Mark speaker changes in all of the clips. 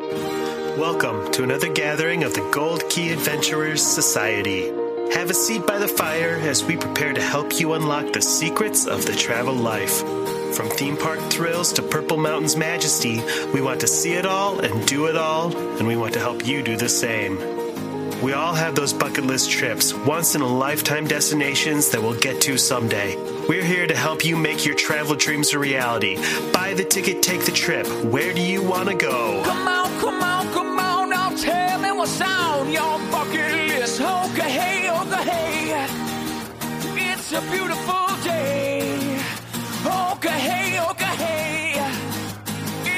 Speaker 1: Welcome to another gathering of the Gold Key Adventurers Society. Have a seat by the fire as we prepare to help you unlock the secrets of the travel life. From theme park thrills to Purple Mountain's majesty, we want to see it all and do it all, and we want to help you do the same. We all have those bucket list trips, once in a lifetime destinations that we'll get to someday. We're here to help you make your travel dreams a reality. Buy the ticket, take the trip. Where do you want to go?
Speaker 2: Come on, come on, come on, now tell me what's on your bucket list. Oh, Okay, hey, okay, hey. It's a beautiful day. Oh, Okay, hey, okay, hey.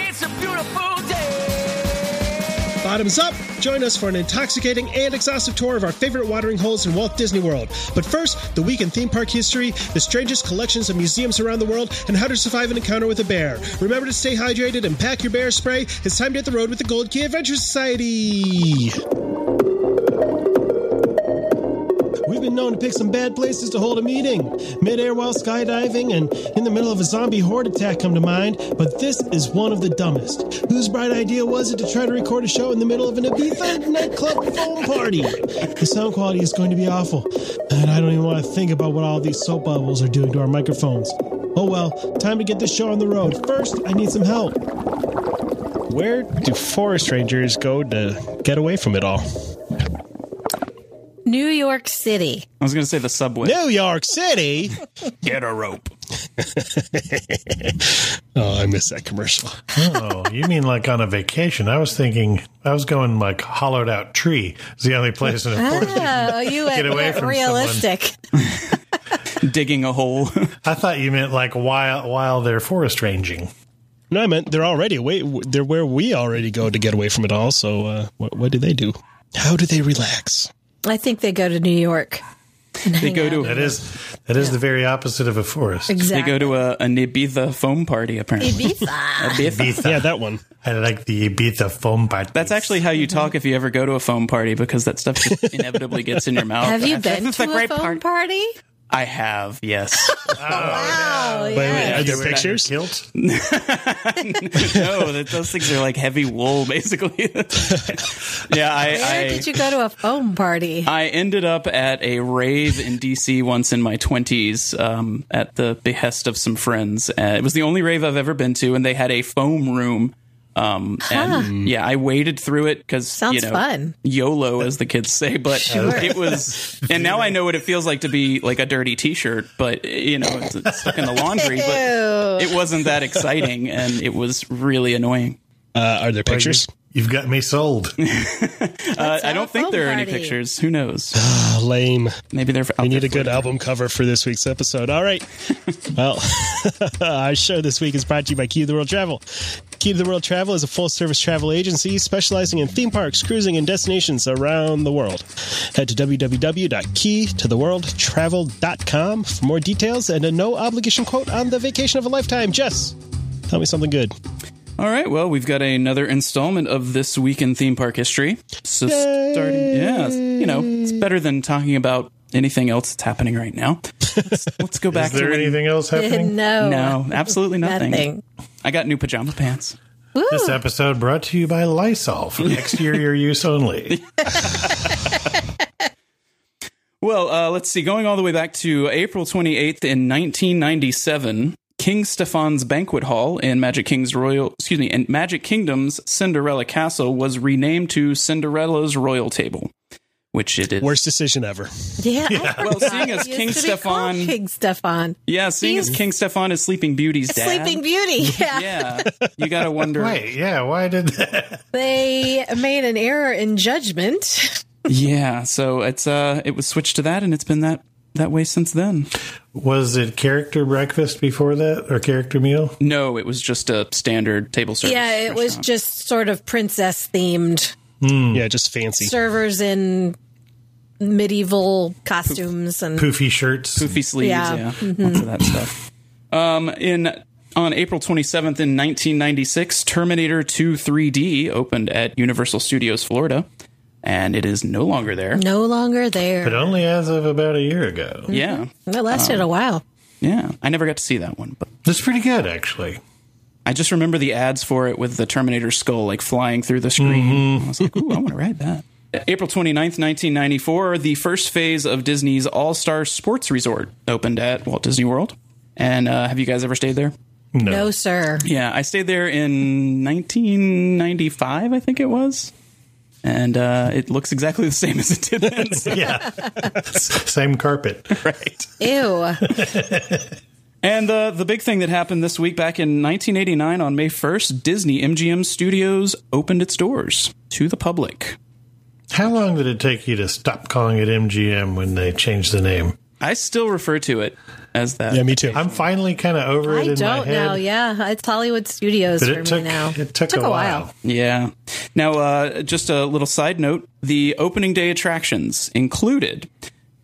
Speaker 2: It's a beautiful day.
Speaker 3: Bottoms up! Join us for an intoxicating and exhaustive tour of our favorite watering holes in Walt Disney World. But first, the week in theme park history, the strangest collections of museums around the world, and how to survive an encounter with a bear. Remember to stay hydrated and pack your bear spray. It's time to hit the road with the Gold Key Adventure Society! We've been known to pick some bad places to hold a meeting. Midair while skydiving and in the middle of a zombie horde attack come to mind, but this is one of the dumbest. Whose bright idea was it to try to record a show in the middle of an Ibiza nightclub foam party? The sound quality is going to be awful, and I don't even want to think about what all these soap bubbles are doing to our microphones. Oh well, time to get this show on the road. First, I need some help. Where do forest rangers go to get away from it all?
Speaker 4: New York City.
Speaker 5: I was going to say the subway.
Speaker 3: New York City?
Speaker 5: Get a rope.
Speaker 3: Oh, I missed that commercial.
Speaker 6: Oh, you mean like on a vacation? I was thinking I was going like hollowed out tree is the only place in a forest.
Speaker 4: Oh, you
Speaker 6: Get
Speaker 4: went
Speaker 6: away from
Speaker 4: realistic.
Speaker 5: Digging a hole.
Speaker 6: I thought you meant like while while they're forest ranging.
Speaker 3: No, I meant they're already away. They're where we already go to get away from it all. So, uh, what, what do they do? How do they relax?
Speaker 4: I think they go to New York. and
Speaker 5: they
Speaker 4: hang
Speaker 5: go
Speaker 4: out.
Speaker 5: to
Speaker 6: That is that is the very opposite of a forest.
Speaker 5: they
Speaker 4: exactly.
Speaker 5: go to a an Ibiza foam party apparently.
Speaker 4: Ibiza.
Speaker 5: Ibiza.
Speaker 6: Ibiza.
Speaker 3: Yeah, that one.
Speaker 6: I like the Ibiza foam part.
Speaker 5: That's actually how you talk if you ever go to a foam party because that stuff just inevitably gets in your mouth.
Speaker 4: Have you
Speaker 5: That's-
Speaker 4: been
Speaker 5: that's
Speaker 4: to
Speaker 5: the
Speaker 4: a
Speaker 5: great
Speaker 4: phone
Speaker 5: part.
Speaker 4: party?
Speaker 5: I have, yes.
Speaker 4: Oh,
Speaker 3: Wait,
Speaker 4: yeah.
Speaker 3: wait, are there
Speaker 5: Yes.
Speaker 3: pictures?
Speaker 6: kilt.
Speaker 5: no, that, those things are like heavy wool, basically. yeah, I,
Speaker 4: Where
Speaker 5: I
Speaker 4: did you go to a foam party?
Speaker 5: I ended up at a rave in DC once in my 20s um, at the behest of some friends. Uh, it was the only rave I've ever been to, and they had a foam room. Um, And yeah, I waded through it because, you
Speaker 4: Sounds
Speaker 5: know,
Speaker 4: fun.
Speaker 5: YOLO, as the kids say, but
Speaker 4: Sure.
Speaker 5: it was, and now I know what it feels like to be like a dirty t shirt, but you know, it's, it's stuck in the laundry, but it wasn't that exciting and it was really annoying.
Speaker 3: Uh, are there pictures?
Speaker 6: You've got me sold.
Speaker 5: Uh,
Speaker 4: have
Speaker 5: I
Speaker 4: a
Speaker 5: don't think
Speaker 4: foam
Speaker 5: there are any
Speaker 4: party.
Speaker 5: pictures. Who knows?
Speaker 3: Oh, lame.
Speaker 5: Maybe they're.
Speaker 3: We need a good album cover for this week's episode. All right. Well, our show this week is brought to you by Key to the World Travel. Key to the World Travel is a full service travel agency specializing in theme parks, cruising, and destinations around the world. Head to www.keytotheworldtravel.com for more details and a no obligation quote on the vacation of a lifetime. Jess, tell me something good.
Speaker 5: All right. Well, we've got another installment of this week in theme park history. So starting, yeah, it's- you know, it's better than talking about anything else that's happening right now. Let's, let's go
Speaker 6: Is
Speaker 5: back
Speaker 6: there
Speaker 5: to when-
Speaker 6: anything else happening?
Speaker 4: no,
Speaker 5: No, absolutely nothing.
Speaker 4: Oh, nothing.
Speaker 5: I got new pajama pants.
Speaker 6: This episode brought to you by Lysol for exterior use only.
Speaker 5: Well, uh, let's see. Going all the way back to April 28th in 1997, King Stefan's Banquet Hall in Magic King's Royal, excuse me, in Magic Kingdom's Cinderella Castle was renamed to Cinderella's Royal Table, which it is.
Speaker 3: Worst decision ever.
Speaker 4: Yeah. I
Speaker 5: Well,
Speaker 4: forgot
Speaker 5: seeing
Speaker 4: it
Speaker 5: as
Speaker 4: used
Speaker 5: King
Speaker 4: to be called
Speaker 5: Stefan-
Speaker 4: King Stefan.
Speaker 5: Yeah, seeing as King Stefan is Sleeping Beauty's dad.
Speaker 4: Sleeping Beauty. Yeah.
Speaker 5: Yeah, you gotta wonder.
Speaker 6: Wait, yeah, why did that?
Speaker 4: They made an error in judgment.
Speaker 5: Yeah, so it's uh, it was switched to that, and it's been that that way since then.
Speaker 6: Was it character breakfast before that or character meal?
Speaker 5: No, it was just a standard table service.
Speaker 4: yeah, it was
Speaker 5: restaurant.
Speaker 4: just sort of princess themed
Speaker 3: Yeah, just fancy.
Speaker 4: servers in medieval costumes and
Speaker 6: Poofy shirts.
Speaker 5: poofy sleeves.
Speaker 4: Yeah. Mm-hmm.
Speaker 5: Yeah, lots of that stuff. Um, in on April 27th in 1996, Terminator 2 3D opened at Universal Studios Florida. and it is no longer there.
Speaker 4: No longer there.
Speaker 6: but only as of about a year ago.
Speaker 5: Yeah,
Speaker 4: That lasted a while.
Speaker 5: yeah. I never got to see that one, but
Speaker 6: That's pretty good, actually.
Speaker 5: I just remember the ads for it with the Terminator skull like flying through the screen. I was like, ooh, I want to ride that. April 29th, 1994, the first phase of Disney's All Star Sports Resort opened at Walt Disney World. And uh, have you guys ever stayed there?
Speaker 4: No, sir.
Speaker 5: Yeah, I stayed there in 1995, I think it was. And uh, it looks exactly the same as it did then. so-
Speaker 6: Yeah. Same carpet.
Speaker 5: right.
Speaker 4: Ew.
Speaker 5: And uh, the big thing that happened this week back in 1989 on May 1st, Disney MGM Studios opened its doors to the public.
Speaker 6: How long did it take you to stop calling it MGM when they changed the name?
Speaker 5: I still refer to it as that.
Speaker 3: Yeah, me too.
Speaker 6: I'm finally kind of over it
Speaker 4: I
Speaker 6: in my
Speaker 4: don't
Speaker 6: head.
Speaker 4: know. Yeah, it's Hollywood Studios
Speaker 6: But
Speaker 4: for
Speaker 6: it took,
Speaker 4: me now.
Speaker 6: it took a while.
Speaker 5: Yeah. Now, uh, just a little side note the opening day attractions included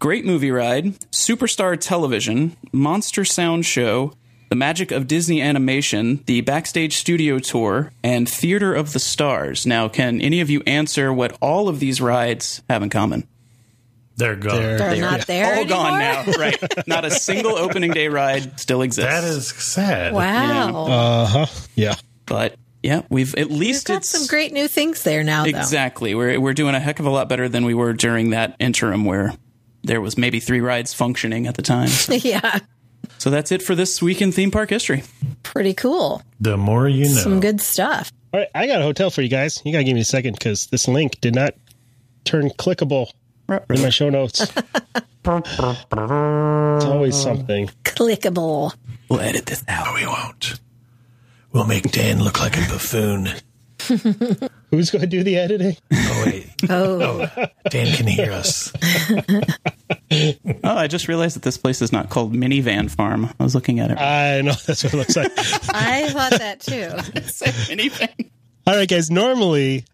Speaker 5: Great Movie Ride, Superstar Television, Monster Sound Show, The Magic of Disney Animation, the Backstage Studio Tour, and Theater of the Stars. Now, can any of you answer what all of these rides have in common?
Speaker 6: They're gone.
Speaker 4: They're not there.
Speaker 5: all
Speaker 4: anymore?
Speaker 5: gone now, right? Not a single opening day ride still exists.
Speaker 6: That is sad.
Speaker 4: Wow.
Speaker 3: yeah.
Speaker 5: but yeah, we've at
Speaker 4: We've
Speaker 5: least
Speaker 4: got
Speaker 5: it's
Speaker 4: some great new things there now, though.
Speaker 5: Exactly. We're we're doing a heck of a lot better than we were during that interim where there was maybe three rides functioning at the time. So,
Speaker 4: yeah.
Speaker 5: so that's it for this week in theme park history.
Speaker 4: Pretty cool.
Speaker 6: The more you know.
Speaker 4: Some good stuff.
Speaker 3: All right, I got a hotel for you guys. You got to give me a second because this link did not turn clickable in my show notes. it's always something.
Speaker 4: Clickable.
Speaker 5: We'll edit this out.
Speaker 6: we won't. We'll make Dan look like a buffoon.
Speaker 3: Who's going to do the editing?
Speaker 6: Oh, wait.
Speaker 4: Oh,
Speaker 6: Dan can hear us.
Speaker 5: Oh, I just realized that this place is not called Minivan Farm. I was looking at it.
Speaker 3: I know that's what it looks like.
Speaker 4: I thought that too.
Speaker 5: Minivan.
Speaker 3: All right, guys. Normally,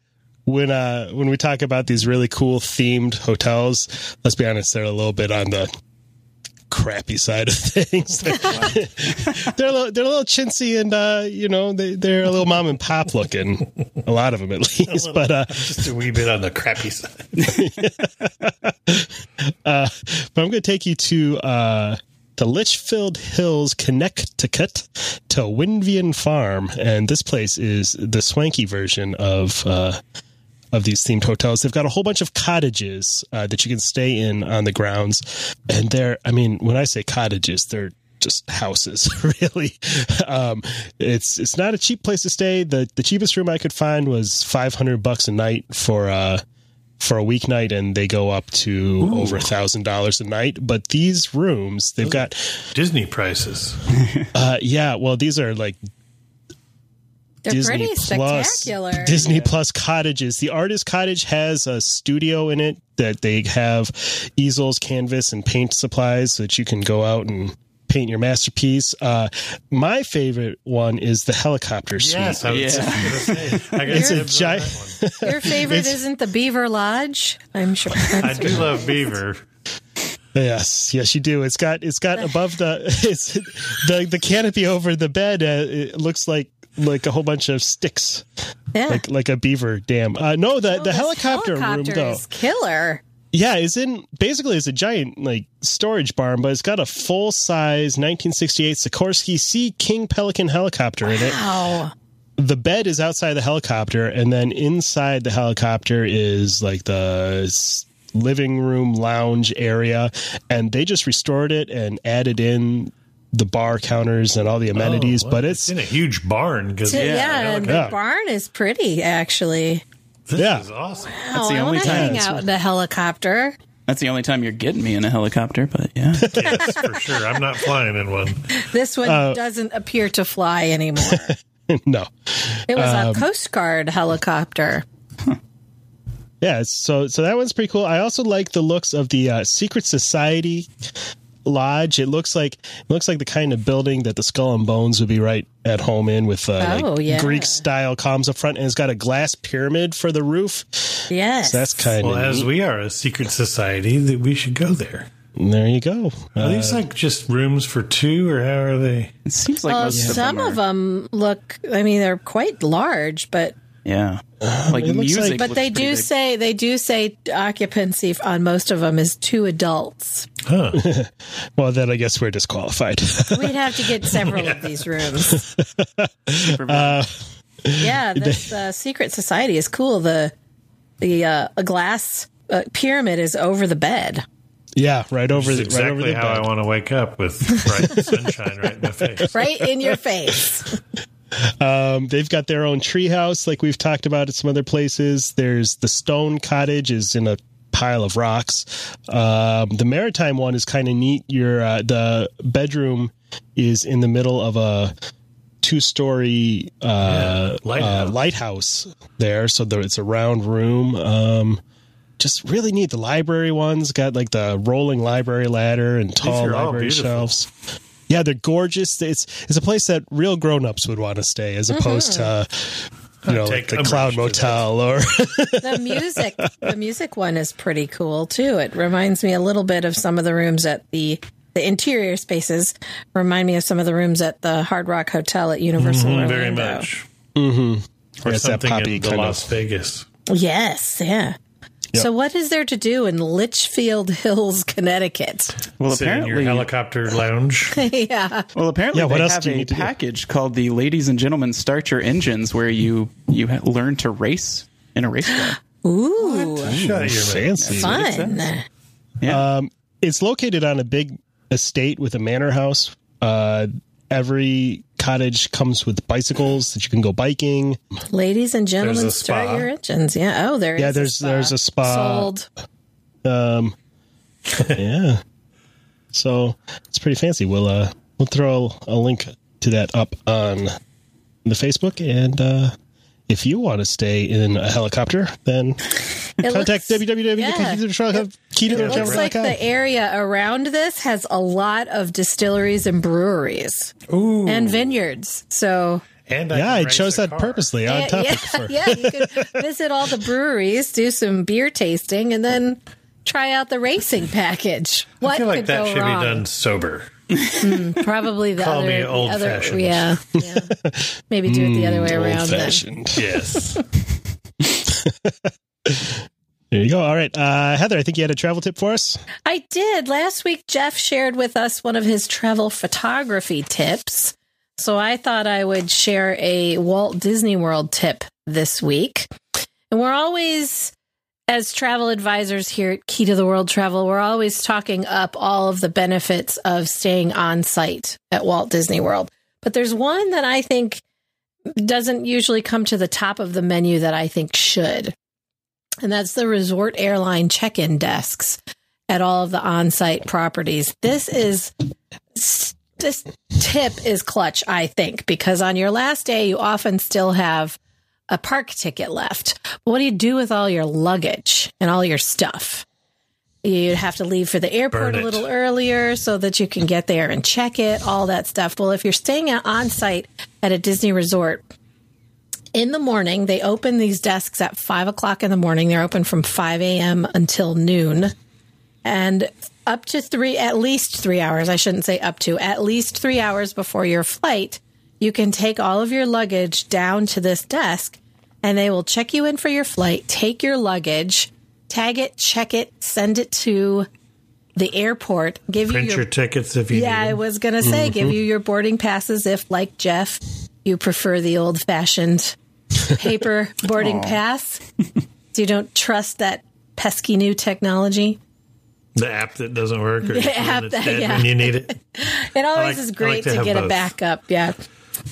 Speaker 3: when uh when we talk about these really cool themed hotels, let's be honest, they're a little bit on the crappy side of things. they're a little, they're a little chintzy, and uh, you know they they're a little mom and pop looking. A lot of them, at least. But uh,
Speaker 6: Just a wee bit on the crappy side.
Speaker 3: uh, but I'm going to take you to uh, to Litchfield Hills, Connecticut, to Winvian Farm, and this place is the swanky version of uh, of these themed hotels. They've got a whole bunch of cottages uh, that you can stay in on the grounds, and they're I mean, when I say cottages, they're just houses really um it's it's not a cheap place to stay the the cheapest room i could find was 500 bucks a night for uh for a weeknight and they go up to over a thousand dollars a night but these rooms they've got
Speaker 6: Disney prices.
Speaker 3: uh yeah well these are like
Speaker 4: They're
Speaker 3: disney
Speaker 4: pretty
Speaker 3: plus
Speaker 4: spectacular.
Speaker 3: disney plus cottages the artist cottage has a studio in it that they have easels canvas and paint supplies so that you can go out and paint your masterpiece uh my favorite one is the helicopter suite
Speaker 6: Yes, I was just
Speaker 5: Yeah.
Speaker 6: going to say. I got
Speaker 3: It's a
Speaker 6: dibs on
Speaker 3: giant-
Speaker 6: that one.
Speaker 4: Your favorite isn't the Beaver Lodge? I'm sure.
Speaker 6: I do love Beaver.
Speaker 3: Yes, yes, you do. It's got it's got above the it's the the canopy over the bed. Uh, it looks like like a whole bunch of sticks,
Speaker 4: Yeah.
Speaker 3: like like a beaver dam. Uh, no, the
Speaker 4: Oh,
Speaker 3: the
Speaker 4: this
Speaker 3: helicopter, room
Speaker 4: helicopter
Speaker 3: though,
Speaker 4: is killer.
Speaker 3: yeah, it's in basically it's a giant like storage barn, but it's got a full size 1968 Sikorsky Sea King Pelican helicopter in it
Speaker 4: Oh,
Speaker 3: the bed is outside the helicopter, and then inside the helicopter is like the s- living room lounge area. And they just restored it and added in the bar counters and all the amenities.
Speaker 6: Oh, wow.
Speaker 3: but it's
Speaker 6: in a huge barn because
Speaker 4: yeah. and the
Speaker 3: Yeah.
Speaker 4: barn is pretty, actually.
Speaker 6: this
Speaker 3: Yeah.
Speaker 6: is awesome.
Speaker 4: oh,
Speaker 5: the
Speaker 4: I
Speaker 5: only
Speaker 4: wanna
Speaker 5: time
Speaker 4: hang out in the helicopter.
Speaker 5: That's the only time you're getting me in a helicopter, but yeah.
Speaker 6: Yes, for sure. I'm not flying in one.
Speaker 4: This one
Speaker 3: Uh,
Speaker 4: doesn't appear to fly anymore.
Speaker 3: no,
Speaker 4: It was
Speaker 3: um,
Speaker 4: a Coast Guard helicopter.
Speaker 3: yeah. it's- So so that one's pretty cool. I also like the looks of the uh, secret society lodge. It looks like it looks like the kind of building that the Skull and Bones would be right at home in with uh,
Speaker 4: Oh, yeah.
Speaker 3: Greek style columns up front, and it's got a glass pyramid for the roof.
Speaker 4: Yes.
Speaker 3: So that's kind of
Speaker 6: Well, as we are a secret society, that we should go there.
Speaker 3: there. You go.
Speaker 6: Are these
Speaker 3: Uh,
Speaker 6: like just rooms for two, or how are they?
Speaker 5: It seems like
Speaker 4: Well,
Speaker 5: most
Speaker 4: Oh, some
Speaker 5: of them.
Speaker 4: of them look, I mean, they're quite large, but
Speaker 5: Yeah. like
Speaker 3: it looks like-
Speaker 5: music.
Speaker 4: But
Speaker 5: looks
Speaker 4: they
Speaker 5: pretty
Speaker 4: do
Speaker 5: big.
Speaker 4: say they do say occupancy f- on most of them is two adults.
Speaker 6: Huh.
Speaker 3: Well, then I guess we're disqualified.
Speaker 4: We'd have to get several of these rooms. yeah, this uh, secret society is cool. The the uh, a glass uh, pyramid is over the bed.
Speaker 3: yeah, right over
Speaker 6: That's
Speaker 3: the, right over
Speaker 6: exactly
Speaker 3: the
Speaker 6: how I
Speaker 3: bed.
Speaker 6: want to wake up with bright sunshine right in the face.
Speaker 4: Right in your face.
Speaker 3: Um, they've got their own treehouse, like we've talked about at some other places. There's the stone cottage is in a pile of rocks. Um, the maritime one is kind of neat. Your uh, the bedroom is in the middle of a two story uh,
Speaker 6: Yeah, lighthouse.
Speaker 3: uh, lighthouse there, so there, it's a round room. Um, just really neat. The library one's got like the rolling library ladder and tall
Speaker 6: are all
Speaker 3: library
Speaker 6: beautiful.
Speaker 3: shelves. Yeah, they're gorgeous. It's it's a place that real grown ups would want to stay, as opposed to uh, you know like
Speaker 6: Take
Speaker 3: the
Speaker 6: umbrage
Speaker 3: Cloud
Speaker 6: to this.
Speaker 3: Motel or
Speaker 4: The music, the music one is pretty cool too. It reminds me a little bit of some of the rooms at the the interior spaces remind me of some of the rooms at the Hard Rock Hotel at Universal Orlando.
Speaker 6: Mm, Very much. Mm-hmm. Or
Speaker 3: Yeah, it's that
Speaker 6: something
Speaker 3: poppy
Speaker 6: in the
Speaker 3: kind of-
Speaker 6: Las Vegas.
Speaker 4: Yes, yeah. So what is there to do in Litchfield Hills, Connecticut?
Speaker 5: Well,
Speaker 6: Sit in your
Speaker 5: apparently,
Speaker 6: helicopter lounge.
Speaker 4: yeah.
Speaker 5: well, apparently,
Speaker 3: Yeah, what
Speaker 5: they
Speaker 3: else
Speaker 5: have
Speaker 3: do you
Speaker 5: a
Speaker 3: need to do?
Speaker 5: package called the "Ladies and Gentlemen, Start Your Engines," where you you ha- learn to race in a race car.
Speaker 4: Ooh,
Speaker 6: Shut your mouth.
Speaker 3: fancy.
Speaker 4: fun.
Speaker 5: Yeah,
Speaker 3: It's located on a big estate with a manor house. Uh, every cottage comes with bicycles that you can go biking.
Speaker 4: Ladies and gentlemen,
Speaker 6: There's a spa.
Speaker 4: start your engines. Yeah. Oh, there is
Speaker 3: Yeah,
Speaker 4: a
Speaker 3: there's-
Speaker 4: spa.
Speaker 3: there's a spa.
Speaker 4: Sold.
Speaker 3: Um, yeah, so it's pretty fancy. We'll uh, we'll throw a link to that up on the Facebook, and uh, if you want to stay in a helicopter, then
Speaker 4: It
Speaker 3: contact
Speaker 4: looks- yeah. It looks like the
Speaker 3: www.keytothetravel.com.
Speaker 4: area around this has a lot of distilleries and breweries
Speaker 6: Ooh.
Speaker 4: and vineyards. So
Speaker 6: And
Speaker 3: Yeah,
Speaker 6: can
Speaker 3: I
Speaker 6: race
Speaker 3: chose
Speaker 6: a
Speaker 3: that
Speaker 6: car.
Speaker 3: purposely
Speaker 4: yeah,
Speaker 3: on topic.
Speaker 4: yeah,
Speaker 3: for,
Speaker 4: yeah, you could visit all the breweries, do some beer tasting, and then try out the racing package. What
Speaker 6: I feel like
Speaker 4: could
Speaker 6: that
Speaker 4: go
Speaker 6: should
Speaker 4: wrong?
Speaker 6: be done sober.
Speaker 4: Probably the
Speaker 6: Call
Speaker 4: other,
Speaker 6: me
Speaker 4: the
Speaker 6: old
Speaker 4: other-
Speaker 6: fashioned.
Speaker 4: Yeah, yeah. Maybe do it the other
Speaker 6: Mm,
Speaker 4: way around. Then.
Speaker 3: Old-fashioned.
Speaker 6: Yes.
Speaker 3: There you go. All right, uh, Heather, I think you had a travel tip for us.
Speaker 4: I did. Last week, Jeff shared with us one of his travel photography tips. So I thought I would share a Walt Disney World tip this week. And we're always, as travel advisors here at Key to the World Travel, we're always talking up all of the benefits of staying on site at Walt Disney World. But there's one that I think doesn't usually come to the top of the menu that I think should. And that's the resort airline check in desks at all of the on-site properties. This is s- this tip is clutch, I think, because on your last day you often still have a park ticket left. But what do you do with all your luggage and all your stuff? You'd have to leave for the airport
Speaker 6: Burn
Speaker 4: a
Speaker 6: it.
Speaker 4: little earlier so that you can get there and check it, all that stuff. Well, if you're staying at on site at a Disney resort, in the morning, they open these desks at five o'clock in the morning. They're open from 5 a.m. until noon and up to three, at least three hours. I shouldn't say up to, at least three hours before your flight, you can take all of your luggage down to this desk and they will check you in for your flight, take your luggage, tag it, check it, send it to the airport, give you
Speaker 6: Print
Speaker 4: your
Speaker 6: your tickets if you
Speaker 4: yeah,
Speaker 6: need.
Speaker 4: I was going to say, give you your boarding passes if, like Jeff, you prefer the old fashioned paper boarding pass. So you don't trust that pesky new technology.
Speaker 6: The app that doesn't work or the
Speaker 4: app
Speaker 6: app
Speaker 4: that-
Speaker 6: that's dead
Speaker 4: yeah.
Speaker 6: when you need it.
Speaker 4: It
Speaker 6: like-
Speaker 4: always
Speaker 6: I
Speaker 4: is
Speaker 6: like
Speaker 4: great
Speaker 6: to
Speaker 4: to,
Speaker 6: have
Speaker 4: get a
Speaker 6: both.
Speaker 4: backup. Yeah.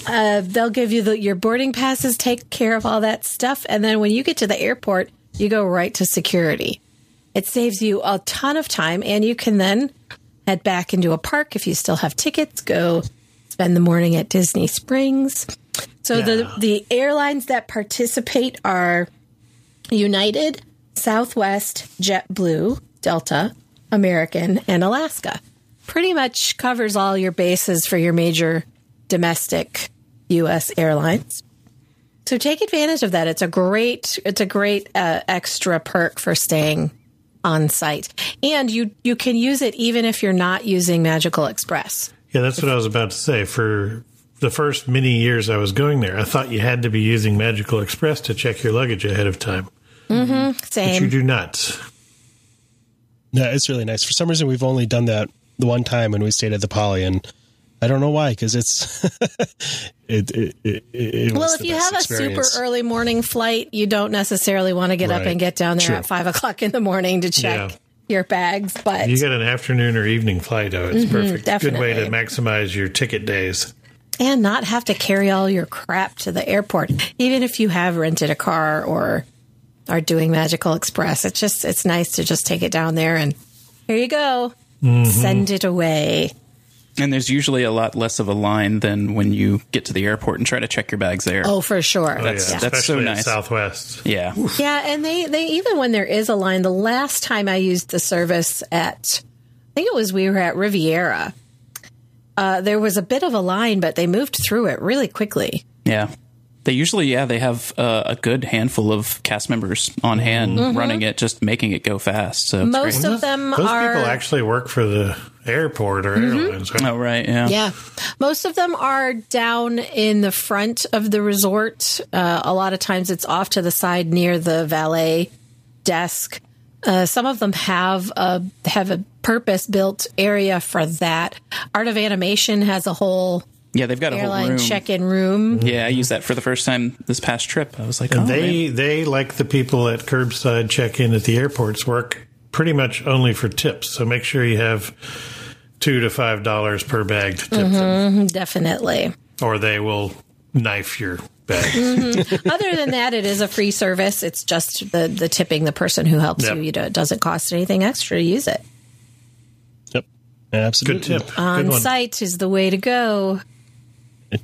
Speaker 4: Uh, they'll give you the, your boarding passes, take care of all that stuff. And then when you get to the airport, you go right to security. It saves you a ton of time, and you can then head back into a park if you still have tickets, go spend the morning at Disney Springs. So the, the airlines that participate are United, Southwest, JetBlue, Delta, American, and Alaska. Pretty much covers all your bases for your major domestic U.S. airlines. So take advantage of that. It's a great it's a great uh, extra perk for staying on site, and you you can use it even if you're not using Magical Express.
Speaker 6: Yeah, that's what I was about to say. For the first many years I was going there, I thought you had to be using Magical Express to check your luggage ahead of time,
Speaker 4: Mm-hmm.
Speaker 6: but you
Speaker 4: Same.
Speaker 6: do not.
Speaker 1: No, it's really nice. For some reason, we've only done that the one time when we stayed at the Poly, and I don't know why. Because it's it, it, it, it
Speaker 4: Well,
Speaker 1: was
Speaker 4: if
Speaker 1: the
Speaker 4: you
Speaker 1: best
Speaker 4: have a
Speaker 1: experience.
Speaker 4: super early morning flight, you don't necessarily want to get up
Speaker 6: Right.
Speaker 4: and get down there
Speaker 6: True.
Speaker 4: at five o'clock in the morning to check
Speaker 6: Yeah.
Speaker 4: your bags. But
Speaker 6: You got an afternoon or evening flight, oh, it's perfect. Good way to
Speaker 4: Mm-hmm, definitely.
Speaker 6: maximize your ticket days.
Speaker 4: and not have to carry all your crap to the airport, even if you have rented a car or are doing Magical Express. It's just it's nice to just take it down there and here you go, send it away.
Speaker 5: And there's usually a lot less of a line than when you get to the airport and try to check your bags there.
Speaker 4: Oh, for sure.
Speaker 5: That's-
Speaker 4: yeah.
Speaker 5: that's so
Speaker 6: Especially at
Speaker 5: nice.
Speaker 6: Southwest.
Speaker 5: Yeah.
Speaker 4: Yeah, and they they even when there is a line, the last time I used the service at I think it was we were at Riviera. Uh, there was a bit of a line, but they moved through it really quickly.
Speaker 5: Yeah. They usually, yeah, they have uh, a good handful of cast members on hand running it, just making it go fast. So it's
Speaker 4: Most
Speaker 5: great.
Speaker 4: of them
Speaker 6: Those
Speaker 4: are Mm-hmm.
Speaker 6: people actually work for the airport or airlines. Right?
Speaker 5: Oh, right. Yeah.
Speaker 4: Yeah. Most of them are down in the front of the resort. Uh, a lot of times it's off to the side near the valet desk. Uh, some of them have a have a purpose built area for that. Art of Animation has a whole
Speaker 5: Yeah, They've got a whole
Speaker 4: airline
Speaker 5: room.
Speaker 4: check in room.
Speaker 5: Yeah. I used that for the first time this past trip. I was like, oh, man.
Speaker 6: They they like the people at curbside check in at the airports work pretty much only for tips. So make sure you have two to five dollars per bag to tip them,
Speaker 4: Definitely.
Speaker 6: or they will knife your bag.
Speaker 4: Mm-hmm. Other than that, it is a free service. It's just the the tipping the person who helps
Speaker 6: Yep.
Speaker 4: you. You. Know, it doesn't cost anything extra to use it.
Speaker 1: Yep,
Speaker 6: Good
Speaker 1: absolutely.
Speaker 6: tip. Good
Speaker 4: On
Speaker 6: one.
Speaker 4: site is the way to go.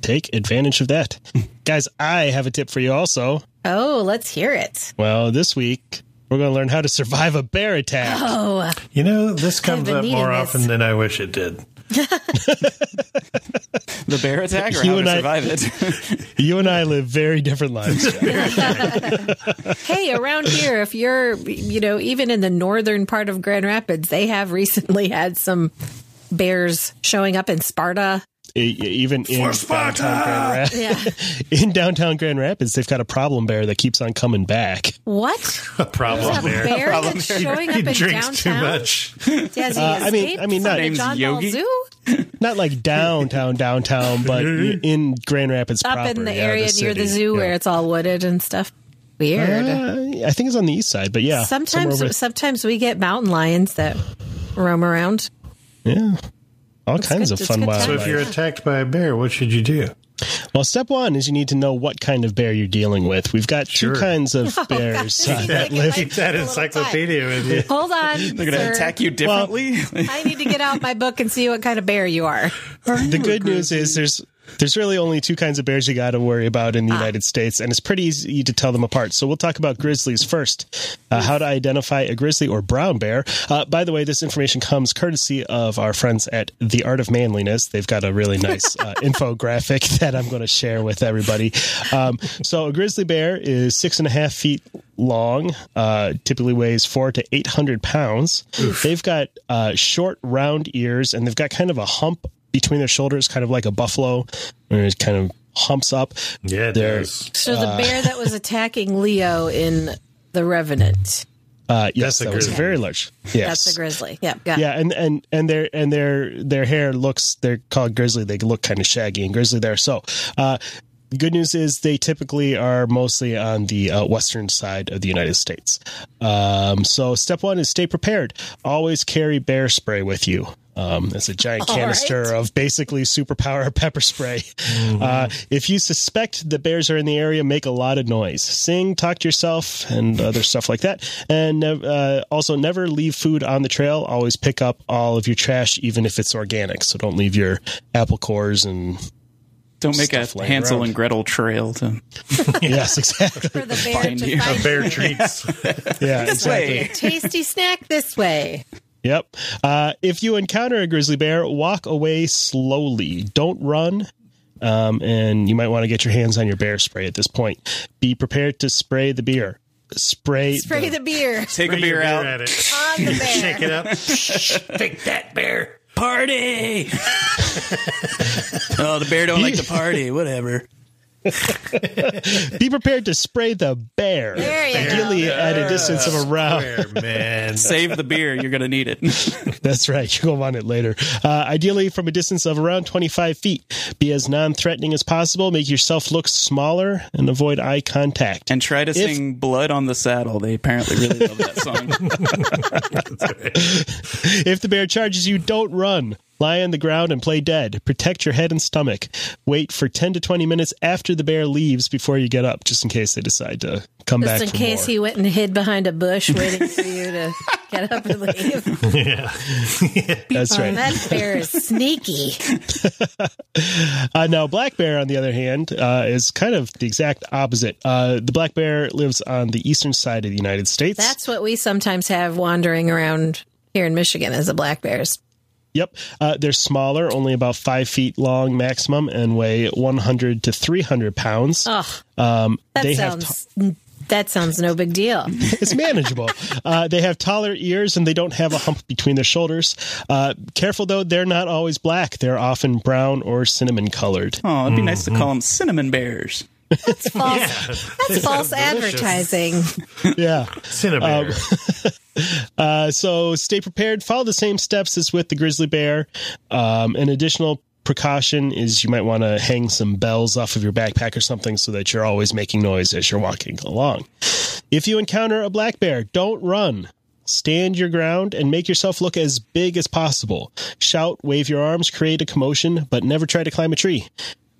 Speaker 1: Take advantage of that, guys. I have a tip for you also.
Speaker 4: Oh, let's hear it.
Speaker 1: Well, this week we're going to learn how to survive a bear attack.
Speaker 4: Oh,
Speaker 6: You know, this comes
Speaker 4: been
Speaker 6: up
Speaker 4: needing
Speaker 6: more
Speaker 4: this.
Speaker 6: often than I wish it did.
Speaker 5: the bear attack or
Speaker 1: You
Speaker 5: how to
Speaker 1: and I-
Speaker 5: survive it.
Speaker 1: You and I live very different lives.
Speaker 4: hey, around here, if you're, you know, even in the northern part of Grand Rapids, they have recently had some bears showing up in Sparta.
Speaker 1: E- Even in downtown, Grand Rap-
Speaker 4: Yeah.
Speaker 1: in downtown Grand Rapids, they've got a problem bear that keeps on coming back.
Speaker 4: What?
Speaker 6: A problem
Speaker 4: A
Speaker 6: there.
Speaker 4: bear that's showing up
Speaker 6: He
Speaker 4: in
Speaker 6: drinks
Speaker 4: downtown?
Speaker 6: too much.
Speaker 4: Does he
Speaker 1: Uh, I mean-
Speaker 4: escape
Speaker 1: I mean, not-
Speaker 4: from the
Speaker 5: Name's
Speaker 4: John
Speaker 5: Yogi?
Speaker 4: Ball Zoo?
Speaker 1: Not like downtown, downtown, but i- in Grand Rapids
Speaker 4: Up
Speaker 1: proper,
Speaker 4: in the
Speaker 1: yeah,
Speaker 4: area near
Speaker 1: city,
Speaker 4: the zoo
Speaker 1: yeah.
Speaker 4: where it's all wooded and stuff. Weird.
Speaker 1: Uh, I think it's on the east side, but yeah, somewhere
Speaker 4: sometimes
Speaker 1: over-
Speaker 4: sometimes we get mountain lions that roam around.
Speaker 1: yeah, all kinds
Speaker 4: good-
Speaker 1: of
Speaker 4: it's
Speaker 1: fun
Speaker 4: good
Speaker 6: So
Speaker 1: wildlife.
Speaker 6: if you're attacked by a bear, what should you do?
Speaker 1: well, step one is you need to know what kind of bear you're dealing with. We've got
Speaker 6: Sure.
Speaker 1: two kinds of
Speaker 4: Oh, God,
Speaker 1: bears
Speaker 4: this
Speaker 1: uh,
Speaker 4: seems
Speaker 1: that
Speaker 4: like it
Speaker 1: live.
Speaker 4: might-
Speaker 6: Keep that
Speaker 4: Little
Speaker 6: encyclopedia with you.
Speaker 4: Hold on.
Speaker 5: They're going to
Speaker 4: sir.
Speaker 5: attack you differently.
Speaker 4: I need to get out my book and see what kind of bear you are.
Speaker 1: the good news is there's there's really only two kinds of bears you got to worry about in the
Speaker 4: Ah.
Speaker 1: United States, and it's pretty easy to tell them apart. So we'll talk about grizzlies first. Uh, how to identify a grizzly or brown bear. Uh, by the way, this information comes courtesy of our friends at The Art of Manliness. They've got a really nice uh, infographic that I'm going to share with everybody. Um, so a grizzly bear is six and a half feet long, uh, typically weighs four to 800 pounds. They've got uh, short, round ears, and they've got kind of a hump between their shoulders, kind of like a buffalo, where it kind of humps up.
Speaker 6: Yeah, it
Speaker 1: There-
Speaker 6: does.
Speaker 4: So
Speaker 1: Uh.
Speaker 4: the bear that was attacking Leo in The Revenant.
Speaker 1: Uh, yes,
Speaker 6: That's a
Speaker 1: that was
Speaker 6: grizzly.
Speaker 1: very large. Yes,
Speaker 4: That's a grizzly. Yep. Got
Speaker 1: yeah, and and and their and their their hair looks they're called grizzly. They look kind of shaggy and grizzly there. So, uh, good news is they typically are mostly on the uh, western side of the United States. Um, so step one is stay prepared. Always carry bear spray with you. Um, it's a giant canister
Speaker 4: right.
Speaker 1: of basically superpower pepper spray. Uh, if you suspect the bears are in the area, make a lot of noise. Sing, talk to yourself, and other stuff like that. And uh, also, never leave food on the trail. Always pick up all of your trash, even if it's organic. So don't leave your apple cores and
Speaker 5: Don't make a
Speaker 1: Stuff laying
Speaker 5: Hansel
Speaker 1: around.
Speaker 5: and Gretel trail to
Speaker 1: yes, exactly.
Speaker 4: For the bear
Speaker 5: Find you.
Speaker 4: to find
Speaker 6: Bear
Speaker 4: you.
Speaker 6: treats.
Speaker 1: Yeah, exactly.
Speaker 5: Wait.
Speaker 4: Tasty snack this way.
Speaker 1: Yep. Uh, if you encounter a grizzly bear, walk away slowly. Don't run. Um, and you might want to get your hands on your bear spray at this point. Be prepared to spray the beer. Spray,
Speaker 4: Spray the beer
Speaker 5: Take a
Speaker 6: Bring your
Speaker 5: beer
Speaker 6: beer
Speaker 5: out.
Speaker 6: at it.
Speaker 4: on the
Speaker 6: Shake
Speaker 4: bear.
Speaker 6: it up.
Speaker 7: Take that bear.
Speaker 5: party. oh, the bear don't like to party. Whatever.
Speaker 1: Be prepared to spray the bear,
Speaker 4: There you go.
Speaker 1: ideally at a distance of around.
Speaker 6: Square, man.
Speaker 5: Save the beer. You're gonna need it.
Speaker 1: That's right. You'll want it later. Uh, ideally, from a distance of around 25 feet. Be as non threatening as possible. Make yourself look smaller and avoid eye contact.
Speaker 5: And try to sing "Blood on the Saddle." They apparently really love that song.
Speaker 1: If the bear charges you, don't run. Lie on the ground and play dead. Protect your head and stomach. Wait for 10 to 20 minutes after the bear leaves before you get up, just in case they decide to come back.
Speaker 4: Just in
Speaker 1: for
Speaker 4: case
Speaker 1: more.
Speaker 4: he went and hid behind a bush waiting for you to get up and leave.
Speaker 6: Yeah.
Speaker 1: That's
Speaker 4: Oh,
Speaker 1: right.
Speaker 4: that bear is sneaky.
Speaker 1: Uh, now, black bear, on the other hand, uh, is kind of the exact opposite. Uh, the black bear lives on the eastern side of the United States.
Speaker 4: That's what we sometimes have wandering around here in Michigan as the black bears.
Speaker 1: Yep. Uh, they're smaller, only about five feet long maximum, and weigh 100 to 300 pounds.
Speaker 4: Ugh,
Speaker 1: Um,
Speaker 4: that
Speaker 1: they have
Speaker 4: sounds that sounds no big deal.
Speaker 1: it's manageable. uh, they have taller ears and they don't have a hump between their shoulders. Uh, careful though, they're not always black. They're often brown or cinnamon colored.
Speaker 5: Oh, it'd be nice to call them cinnamon bears.
Speaker 4: It's false. That's false
Speaker 6: delicious.
Speaker 4: advertising.
Speaker 1: Yeah.
Speaker 6: Cinnamon.
Speaker 1: Uh, so stay prepared. Follow the same steps as with the grizzly bear. Um, an additional precaution is you might want to hang some bells off of your backpack or something so that you're always making noise as you're walking along. If you encounter a black bear, don't run. Stand your ground and make yourself look as big as possible. Shout, wave your arms, create a commotion, but never try to climb a tree.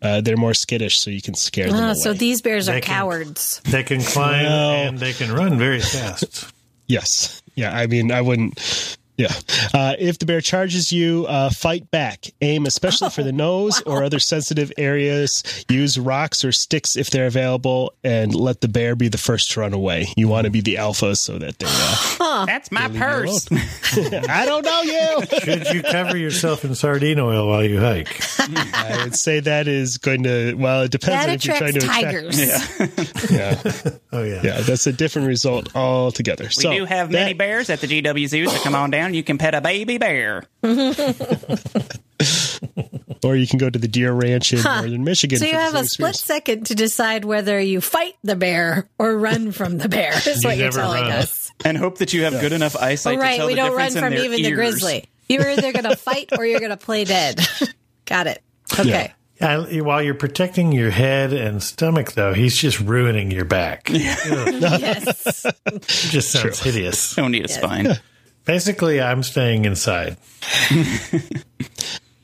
Speaker 1: Uh, they're more skittish, so you can scare them.
Speaker 4: Oh,
Speaker 1: away.
Speaker 4: so these bears are
Speaker 6: They can-
Speaker 4: cowards.
Speaker 6: they can climb
Speaker 1: Well-
Speaker 6: and they can run very fast.
Speaker 1: Yes. Yeah. I mean, I wouldn't. Yeah. Uh, if the bear charges you, uh, fight back. Aim especially for
Speaker 4: Oh,
Speaker 1: the nose or other sensitive areas. Use rocks or sticks if they're available, and let the bear be the first to run away. You want to be the alpha so that they. Uh,
Speaker 5: That's my purse.
Speaker 1: I don't know you.
Speaker 6: Should you cover yourself in sardine oil while you hike?
Speaker 1: I would say that is going to. Well, it depends
Speaker 4: That
Speaker 1: on if you're trying
Speaker 4: attracts
Speaker 1: to attract.
Speaker 4: tigers.
Speaker 1: Yeah.
Speaker 6: Oh yeah.
Speaker 1: Yeah. That's a different result altogether.
Speaker 5: We
Speaker 1: so
Speaker 5: do have
Speaker 1: that-
Speaker 5: many bears at the GW Zoo, so come on down. You can pet a baby bear.
Speaker 1: or you can go to the deer ranch in northern Michigan.
Speaker 4: So
Speaker 1: for
Speaker 4: you
Speaker 1: the
Speaker 4: have
Speaker 1: same
Speaker 4: a split
Speaker 1: experience.
Speaker 4: second to decide whether you fight the bear or run from the bear. Is what you're
Speaker 6: never
Speaker 4: telling
Speaker 6: run.
Speaker 4: us.
Speaker 5: And hope that you have good enough eyesight
Speaker 4: All
Speaker 5: to
Speaker 4: right,
Speaker 5: tell
Speaker 4: we
Speaker 5: the
Speaker 4: don't run
Speaker 5: difference in
Speaker 4: from
Speaker 5: their
Speaker 4: even the
Speaker 5: ears.
Speaker 4: grizzly. You're either going to fight or you're going to play dead. Got it. Okay.
Speaker 6: I, Uh, while you're protecting your head and stomach, though, he's just ruining your back. It
Speaker 4: Yes.
Speaker 6: just sounds hideous.
Speaker 5: Don't need a spine.
Speaker 6: Basically, I'm staying inside.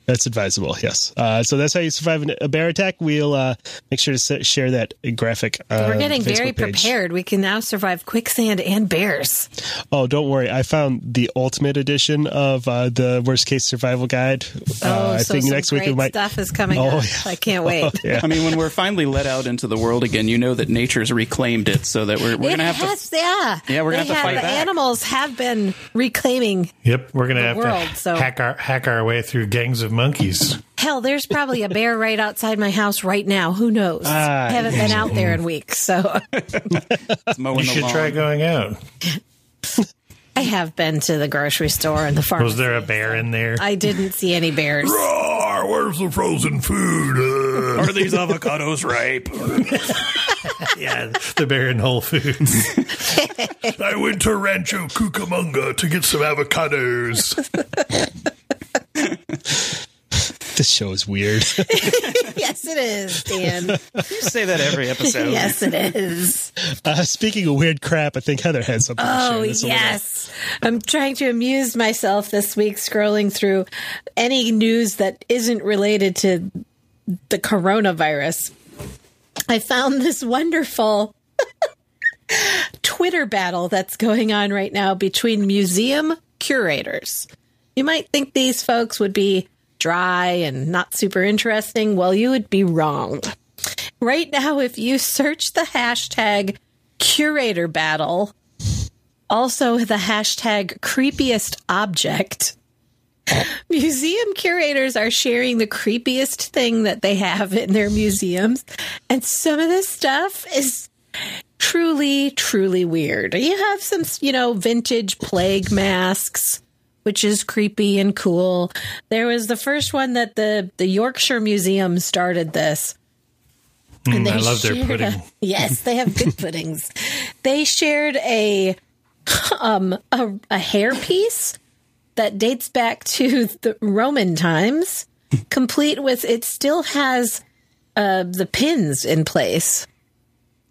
Speaker 1: That's advisable, yes. Uh, so that's how you survive an, a bear attack. We'll uh, make sure to s- share that graphic. Uh,
Speaker 4: We're getting very
Speaker 1: Facebook page.
Speaker 4: prepared. We can now survive quicksand and bears.
Speaker 1: Oh, don't worry. I found the ultimate edition of uh, the worst case survival guide.
Speaker 4: Oh,
Speaker 1: uh, I
Speaker 4: so
Speaker 1: think
Speaker 4: some
Speaker 1: next
Speaker 4: great
Speaker 1: week we might.
Speaker 4: stuff is coming
Speaker 1: Oh,
Speaker 4: up.
Speaker 1: yeah.
Speaker 4: I can't wait.
Speaker 1: Yeah.
Speaker 5: I mean, when we're finally let out into the world again, you know that nature's reclaimed it, so that we're, we're
Speaker 4: It
Speaker 5: gonna have
Speaker 4: has,
Speaker 5: to.
Speaker 4: yeah.
Speaker 5: Yeah, we're gonna
Speaker 4: They
Speaker 5: have to fight
Speaker 4: the
Speaker 5: back.
Speaker 4: Animals have been reclaiming.
Speaker 6: Yep, we're gonna have
Speaker 4: world,
Speaker 6: to
Speaker 4: so-
Speaker 6: hack our hack our way through gangs of monkeys.
Speaker 4: Hell, there's probably a bear right outside my house right now. Who knows?
Speaker 1: Ah,
Speaker 4: I haven't been out there in weeks, so
Speaker 5: It's mowing
Speaker 6: You
Speaker 5: the
Speaker 6: should
Speaker 5: lawn.
Speaker 6: try going out.
Speaker 4: I have been to the grocery store and the farm.
Speaker 6: Was there a bear in there?
Speaker 4: I didn't see any bears.
Speaker 6: Roar, where's the frozen food?
Speaker 5: Are these avocados ripe?
Speaker 6: yeah, the bear in Whole Foods.
Speaker 8: I went to Rancho Cucamonga to get some avocados.
Speaker 1: This show is weird.
Speaker 4: Yes, it is, Dan.
Speaker 5: You say that every episode.
Speaker 4: yes, it is.
Speaker 1: uh, speaking of weird crap, I think Heather had something. to share
Speaker 4: Oh,
Speaker 1: that's a little-
Speaker 4: yes. I'm trying to amuse myself this week scrolling through any news that isn't related to the coronavirus. I found this wonderful Twitter battle that's going on right now between museum curators. You might think these folks would be dry and not super interesting. Well, you would be wrong. Right now, if you search the hashtag curator battle, also the hashtag creepiest object. Museum curators are sharing the creepiest thing that they have in their museums. And some of this stuff is truly, truly weird. You have some, you know, vintage plague masks which is creepy and cool. There was the first one that the the Yorkshire Museum started this.
Speaker 6: Mm, I love their
Speaker 4: shared a-
Speaker 6: pudding.
Speaker 4: yes, they have good puddings. They shared a um a, a hair piece that dates back to the Roman times, complete with it still has uh, the pins in place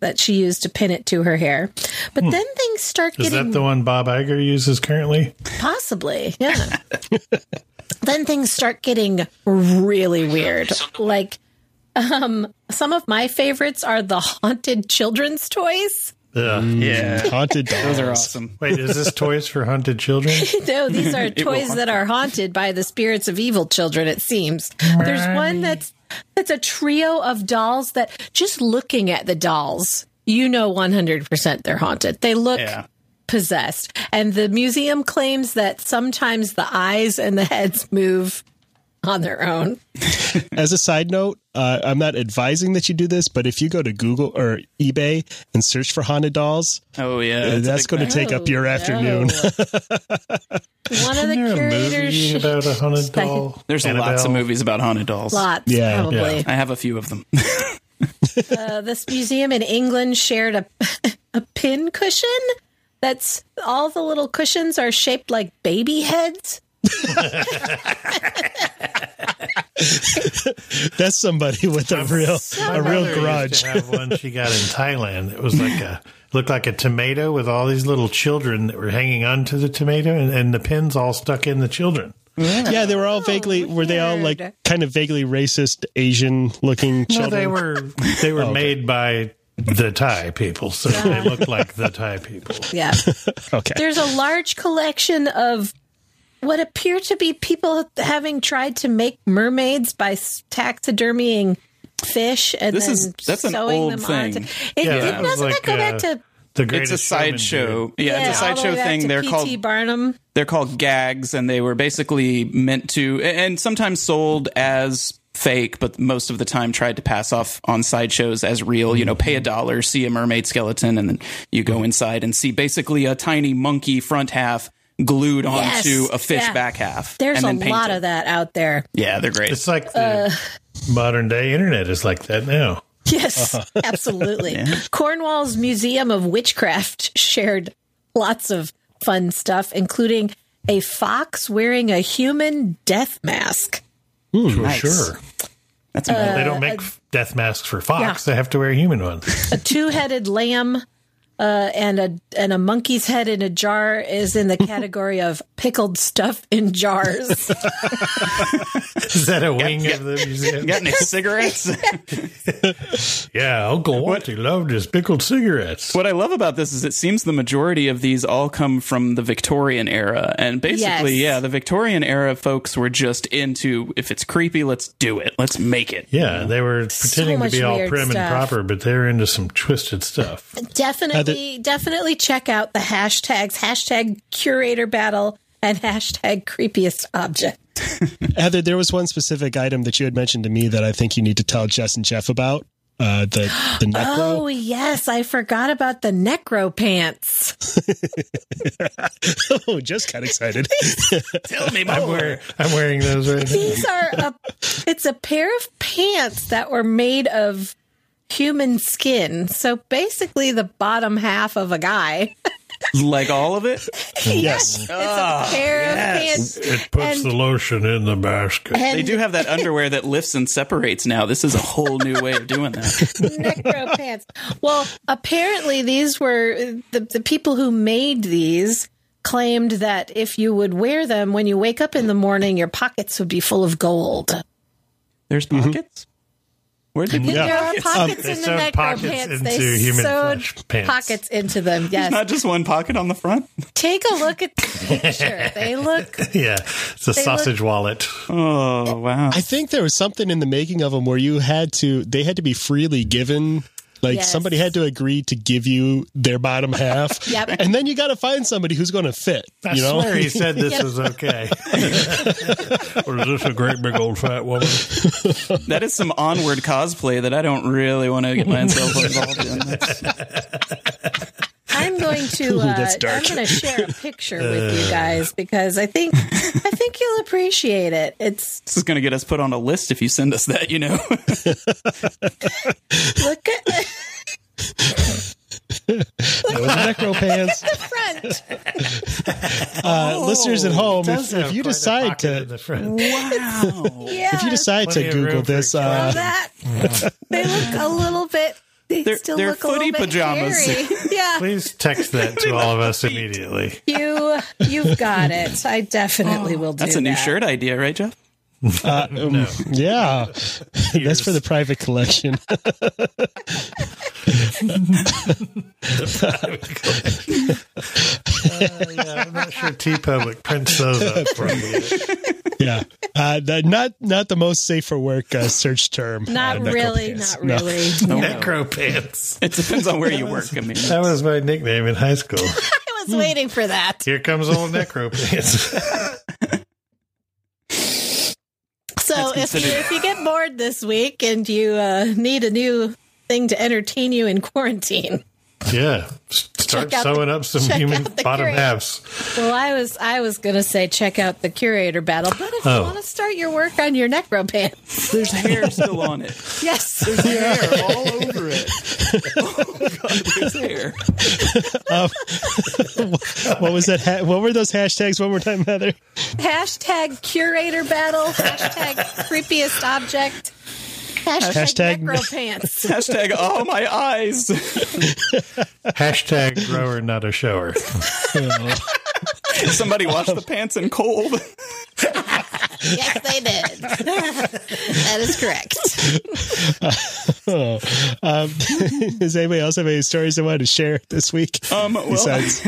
Speaker 4: that she used to pin it to her hair. But then things start
Speaker 6: Hmm. Is
Speaker 4: getting
Speaker 6: that the one Bob Iger uses currently?
Speaker 4: Possibly, yeah. then things start getting really weird. Like, um, some of my favorites are the haunted children's toys.
Speaker 6: Ugh.
Speaker 3: Mm.
Speaker 5: Yeah.
Speaker 3: Haunted
Speaker 5: Those are
Speaker 3: dolls.
Speaker 5: awesome.
Speaker 6: Wait, is this toys for hunted children?
Speaker 4: No, these are
Speaker 5: will
Speaker 4: toys
Speaker 5: haunt
Speaker 4: that are haunted by the spirits of evil children. It seems there's one that's that's a trio of dolls that just looking at the dolls, you know, 100 percent they're haunted. They look
Speaker 5: Yeah.
Speaker 4: possessed, and the museum claims that sometimes the eyes and the heads move on their own.
Speaker 3: As a side note, uh, I'm not advising that you do this, but if you go to Google or eBay and search for haunted dolls,
Speaker 5: Oh yeah.
Speaker 3: uh,
Speaker 5: it's a
Speaker 3: that's
Speaker 5: big
Speaker 3: going to
Speaker 5: thing.
Speaker 3: take up your
Speaker 4: Oh,
Speaker 3: afternoon.
Speaker 4: no. One of the
Speaker 6: Isn't there a movie
Speaker 4: curators.
Speaker 6: about a haunted
Speaker 4: Spike-
Speaker 6: doll?
Speaker 5: There's lots of
Speaker 6: Annabelle?
Speaker 5: movies about haunted dolls.
Speaker 4: Lots,
Speaker 3: Yeah.
Speaker 4: probably.
Speaker 5: I have a few of them.
Speaker 4: Uh, this museum in England shared a a pin cushion that's all the little cushions are shaped like baby heads.
Speaker 3: That's somebody with a real a
Speaker 6: My
Speaker 3: real
Speaker 6: mother used
Speaker 3: grudge.
Speaker 6: to have one she got in Thailand. It was like a looked like a tomato with all these little children that were hanging onto the tomato, and, and the pins all stuck in the children.
Speaker 3: Yeah, they were all vaguely were they all like
Speaker 4: weird.
Speaker 3: kind of vaguely racist Asian looking
Speaker 6: No,
Speaker 3: children?
Speaker 6: they were they
Speaker 5: Oh,
Speaker 6: were made by the Thai people, so they looked like the Thai people.
Speaker 4: Yeah.
Speaker 3: Okay.
Speaker 4: There's a large collection of what appear to be people having tried to make mermaids by s- taxidermying fish and
Speaker 5: This
Speaker 4: then
Speaker 5: is- that's an
Speaker 4: sewing
Speaker 5: old
Speaker 4: them
Speaker 5: thing.
Speaker 4: onto. It,
Speaker 6: Yeah,
Speaker 4: it-
Speaker 6: that was
Speaker 4: doesn't
Speaker 6: like,
Speaker 4: that go
Speaker 6: uh,
Speaker 4: back to
Speaker 6: The
Speaker 5: it's
Speaker 6: greatest
Speaker 5: a
Speaker 6: Showman
Speaker 5: sideshow.
Speaker 6: dude.
Speaker 5: Yeah,
Speaker 4: yeah,
Speaker 5: it's
Speaker 4: all
Speaker 5: a
Speaker 4: the way
Speaker 5: sideshow
Speaker 4: back
Speaker 5: thing.
Speaker 4: to
Speaker 5: They're
Speaker 4: P.T.
Speaker 5: called
Speaker 4: Barnum.
Speaker 5: they're called gags and they were basically meant to and sometimes sold as fake but most of the time tried to pass off on sideshows as real you know pay a dollar see a mermaid skeleton and then you go inside and see basically a tiny monkey front half glued
Speaker 4: Yes.
Speaker 5: onto a fish
Speaker 4: Yeah.
Speaker 5: back half
Speaker 4: There's
Speaker 5: and
Speaker 4: a
Speaker 5: then
Speaker 4: lot
Speaker 5: painted.
Speaker 4: of that out there.
Speaker 5: yeah they're great
Speaker 6: It's like the modern day internet is like that now.
Speaker 4: Yes, absolutely. Cornwall's Museum of Witchcraft shared lots of fun stuff, including a fox wearing a human death mask.
Speaker 6: For
Speaker 5: Hmm, Nice.
Speaker 6: sure,
Speaker 5: that's amazing.
Speaker 6: they don't make f- death masks for fox. They have to wear human ones.
Speaker 4: A two-headed lamb uh, and a and a monkey's head in a jar is in the category of pickled stuff in jars.
Speaker 6: Is that a wing of the museum?
Speaker 5: got any cigarettes
Speaker 6: Yeah, Uncle Walter loved his pickled cigarettes.
Speaker 5: What I love about this is it seems the majority of these all come from the Victorian era. And basically,
Speaker 4: Yes.
Speaker 5: yeah, the Victorian era folks were just into if it's creepy, let's do it. Let's make it.
Speaker 6: Yeah, they were pretending to
Speaker 4: much
Speaker 6: be all
Speaker 4: weird
Speaker 6: prim
Speaker 4: stuff.
Speaker 6: and proper, but they're into some twisted stuff.
Speaker 4: definitely, definitely check out the hashtags: hashtag curator battle and hashtag creepiest object.
Speaker 3: Heather, there was one specific item that you had mentioned to me that I think you need to tell Jess and Jeff about. Uh, the the necro.
Speaker 4: Oh yes, I forgot about the necro pants.
Speaker 3: Oh, just got excited.
Speaker 5: Tell me
Speaker 6: I'm wearing, I'm wearing those right now.
Speaker 4: These are a it's a pair of pants that were made of human skin. So basically the bottom half of a guy.
Speaker 5: like all of it.
Speaker 3: yes.
Speaker 5: Ah,
Speaker 4: it's a pair of pants.
Speaker 6: It puts
Speaker 4: And-
Speaker 6: the lotion in the basket.
Speaker 5: They do have that underwear that lifts and separates now. This is a whole new way of doing that.
Speaker 4: necro pants. Well, apparently these were the, the people who made these claimed that if you would wear them when you wake up in the morning, your pockets would be full of gold.
Speaker 5: There's pockets. Where'd they put
Speaker 4: There
Speaker 3: Yeah.
Speaker 4: are pockets
Speaker 6: They
Speaker 4: in the
Speaker 6: sewed
Speaker 4: necro
Speaker 6: pockets
Speaker 4: pants.
Speaker 6: into
Speaker 4: they
Speaker 6: human
Speaker 4: sewed
Speaker 6: flesh pants.
Speaker 4: pockets into them. Yes.
Speaker 5: not just one pocket on the front?
Speaker 4: Take a look at the picture. They look.
Speaker 6: Yeah, it's a sausage wallet.
Speaker 5: Oh, wow.
Speaker 3: I think there was something in the making of them where you had to they had to be freely given. Like
Speaker 4: Yes.
Speaker 3: somebody had to agree to give you their bottom half.
Speaker 4: Yep.
Speaker 3: And then you got to find somebody who's going to fit,
Speaker 6: I
Speaker 3: you know?
Speaker 6: swear he said this is okay. or is this a great big old fat woman?
Speaker 5: That is some onward cosplay that I don't really want to get myself involved in. That's-
Speaker 4: I'm going to.
Speaker 3: Ooh,
Speaker 4: Uh,
Speaker 3: that's
Speaker 4: I'm
Speaker 3: dark. Uh.
Speaker 4: going to share a picture with you guys because I think I think you'll appreciate it. It's
Speaker 5: This is going to get us put on a list if you send us that, you know.
Speaker 4: look at the
Speaker 3: That was necro pants.
Speaker 4: front.
Speaker 3: Uh, listeners at home,
Speaker 6: Does
Speaker 3: if, if
Speaker 6: have
Speaker 3: you
Speaker 6: quite a
Speaker 3: decide
Speaker 6: pocket in
Speaker 3: to,
Speaker 6: the front.
Speaker 5: wow.
Speaker 4: Yeah,
Speaker 3: if you decide
Speaker 6: Plenty
Speaker 3: to
Speaker 6: of
Speaker 3: Google
Speaker 6: room for
Speaker 3: this,
Speaker 4: Well,
Speaker 3: uh,
Speaker 4: that they look a little bit. They
Speaker 5: They're-
Speaker 4: still
Speaker 5: they're
Speaker 4: look a little
Speaker 5: footy
Speaker 4: bit
Speaker 5: pajamas.
Speaker 4: hairy. yeah,
Speaker 6: Please text that to all of us immediately.
Speaker 4: you you've got it. I
Speaker 3: Oh,
Speaker 4: definitely will do.
Speaker 5: That's a new
Speaker 4: that.
Speaker 5: shirt idea, right, Jeff?
Speaker 3: yeah, that's for the private collection.
Speaker 6: I'm not sure T Public prints those up for me.
Speaker 3: yeah, uh, the, not not the most safe for work uh, search term.
Speaker 4: Not
Speaker 3: uh, necro
Speaker 4: really.
Speaker 3: pants.
Speaker 4: Not
Speaker 3: No.
Speaker 4: really.
Speaker 6: Necro pants.
Speaker 5: Oh, It depends on where you work. I mean,
Speaker 6: That was my nickname in high school.
Speaker 4: I was waiting for that.
Speaker 6: Here comes old Necro pants.
Speaker 4: So if you,
Speaker 5: considered-
Speaker 4: if you get bored this week and you uh, need a new thing to entertain you in quarantine,
Speaker 6: Yeah. Start
Speaker 4: Check out
Speaker 6: sewing
Speaker 4: the-
Speaker 6: up some
Speaker 4: check
Speaker 6: human
Speaker 4: out the
Speaker 6: bottom
Speaker 4: curator.
Speaker 6: halves.
Speaker 4: well, I was I was gonna say check out the curator battle, but if
Speaker 6: Oh.
Speaker 4: you want to start your work on your necro pants,
Speaker 5: there's hair still on it.
Speaker 4: yes,
Speaker 5: There's hair all over it. Oh god, there's hair.
Speaker 3: What was that? Ha- what were those hashtags? One more time, Heather.
Speaker 4: hashtag curator battle, hashtag creepiest object, hashtag,
Speaker 3: Hashtag-
Speaker 4: necro pants.
Speaker 5: Hashtag oh my eyes.
Speaker 6: Hashtag grower, not a shower.
Speaker 5: Somebody wash the pants in cold.
Speaker 4: yes, they did. that is correct.
Speaker 3: Oh, um, does anybody else have any stories they wanted to share this week?
Speaker 5: Um, well,
Speaker 3: Besides,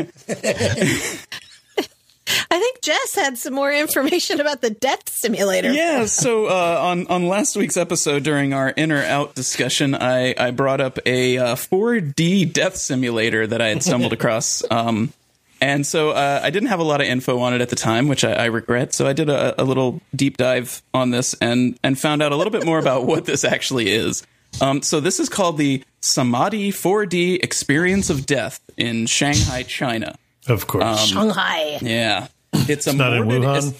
Speaker 4: I think Jess had some more information about the death simulator.
Speaker 5: Yeah, so uh, on on last week's episode during our in or out discussion, I I brought up a uh, 4D death simulator that I had stumbled across. Um, and so uh, I didn't have a lot of info on it at the time, which I, I regret. So I did a, a little deep dive on this and and found out a little bit more about what this actually is. Um, so this is called the Samadhi 4D Experience of Death in Shanghai, China.
Speaker 6: Of course.
Speaker 5: Um,
Speaker 4: Shanghai.
Speaker 5: Yeah, it's a
Speaker 6: not in
Speaker 5: morbid-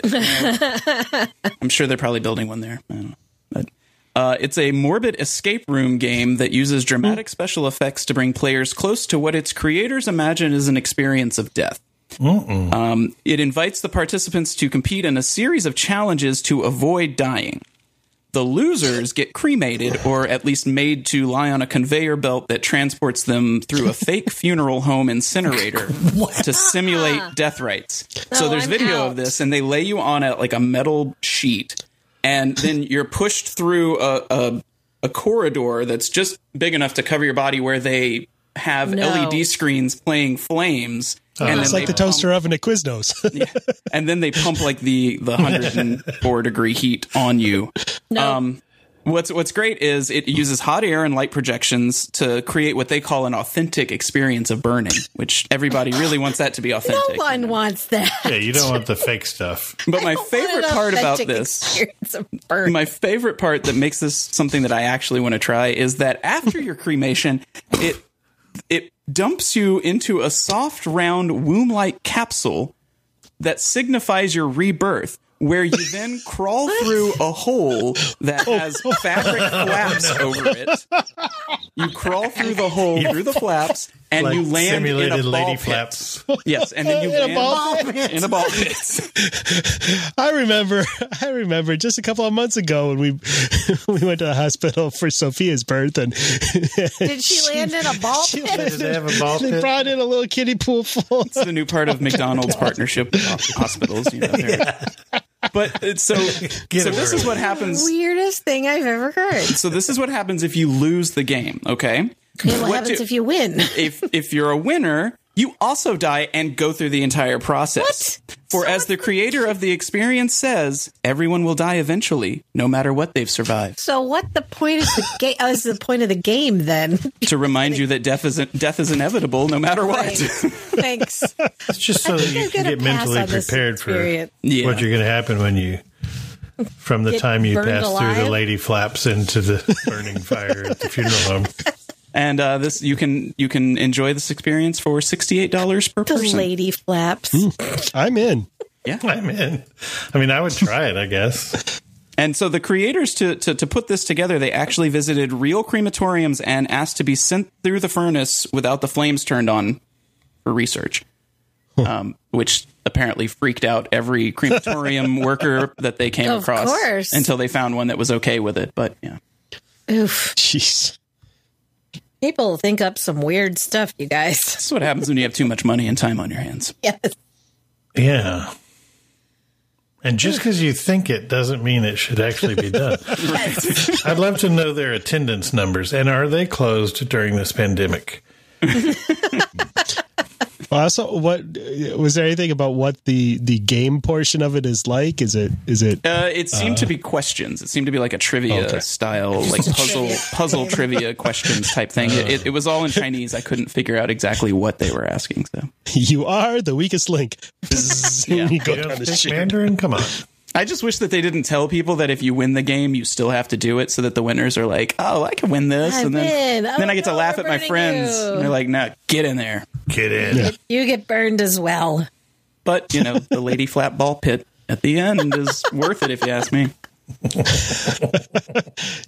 Speaker 6: Wuhan.
Speaker 5: I'm sure they're probably building one there. I don't know. But uh, it's a morbid escape room game that uses dramatic special effects to bring players close to what its creators imagine is an experience of death. Um, it invites the participants to compete in a series of challenges to avoid dying. The losers get cremated or at least made to lie on a conveyor belt that transports them through a fake funeral home incinerator to simulate death rites.
Speaker 3: Oh,
Speaker 5: so
Speaker 4: No,
Speaker 5: there's
Speaker 4: I'm
Speaker 5: video of
Speaker 4: out.
Speaker 5: this, and they lay you on a, like a metal sheet, and then you're pushed through a, a, a corridor that's just big enough to cover your body where they have
Speaker 4: No.
Speaker 5: LED screens playing flames. and
Speaker 3: Uh-huh. it's
Speaker 5: then
Speaker 3: like
Speaker 5: they
Speaker 3: the toaster oven at Quiznos.
Speaker 5: and then they pump like the the 104 degree heat on you. Um what's what's great is it uses hot air and light projections to create what they call an authentic experience of burning, which everybody really wants that to be
Speaker 4: No
Speaker 5: authentic.
Speaker 4: one wants that.
Speaker 6: Yeah, you don't want the fake stuff.
Speaker 5: but
Speaker 4: don't
Speaker 5: my
Speaker 4: want
Speaker 5: favorite
Speaker 4: an
Speaker 5: part about
Speaker 4: authentic
Speaker 5: this
Speaker 4: experience of burn.
Speaker 5: my favorite part that makes this something that I actually want to try is that after your cremation, it it dumps you into a soft, round, womb-like capsule that signifies your rebirth, where you then crawl through a hole that has fabric flaps over it. You crawl through the hole through the flaps, and
Speaker 6: Like
Speaker 5: you land in a
Speaker 6: simulated
Speaker 5: ball
Speaker 6: lady
Speaker 5: pit.
Speaker 6: flaps.
Speaker 5: Yes, and then you
Speaker 3: In a
Speaker 5: land
Speaker 3: ball
Speaker 5: in a ball pit.
Speaker 3: I remember, I remember just a couple of months ago when we we went to the hospital for Sophia's birth, and
Speaker 4: Did she land in a ball
Speaker 3: she
Speaker 4: pit?
Speaker 6: Did they have a ball
Speaker 3: they
Speaker 6: pit?
Speaker 3: brought in a little kiddie pool full.
Speaker 5: It's the new part of McDonald's partnership with hos- hospitals. You know, they're- But it's so
Speaker 6: Get
Speaker 5: so
Speaker 6: it
Speaker 5: this
Speaker 6: early.
Speaker 5: is what happens.
Speaker 4: Weirdest thing I've ever heard.
Speaker 5: So this is what happens if you lose the game. Okay,
Speaker 4: And what,
Speaker 5: What
Speaker 4: happens
Speaker 5: do-
Speaker 4: if you win?
Speaker 5: if if you're a winner, you also die and go through the entire process. For as the creator of the experience says, everyone will die eventually, no matter what they've survived.
Speaker 4: So what the point of the game? Oh, is the point of the game then?
Speaker 5: To remind you that death is death is inevitable, no matter what.
Speaker 4: Right. Thanks.
Speaker 6: It's just so that you
Speaker 4: I'm
Speaker 6: can
Speaker 4: gonna
Speaker 6: get
Speaker 4: pass
Speaker 6: mentally
Speaker 4: on this
Speaker 6: prepared for
Speaker 4: experience.
Speaker 5: Yeah.
Speaker 6: what you're going to happen when you, from the
Speaker 4: Get
Speaker 6: time you
Speaker 4: burned
Speaker 6: pass through
Speaker 4: alive?
Speaker 6: the lady flaps into the burning fire at the funeral home.
Speaker 5: And uh, this you can you can enjoy this experience for sixty eight dollars per
Speaker 4: The
Speaker 5: person.
Speaker 4: lady flaps.
Speaker 5: Hmm.
Speaker 3: I'm in.
Speaker 6: I'm in. I mean, I would try it, I guess.
Speaker 5: And so the creators to, to to put this together, they actually visited real crematoriums and asked to be sent through the furnace without the flames turned on for research, um, which apparently freaked out every crematorium worker that they came
Speaker 4: Of
Speaker 5: across
Speaker 4: course.
Speaker 5: until they found one that was okay with it. But yeah,
Speaker 4: Oof.
Speaker 3: Jeez.
Speaker 4: People think up some weird stuff, you guys.
Speaker 5: this is what happens when you have too much money and time on your hands.
Speaker 4: Yes.
Speaker 6: Yeah. And just because you think it doesn't mean it should actually be done. I'd love to know their attendance numbers and are they closed during this pandemic?
Speaker 3: Well, also, what was there anything about what the the game portion of it is like? Is it is it
Speaker 5: Uh, it seemed to be questions. It seemed to be like a trivia
Speaker 3: Okay.
Speaker 5: style, like puzzle puzzle trivia questions type thing. It, it was all in Chinese. I couldn't figure out exactly what they were asking. So
Speaker 3: you are the weakest link? Bzzz,
Speaker 5: Yeah.
Speaker 3: you go
Speaker 6: You
Speaker 3: down
Speaker 6: don't
Speaker 3: the
Speaker 6: speak
Speaker 3: chute.
Speaker 6: Mandarin? Come on.
Speaker 5: I just wish that they didn't tell people that if you win the game, you still have to do it, so that the winners are like, "Oh, I can win this,"
Speaker 4: I
Speaker 5: and then
Speaker 4: win. Oh,
Speaker 5: then I get to
Speaker 4: no,
Speaker 5: laugh
Speaker 4: we're
Speaker 5: at my
Speaker 4: burning
Speaker 5: friends.
Speaker 4: you.
Speaker 5: And they're like, "No, get in there."
Speaker 6: Get in.
Speaker 4: You get burned as well.
Speaker 5: But you know, the lady flat ball pit at the end is worth it if you ask me.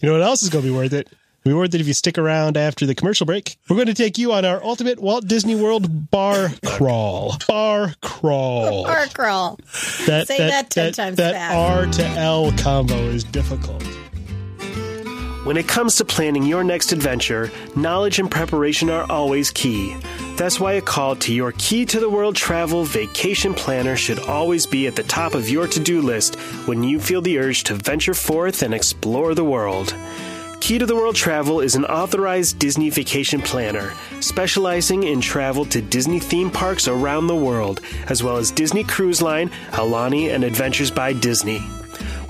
Speaker 3: You know what else is going to be worth it? It'll be worth it if you stick around after the commercial break. We're going to take you on our ultimate Walt Disney World bar crawl. Bar
Speaker 6: Oh.
Speaker 3: crawl.
Speaker 4: Or crawl.
Speaker 3: That,
Speaker 4: Say that 10 times
Speaker 3: that
Speaker 4: fast.
Speaker 3: R to L combo is difficult.
Speaker 1: When it comes to planning your next adventure, knowledge and preparation are always key. That's why a call to your Key to the World Travel Vacation Planner should always be at the top of your to do list when you feel the urge to venture forth and explore the world. Key to the World Travel is an authorized Disney vacation planner specializing in travel to Disney theme parks around the world, as well as Disney Cruise Line, Alani, and Adventures by Disney.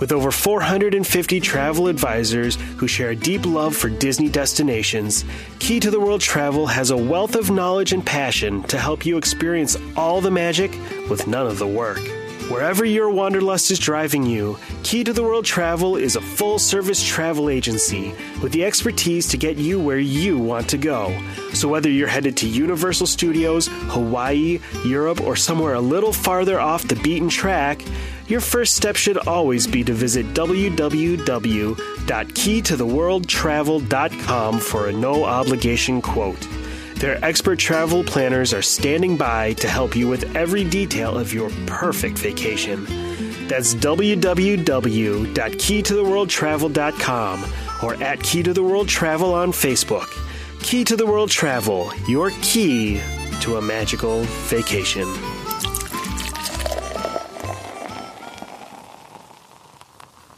Speaker 1: With over 450 travel advisors who share a deep love for Disney destinations, Key to the World Travel has a wealth of knowledge and passion to help you experience all the magic with none of the work. Wherever your wanderlust is driving you, Key to the World Travel is a full service travel agency with the expertise to get you where you want to go. So, whether you're headed to Universal Studios, Hawaii, Europe, or somewhere a little farther off the beaten track, your first step should always be to visit www.keytotheworldtravel.com for a no obligation quote. Their expert travel planners are standing by to help you with every detail of your perfect vacation. That's www.keytotheworldtravel.com or at Key to the World Travel on Facebook. Key to the World Travel, your key to a magical vacation.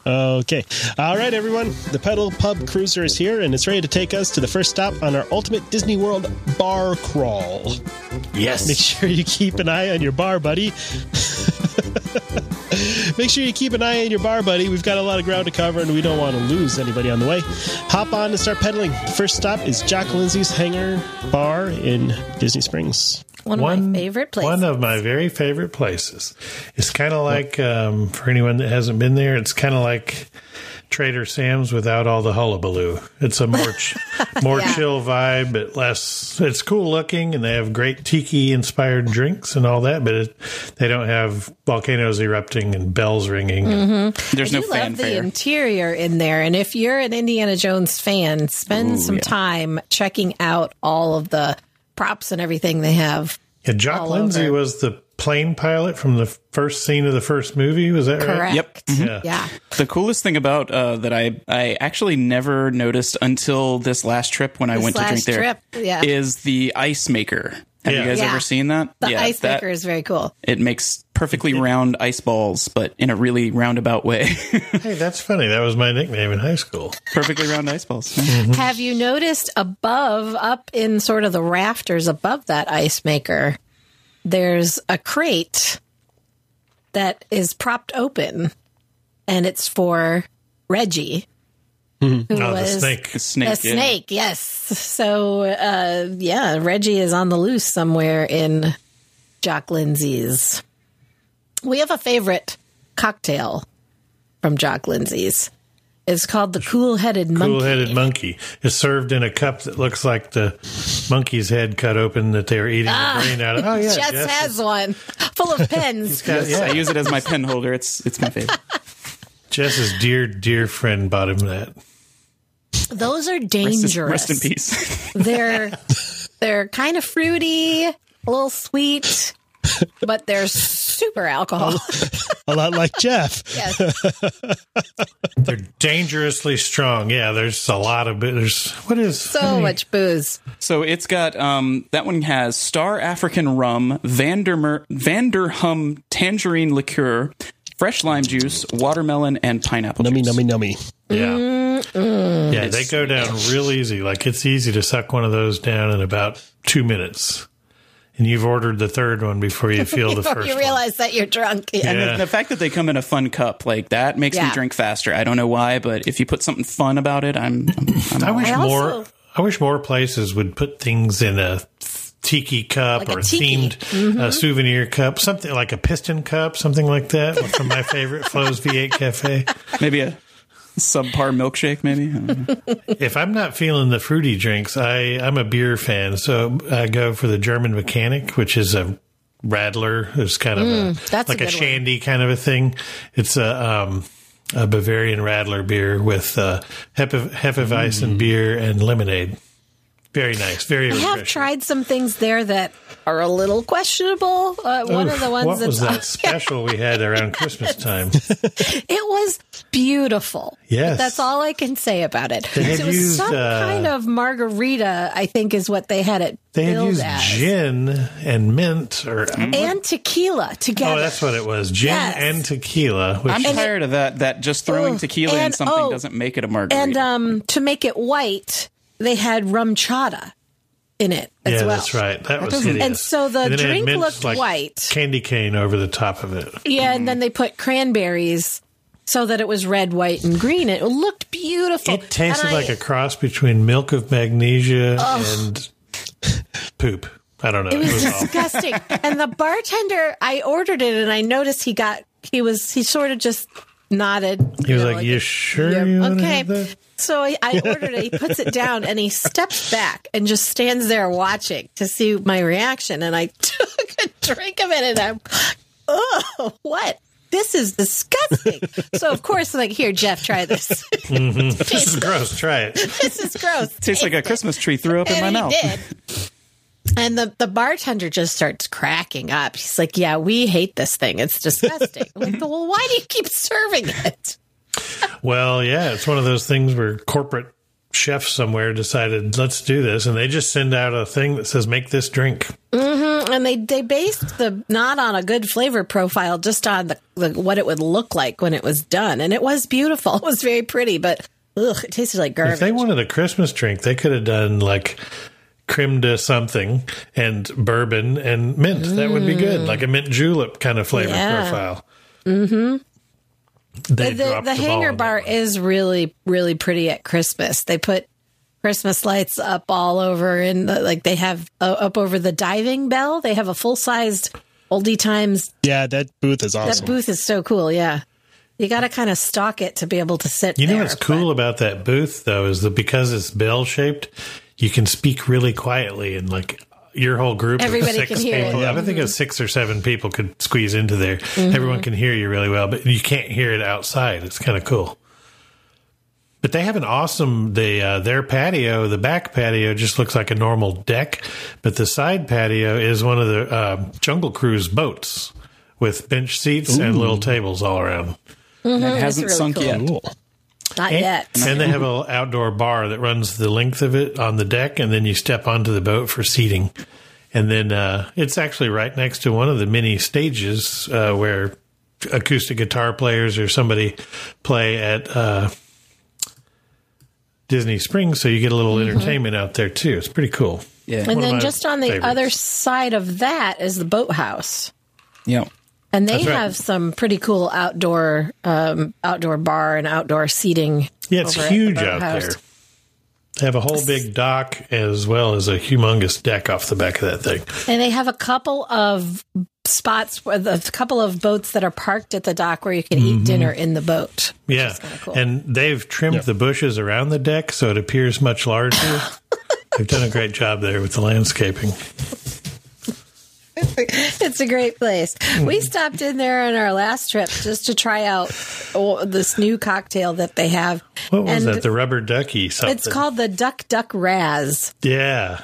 Speaker 3: Okay. All right, everyone. The Pedal Pub Cruiser is here and it's ready to take us to the first stop on our ultimate Disney World bar crawl. Make
Speaker 5: Yes,
Speaker 3: sure you keep an eye on your bar, buddy. Make sure you keep an eye on your bar, buddy. We've got a lot of ground to cover and we don't want to lose anybody on the way. Hop on and start pedaling. The first stop is Jock Lindsay's Hangar Bar in Disney Springs.
Speaker 4: One, of my favorite places.
Speaker 6: One of my very favorite places. It's kind of like um, for anyone that hasn't been there, it's kind of like Trader Sam's without all the hullabaloo. It's a more ch- more
Speaker 4: Yeah.
Speaker 6: chill vibe, but less. It's cool looking, and they have great tiki inspired drinks and all that. But it, they don't have volcanoes erupting and bells ringing.
Speaker 4: Mm-hmm.
Speaker 5: there's no
Speaker 4: you love the
Speaker 5: fanfare.
Speaker 4: interior in there, and if you're an Indiana Jones fan, spend some time checking out all of the props and everything they have.
Speaker 6: Yeah, Jock
Speaker 4: All
Speaker 6: Lindsay
Speaker 4: over.
Speaker 6: was the plane pilot from the first scene of the first movie. Was that right?
Speaker 4: Correct.
Speaker 5: Yep.
Speaker 6: Yeah.
Speaker 4: Yeah.
Speaker 5: The coolest thing about uh, that I I actually never noticed until this last trip when I
Speaker 4: This
Speaker 5: went to drink
Speaker 4: last
Speaker 5: there is
Speaker 4: trip, yeah.
Speaker 5: the ice maker. Have
Speaker 6: Yeah.
Speaker 5: you guys
Speaker 4: Yeah.
Speaker 5: ever seen that?
Speaker 4: The ice
Speaker 5: that-
Speaker 4: maker is very cool.
Speaker 5: It makes perfectly round ice balls, but in a really roundabout way.
Speaker 6: Hey, that's funny. That was my nickname in high school.
Speaker 5: perfectly round ice balls.
Speaker 4: Have you noticed above, up in sort of the rafters above that ice maker, there's a crate that is propped open and it's for Reggie. Who
Speaker 6: Oh, the
Speaker 4: was
Speaker 6: snake.
Speaker 5: The snake.
Speaker 4: a
Speaker 5: yeah.
Speaker 4: snake, yes. So, uh, yeah, Reggie is on the loose somewhere in Jock Lindsay's. We have a favorite cocktail from Jock Lindsay's, It's called the Cool Headed Monkey.
Speaker 6: Cool headed monkey is served in a cup that looks like the monkey's head cut open that they're eating the brain out of. Oh, yeah.
Speaker 4: Ah. Jess
Speaker 6: Jess
Speaker 4: has one full of pens.
Speaker 6: has,
Speaker 5: I
Speaker 6: yeah,
Speaker 5: use it as my pen holder. It's it's my favorite.
Speaker 6: Jess's dear, dear friend bought him that.
Speaker 4: Those are
Speaker 5: Rest
Speaker 4: dangerous.
Speaker 5: in- Rest in peace.
Speaker 4: They're they're kind of fruity, a little sweet, but they're super alcohol.
Speaker 5: Oh.
Speaker 3: A lot like Jeff.
Speaker 4: yes.
Speaker 6: They're dangerously strong. Yeah, there's a lot of bit. There's what is
Speaker 4: So much booze.
Speaker 5: so it's got um that one has Star African rum, Vandermeer Vanderhum tangerine liqueur, fresh lime juice, watermelon, and pineapple.
Speaker 3: Nummy,
Speaker 5: juice.
Speaker 3: nummy, nummy.
Speaker 6: Yeah.
Speaker 4: mm,
Speaker 6: Yeah, they go down real easy. Like it's easy to suck one of those down in about two minutes. And you've ordered the third one before you feel the
Speaker 4: Before
Speaker 6: first
Speaker 4: you
Speaker 6: one.
Speaker 4: realize that you're drunk. Yeah.
Speaker 5: And the-
Speaker 6: Yeah.
Speaker 5: the fact that they come in a fun cup like that makes me
Speaker 4: Yeah.
Speaker 5: drink faster. I don't know why, but if you put something fun about it, I'm, I'm, I'm
Speaker 6: I
Speaker 5: all
Speaker 6: wish
Speaker 4: I also-
Speaker 6: more I wish more places would put things in a tiki cup
Speaker 4: Like a
Speaker 6: or a
Speaker 4: tiki. Mm-hmm.
Speaker 6: themed uh, souvenir cup, something like a piston cup, something like that from my favorite Flo's V8 Cafe.
Speaker 5: maybe a subpar milkshake. Maybe I don't know.
Speaker 6: If I'm not feeling the fruity drinks, I, I'm a beer fan, so I go for the German mechanic, which is a rattler. It's kind of a,
Speaker 4: Mm, that's a
Speaker 6: like a,
Speaker 4: good one.
Speaker 6: shandy kind of a thing. It's a um, a Bavarian rattler beer with uh, Hefe, Hefeweizen beer and lemonade. Very nice. Very.
Speaker 4: Mm. I have
Speaker 6: refreshing.
Speaker 4: tried some things there that are a little questionable. Uh, one of
Speaker 6: Oof,
Speaker 4: the ones
Speaker 6: What
Speaker 4: that's
Speaker 6: was that special we had around Christmas time?
Speaker 4: It was beautiful.
Speaker 6: Yes.
Speaker 4: But that's all I can say about it.
Speaker 6: They had
Speaker 4: it was
Speaker 6: used,
Speaker 4: some
Speaker 6: uh,
Speaker 4: kind of margarita, I think, is what they had it
Speaker 6: They had
Speaker 4: billed
Speaker 6: used
Speaker 4: as.
Speaker 6: gin and mint, or
Speaker 4: and tequila
Speaker 6: oh,
Speaker 4: together.
Speaker 6: that's what it was, gin
Speaker 4: Yes.
Speaker 6: and tequila. Which
Speaker 5: I'm
Speaker 4: And it-
Speaker 5: tired of that. That just throwing
Speaker 4: Ugh,
Speaker 5: tequila in
Speaker 4: and-
Speaker 5: something
Speaker 4: oh,
Speaker 5: doesn't make it a margarita.
Speaker 4: and um, to make it white, they had rum chata in it as
Speaker 6: yeah,
Speaker 4: well.
Speaker 6: that's right. That, was
Speaker 5: doesn't-
Speaker 6: hideous.
Speaker 4: And so the
Speaker 6: then it had
Speaker 4: drink
Speaker 6: mint,
Speaker 4: looked white.
Speaker 6: Candy cane over the top of it.
Speaker 4: Yeah, and then they put cranberries so that it was red, white, and green. It looked beautiful.
Speaker 6: It
Speaker 4: And
Speaker 6: tasted
Speaker 4: I-
Speaker 6: like a cross between milk of magnesia and poop. I don't know.
Speaker 4: It was
Speaker 6: awful.
Speaker 4: disgusting. and the bartender, I ordered it, and I noticed he got he was he sort of just nodded.
Speaker 6: He was
Speaker 4: you know,
Speaker 6: like, "You sure you want
Speaker 4: okay."
Speaker 6: that?"
Speaker 4: So I, I ordered it. He puts it down and he steps back and just stands there watching to see my reaction. And I took a drink of it and I'm, oh, what? This is disgusting. so of course, I'm like, here, Jeff, try this.
Speaker 6: This is gross. Try it.
Speaker 4: this is gross.
Speaker 5: tastes like a Christmas tree threw up
Speaker 4: and
Speaker 5: in my
Speaker 4: he
Speaker 5: mouth.
Speaker 4: did. And the, the bartender just starts cracking up. He's like, "Yeah, we hate this thing. It's disgusting." I'm like, well, why do you keep serving it?
Speaker 6: Well, yeah, it's one of those things where corporate chefs somewhere decided, "Let's do this," and they just send out a thing that says, "Make this drink."
Speaker 4: And they they based the not on a good flavor profile, just on the, the what it would look like when it was done. And it was beautiful. It was very pretty, but ugh, it tasted like
Speaker 6: If they
Speaker 4: garbage.
Speaker 6: wanted a Christmas drink, they could have done like creme de something and bourbon and mint. That would be good, like a mint julep kind of flavor
Speaker 4: Yeah.
Speaker 6: profile. Mm-hmm. They
Speaker 4: The, the,
Speaker 6: dropped
Speaker 4: the
Speaker 6: ball
Speaker 4: hanger
Speaker 6: on that
Speaker 4: bar
Speaker 6: one.
Speaker 4: is really really pretty at Christmas. They put Christmas lights up all over, and the, like they have uh, up over the diving bell. They have a full sized oldie times
Speaker 3: Yeah, that booth is
Speaker 4: That
Speaker 3: awesome.
Speaker 4: booth is so cool. Yeah. You got to kind of stalk it to be able to sit.
Speaker 6: You know
Speaker 4: there,
Speaker 6: what's cool about that booth though is that because it's bell shaped, you can speak really quietly and like your whole group
Speaker 4: Everybody
Speaker 6: of
Speaker 4: can
Speaker 6: six
Speaker 4: hear it.
Speaker 6: people. I would think it was six or seven people could squeeze into there.
Speaker 4: Mm-hmm.
Speaker 6: Everyone can hear you really well, but you can't hear it outside. It's kind of cool. But they have an awesome the uh, their patio. The back patio just looks like a normal deck, but the side patio is one of the uh, Jungle Cruise boats with bench seats and little tables all around.
Speaker 5: It hasn't
Speaker 4: really
Speaker 5: sunk
Speaker 4: cool.
Speaker 5: yet.
Speaker 3: Cool.
Speaker 4: but Not
Speaker 6: And-
Speaker 4: yet.
Speaker 6: And they have an outdoor bar that runs the length of it on the deck, and then you step onto the boat for seating. And then uh, it's actually right next to one of the many stages uh, where acoustic guitar players or somebody play at uh, Disney Springs. So you get a little
Speaker 4: Mm-hmm.
Speaker 6: entertainment out there, too. It's pretty cool.
Speaker 5: Yeah,
Speaker 4: And
Speaker 6: one of
Speaker 4: then
Speaker 6: my
Speaker 4: just on the
Speaker 6: favorites.
Speaker 4: other side of that is the boathouse.
Speaker 5: yeah.
Speaker 4: And they
Speaker 6: That's right.
Speaker 4: have some pretty cool outdoor um, outdoor bar and outdoor seating.
Speaker 6: Yeah, it's
Speaker 4: over at the
Speaker 6: huge out
Speaker 4: boathouse.
Speaker 6: there. They have a whole big dock as well as a humongous deck off the back of that thing.
Speaker 4: And they have a couple of spots where the a couple of boats that are parked at the dock where you can
Speaker 6: Mm-hmm.
Speaker 4: eat dinner in the boat.
Speaker 6: Yeah.
Speaker 4: kinda cool.
Speaker 6: And they've trimmed the bushes around the deck so it appears much larger. they've done a great job there with the landscaping.
Speaker 4: it's a great place.
Speaker 6: Mm.
Speaker 4: We stopped in there on our last trip just to try out oh, this new cocktail that they have.
Speaker 6: What was
Speaker 4: And
Speaker 6: that? The rubber ducky something.
Speaker 4: It's called the Duck Duck Raz.
Speaker 6: Yeah.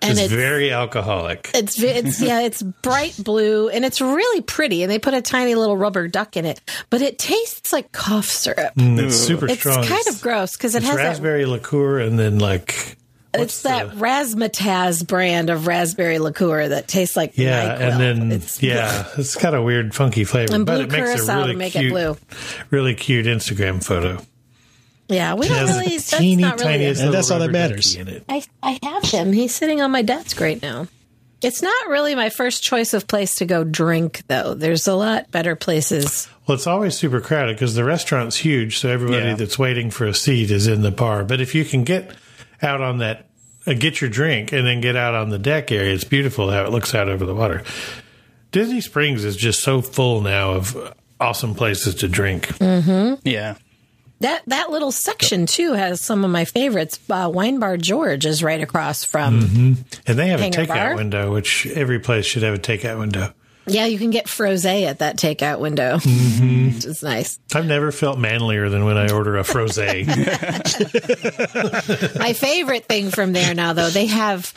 Speaker 4: And
Speaker 6: it's,
Speaker 4: it's-
Speaker 6: very alcoholic.
Speaker 4: It's vi- it's yeah, it's bright blue and it's really pretty and they put a tiny little rubber duck in it, but it tastes like cough syrup.
Speaker 6: And it's super
Speaker 4: It's
Speaker 6: Mm, strong.
Speaker 4: kind of gross because it
Speaker 6: It's
Speaker 4: has that
Speaker 6: raspberry liqueur and then like
Speaker 4: it's that razzmatazz brand of raspberry liqueur that tastes like
Speaker 6: yeah,
Speaker 4: NyQuil.
Speaker 6: and then
Speaker 4: It's-
Speaker 6: yeah, it's got a weird funky flavor,
Speaker 4: And
Speaker 6: but
Speaker 4: blue
Speaker 6: it makes a
Speaker 4: curacao
Speaker 6: really
Speaker 4: to make it
Speaker 6: cute,
Speaker 4: blue.
Speaker 6: really cute Instagram photo.
Speaker 4: yeah, we
Speaker 6: It
Speaker 4: don't
Speaker 6: has
Speaker 4: really.
Speaker 6: the
Speaker 4: That's
Speaker 6: teeny
Speaker 4: not really.
Speaker 6: tiniest,
Speaker 4: it.
Speaker 3: And that's
Speaker 6: little
Speaker 3: all that
Speaker 6: rubber
Speaker 3: matters.
Speaker 6: ducky In it.
Speaker 4: I I have him. He's sitting on my desk right now. It's not really my first choice of place to go drink, though. There's a lot better places.
Speaker 6: Well, it's always super crowded because the restaurant's huge, so everybody
Speaker 5: Yeah.
Speaker 6: that's waiting for a seat is in the bar. But if you can get out on that, uh, get your drink, and then get out on the deck area, it's beautiful how it looks out over the water. Disney Springs is just so full now of awesome places to drink.
Speaker 5: Yeah.
Speaker 4: That that little section too has some of my favorites. Uh, Wine Bar George is right across from.
Speaker 6: Mm-hmm. And they have
Speaker 4: Hangar
Speaker 6: a takeout
Speaker 4: bar?
Speaker 6: window, which every place should have a takeout window.
Speaker 4: Yeah, you can get frosé at that takeout window,
Speaker 6: Mm-hmm.
Speaker 4: which is nice.
Speaker 6: I've never felt manlier than when I order a frosé.
Speaker 4: My favorite thing from there now, though, they have.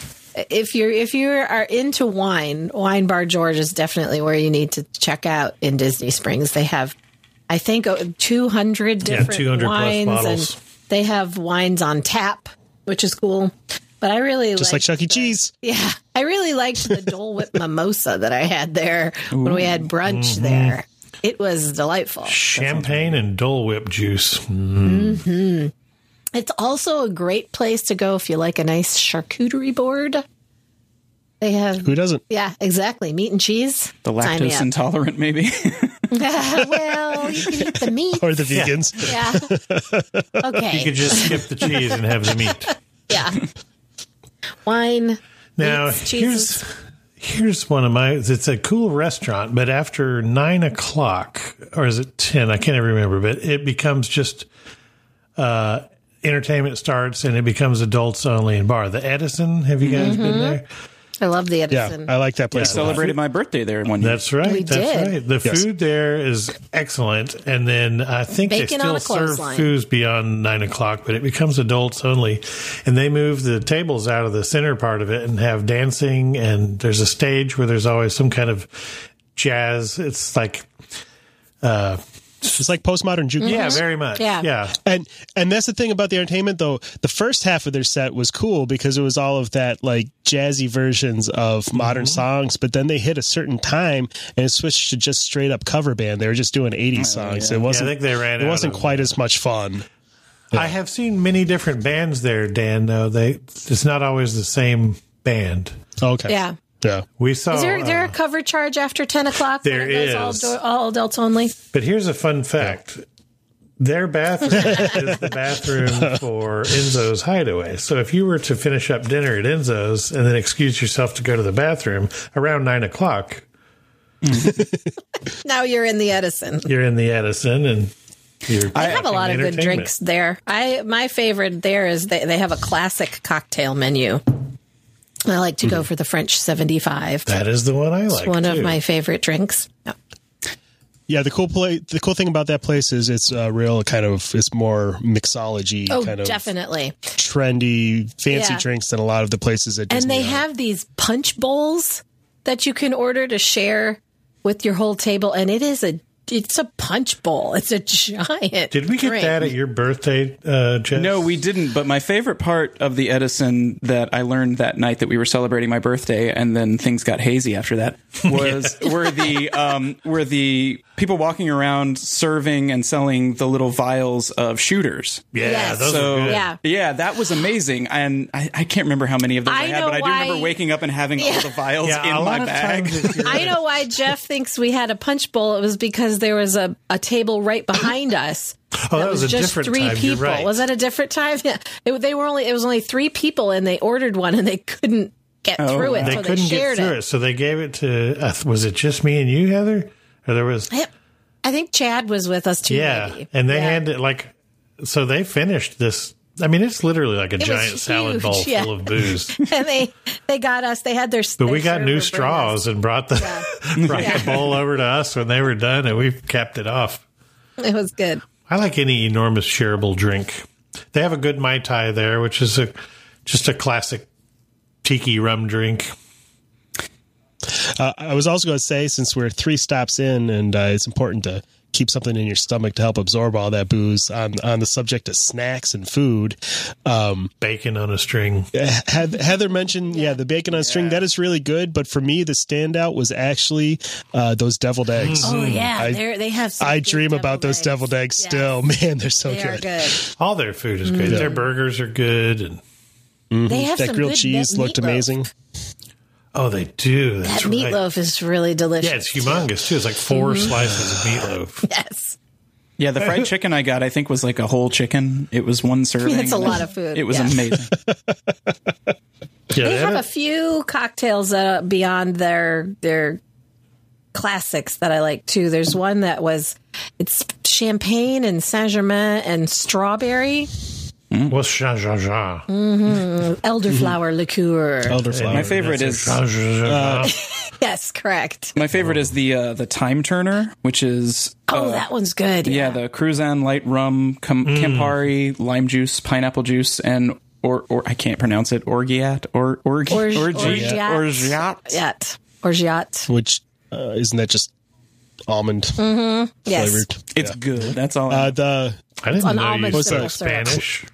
Speaker 4: If you're if you are into wine, Wine Bar George is definitely where you need to check out in Disney Springs. They have, I think, uh, 200
Speaker 6: Yeah,
Speaker 4: different
Speaker 6: 200 plus
Speaker 4: wines,
Speaker 6: bottles.
Speaker 4: and they have wines on tap, which is cool. But I really
Speaker 3: Just like
Speaker 4: liked
Speaker 3: Chuck E.
Speaker 4: the-
Speaker 3: Cheese.
Speaker 4: Yeah, I really liked the Dole Whip mimosa that I had there when we had brunch
Speaker 3: Mm-hmm.
Speaker 4: there. It was delightful.
Speaker 6: Champagne and Dole Whip juice.
Speaker 4: It's also a great place to go if you like a nice charcuterie board. They have,
Speaker 3: Who doesn't?
Speaker 4: yeah, exactly, meat and cheese.
Speaker 5: The
Speaker 4: Sign me
Speaker 5: lactose
Speaker 4: up.
Speaker 5: intolerant, maybe.
Speaker 4: well, you can eat the meat.
Speaker 3: Or the vegans.
Speaker 4: Yeah.
Speaker 6: You could
Speaker 4: Okay.
Speaker 6: just skip the cheese and have the meat.
Speaker 4: Yeah. Wine.
Speaker 6: Now
Speaker 4: Meats, cheeses.
Speaker 6: here's here's one of my. It's a cool restaurant, but after nine o'clock, or is it ten? I can't even remember. But it becomes just uh, entertainment starts, and it becomes adults only and bar. The Edison. Have you guys been there?
Speaker 4: I love the Edison.
Speaker 3: Yeah, I like that place. a lot.
Speaker 5: Celebrated my birthday there one year.
Speaker 6: That's right.
Speaker 4: We
Speaker 6: that's
Speaker 4: did.
Speaker 6: right. The
Speaker 3: Yes.
Speaker 6: food there is excellent, and then I think
Speaker 4: Bacon on
Speaker 6: they still
Speaker 4: a
Speaker 6: serve
Speaker 4: clothesline.
Speaker 6: foods beyond nine o'clock, but it becomes adults only, and they move the tables out of the center part of it and have dancing, and there's a stage where there's always some kind of jazz. It's like
Speaker 3: It's like postmodern juke.
Speaker 6: yeah, very much.
Speaker 4: Yeah.
Speaker 6: Mhm. yeah.
Speaker 3: And and that's the thing about the entertainment though. The first half of their set was cool because it was all of that like jazzy versions of modern
Speaker 6: Mm-hmm.
Speaker 3: songs, but then they hit a certain time and it switched to just straight up cover band. They were just doing 80s songs. It wasn't
Speaker 6: Oh, I think they ran
Speaker 3: it
Speaker 6: out
Speaker 3: wasn't
Speaker 6: of-
Speaker 3: quite as much fun.
Speaker 6: I have seen many different bands there, Dan. Though they, it's not always the same band.
Speaker 3: Okay.
Speaker 4: Yeah.
Speaker 3: Yeah.
Speaker 6: We saw
Speaker 4: Is there,
Speaker 6: uh,
Speaker 4: there a cover charge after 10 o'clock?
Speaker 6: There
Speaker 4: when it goes
Speaker 6: is.
Speaker 4: All, do- all adults only?
Speaker 6: But here's a fun fact. Their bathroom is the bathroom for Enzo's Hideaway. So if you were to finish up dinner at Enzo's and then excuse yourself to go to the bathroom around nine o'clock,
Speaker 4: Now you're in the Edison.
Speaker 6: you're in the Edison and you're.
Speaker 4: They have a lot of good
Speaker 6: entertainment.
Speaker 4: drinks there. I my favorite there is they they have a classic cocktail menu. I like to go for the French seventy five.
Speaker 6: Hmm. That is the one I like.
Speaker 4: One of
Speaker 6: too.
Speaker 4: my favorite drinks. Yeah.
Speaker 3: Yeah, the cool play the cool thing about that place is it's a real kind of it's more mixology
Speaker 4: Oh,
Speaker 3: kind of
Speaker 4: definitely.
Speaker 3: trendy fancy
Speaker 4: Yeah.
Speaker 3: drinks than a lot of the places that
Speaker 4: And they
Speaker 3: Disney are.
Speaker 4: have these punch bowls that you can order to share with your whole table, and it is a it's a punch bowl. It's a giant.
Speaker 6: Did we get
Speaker 4: drink.
Speaker 6: that at your birthday, uh, Jeff?
Speaker 5: No, we didn't. But my favorite part of the Edison that I learned that night that we were celebrating my birthday, and then things got hazy after that, was were the um, were the people walking around serving and selling the little vials of shooters.
Speaker 6: Yeah,
Speaker 4: Yes.
Speaker 6: those
Speaker 5: So-
Speaker 6: are good.
Speaker 4: Yeah.
Speaker 5: Yeah, that was amazing, and I, I can't remember how many of those
Speaker 4: I
Speaker 5: I, had,
Speaker 4: know
Speaker 5: but I do
Speaker 4: why-
Speaker 5: remember waking up and having all the vials
Speaker 6: Yeah, a
Speaker 5: in my
Speaker 6: lot of
Speaker 5: bag.
Speaker 6: times if you're-
Speaker 4: I know why Jeff thinks we had a punch bowl. It was because there was a, a table right behind us.
Speaker 6: Oh, that
Speaker 4: It
Speaker 6: was, a
Speaker 4: just
Speaker 6: different
Speaker 4: three
Speaker 6: time.
Speaker 4: people.
Speaker 6: You're right.
Speaker 4: Was that a different time? Yeah, it, they were only. It was only three people, and they ordered one, and they couldn't get
Speaker 5: Oh,
Speaker 4: through it,
Speaker 5: wow.
Speaker 6: They
Speaker 4: so they
Speaker 6: couldn't
Speaker 4: shared
Speaker 6: get through it.
Speaker 4: it.
Speaker 6: so they gave it to. Uh, was it just me and you, Heather? Or there was
Speaker 4: Yep. I think Chad was with us too.
Speaker 6: yeah,
Speaker 4: maybe.
Speaker 6: and they
Speaker 4: Yeah.
Speaker 6: had it like. So they finished this. I mean, it's literally like a
Speaker 4: was
Speaker 6: giant salad
Speaker 4: huge,
Speaker 6: bowl
Speaker 4: yeah.
Speaker 6: full of booze.
Speaker 4: and they they got us. They had their.
Speaker 6: But we got new straws and brought the brought the bowl over to us when they were done, and we capped it off.
Speaker 4: It was good.
Speaker 6: I like any enormous shareable drink. They have a good mai tai there, which is a just a classic tiki rum drink.
Speaker 3: Uh, I was also going to say, since we're three stops in, and uh, it's important to keep something in your stomach to help absorb all that booze. On on the subject of snacks and food, um,
Speaker 6: Bacon on a string.
Speaker 3: Heath- Heather mentioned yeah, the bacon on string that is really good. But for me, the standout was actually uh, those deviled eggs.
Speaker 4: Oh
Speaker 6: Hmm.
Speaker 4: yeah,
Speaker 3: I-
Speaker 4: they're- they have. some
Speaker 3: I
Speaker 4: good
Speaker 3: dream about those deviled eggs
Speaker 4: Yes.
Speaker 3: still. Mm-hmm. Man, they're so
Speaker 4: They are
Speaker 3: good.
Speaker 4: good.
Speaker 6: All their food is good. Their burgers are good, and
Speaker 4: They have
Speaker 3: That
Speaker 4: some
Speaker 3: grilled
Speaker 4: good
Speaker 3: cheese
Speaker 4: meat-
Speaker 3: looked
Speaker 4: meatloaf.
Speaker 3: amazing.
Speaker 6: oh, they do.
Speaker 4: That
Speaker 6: That's right.
Speaker 4: meatloaf is really delicious.
Speaker 6: Yeah, it's humongous too. It's like 4 slices of meatloaf.
Speaker 4: Yes.
Speaker 5: Yeah, the fried chicken I got, I think, was like a whole chicken. It was one serving.
Speaker 4: That's a lot of food,
Speaker 5: It was
Speaker 4: yeah.
Speaker 5: amazing.
Speaker 6: Yeah,
Speaker 4: They have
Speaker 6: that-
Speaker 4: a few cocktails that are beyond their their classics that I like too. There's one that was it's champagne and Saint Germain and strawberry
Speaker 6: What's sha sha sha?
Speaker 4: elderflower liqueur.
Speaker 6: Oh,
Speaker 3: Elderflower.
Speaker 5: My favorite is
Speaker 6: Sha, sha, sha, sha.
Speaker 4: Yes, correct.
Speaker 5: my favorite is the uh, the time turner, which is
Speaker 4: Oh, that one's good.
Speaker 5: yeah, the Cruzan light rum, com-
Speaker 6: Mm.
Speaker 5: Campari, lime juice, pineapple juice, and or or I can't pronounce it orgiat or orgi
Speaker 4: Orge-
Speaker 5: orgi
Speaker 4: orgeat.
Speaker 5: orgiat.
Speaker 4: Yet. Orgeat.
Speaker 3: Which uh, isn't that just almond
Speaker 4: Mm. Yes.
Speaker 3: flavored?
Speaker 5: It's good. That's all. I
Speaker 3: Uh, the
Speaker 6: I didn't
Speaker 4: an
Speaker 6: know
Speaker 4: almond
Speaker 6: you
Speaker 4: simple
Speaker 6: spoke
Speaker 4: syrup.
Speaker 6: Spanish.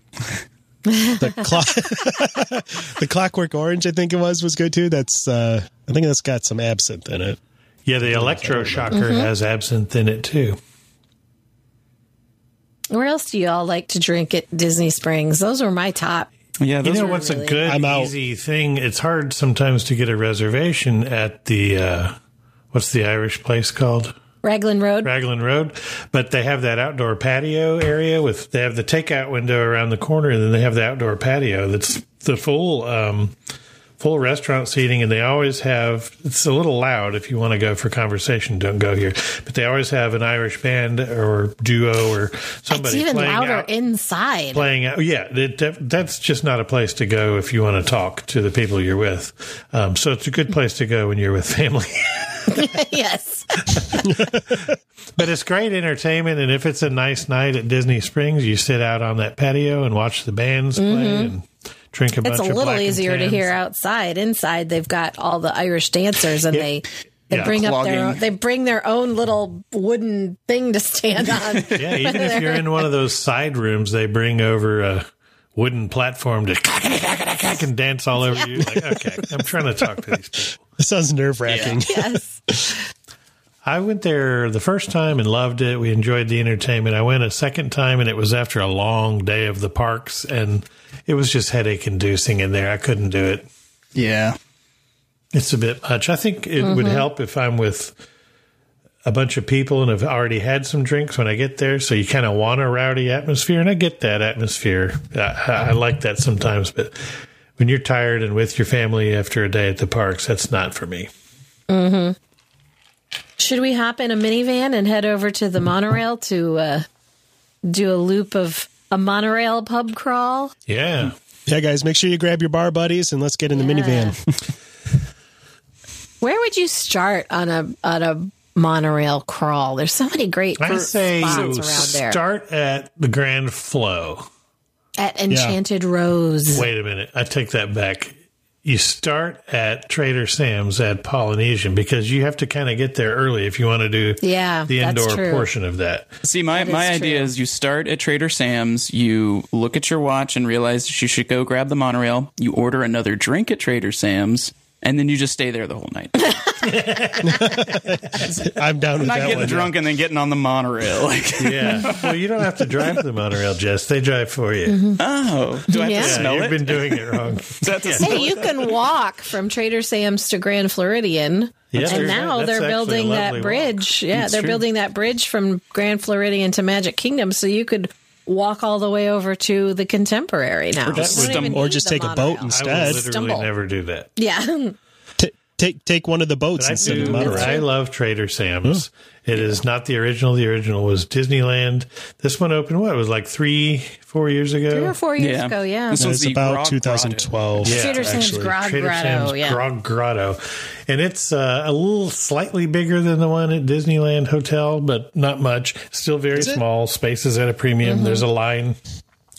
Speaker 3: the clock the clockwork orange i think it was was good too that's uh i think that's got some absinthe in it
Speaker 6: Yeah, the electroshocker has absinthe in it too.
Speaker 4: Where else do you all like to drink at Disney Springs? Those were my top.
Speaker 5: yeah,
Speaker 6: You
Speaker 5: those
Speaker 6: know
Speaker 5: are-
Speaker 6: what's a good
Speaker 3: I'm out.
Speaker 6: easy thing? It's hard sometimes to get a reservation at the uh, what's the Irish place called?
Speaker 4: Raglan Road.
Speaker 6: Raglan Road, but they have that outdoor patio area with they have the takeout window around the corner, and then they have the outdoor patio that's the full um, full restaurant seating, and they always have it's a little loud if you want to go for conversation, don't go here, but they always have an Irish band or duo or
Speaker 4: it's
Speaker 6: somebody
Speaker 4: even
Speaker 6: playing
Speaker 4: louder
Speaker 6: out.
Speaker 4: inside.
Speaker 6: Playing out, yeah, it, that, that's just not a place to go if you want to talk to the people you're with. Um, so it's a good place to go when you're with family.
Speaker 4: yes.
Speaker 6: But it's great entertainment, and if it's a nice night at Disney Springs, you sit out on that patio and watch the bands play and drink a
Speaker 4: Mm-hmm.
Speaker 6: bunch
Speaker 4: It's
Speaker 6: of
Speaker 4: a little
Speaker 6: Black and
Speaker 4: easier to
Speaker 6: Tans.
Speaker 4: hear outside. Inside, they've got all the Irish dancers, and they they
Speaker 6: Yeah,
Speaker 4: bring up their
Speaker 5: clogging.
Speaker 4: own, they bring their own little wooden thing to stand on.
Speaker 6: Yeah, even if you're in one of those side rooms, they bring over a wooden platform to and dance all over you. Like, okay, I'm trying to talk to these people.
Speaker 3: it sounds nerve-wracking
Speaker 4: yes,
Speaker 6: I went there the first time and loved it. We enjoyed the entertainment. I went a second time and it was after a long day of the parks and it was just headache inducing in there. I couldn't do it.
Speaker 5: yeah.
Speaker 6: It's a bit much. I think it would
Speaker 4: Mm-hmm.
Speaker 6: help if I'm with a bunch of people and have already had some drinks when I get there. So you kind of want a rowdy atmosphere, and I get that atmosphere. I, I- I like that sometimes, but when you're tired and with your family after a day at the parks, that's not for me.
Speaker 4: should we hop in a minivan and head over to the monorail to uh, do a loop of a monorail pub crawl?
Speaker 6: Yeah.
Speaker 3: yeah guys make sure you grab your bar buddies and let's get in the minivan
Speaker 4: Where would you start on a on a monorail crawl? There's so many great
Speaker 6: I say
Speaker 4: spots
Speaker 6: you
Speaker 4: around there.
Speaker 6: start at the Grand Flow.
Speaker 4: At Enchanted Rose,
Speaker 6: Wait a minute. I take that back. You start at Trader Sam's at Polynesian because you have to kind of get there early if you want to do
Speaker 4: Yeah,
Speaker 6: the
Speaker 4: that's
Speaker 6: indoor
Speaker 4: true.
Speaker 6: portion of that.
Speaker 5: See, my,
Speaker 4: is
Speaker 5: my idea
Speaker 4: true.
Speaker 5: is you start at Trader Sam's, you look at your watch and realize that you should go grab the monorail, you order another drink at Trader Sam's, and then you just stay there the whole night.
Speaker 3: i'm down with
Speaker 5: Not
Speaker 3: that
Speaker 5: getting
Speaker 3: one
Speaker 5: drunk and then getting on the monorail. Like,
Speaker 6: Yeah. well, you don't have to drive the monorail, Jess. They drive for you.
Speaker 4: Mm-hmm.
Speaker 5: oh, do I have
Speaker 4: Yeah.
Speaker 5: to
Speaker 6: Yeah,
Speaker 5: smell
Speaker 6: you've
Speaker 5: it?
Speaker 6: been doing it wrong.
Speaker 5: Is that to smell
Speaker 4: Hey, you can walk from Trader Sam's to Grand Floridian.
Speaker 6: Yeah,
Speaker 4: and
Speaker 6: there's
Speaker 4: now
Speaker 6: that. That's
Speaker 4: they're
Speaker 6: actually
Speaker 4: building
Speaker 6: a
Speaker 4: that
Speaker 6: lovely walk.
Speaker 4: bridge. Yeah,
Speaker 5: That's
Speaker 4: they're
Speaker 5: true.
Speaker 4: building that bridge from Grand Floridian to Magic Kingdom. So you could walk all the way over to the contemporary now.
Speaker 5: Or just
Speaker 4: You don't
Speaker 5: stum-
Speaker 4: even
Speaker 3: or
Speaker 4: need
Speaker 3: just
Speaker 4: the
Speaker 3: take a boat
Speaker 4: monorail.
Speaker 6: I
Speaker 3: instead.
Speaker 6: will
Speaker 3: Dad.
Speaker 6: literally
Speaker 4: Stumble.
Speaker 6: never do that.
Speaker 4: Yeah.
Speaker 3: T- take take one of the boats
Speaker 6: But I,
Speaker 3: instead of the
Speaker 6: do- I
Speaker 3: monorail.
Speaker 6: love Trader Sam's.
Speaker 4: Hmm.
Speaker 6: It is not the original. The original was Disneyland. This one opened what? It was like three, four years ago.
Speaker 4: Three or four years ago, yeah.
Speaker 5: This
Speaker 3: It
Speaker 5: one's
Speaker 3: was
Speaker 5: the
Speaker 3: about
Speaker 5: Grog
Speaker 3: 2012.
Speaker 6: Yeah,
Speaker 4: Trader Sam's
Speaker 3: actually.
Speaker 4: Grog
Speaker 6: Trader
Speaker 4: Grotto,
Speaker 6: Sam's
Speaker 4: yeah.
Speaker 6: Grog Grotto, and it's uh, a little slightly bigger than the one at Disneyland Hotel, but not much. Still very
Speaker 3: it?
Speaker 6: small. Spaces at a
Speaker 4: Mm-hmm.
Speaker 6: premium. There's a line.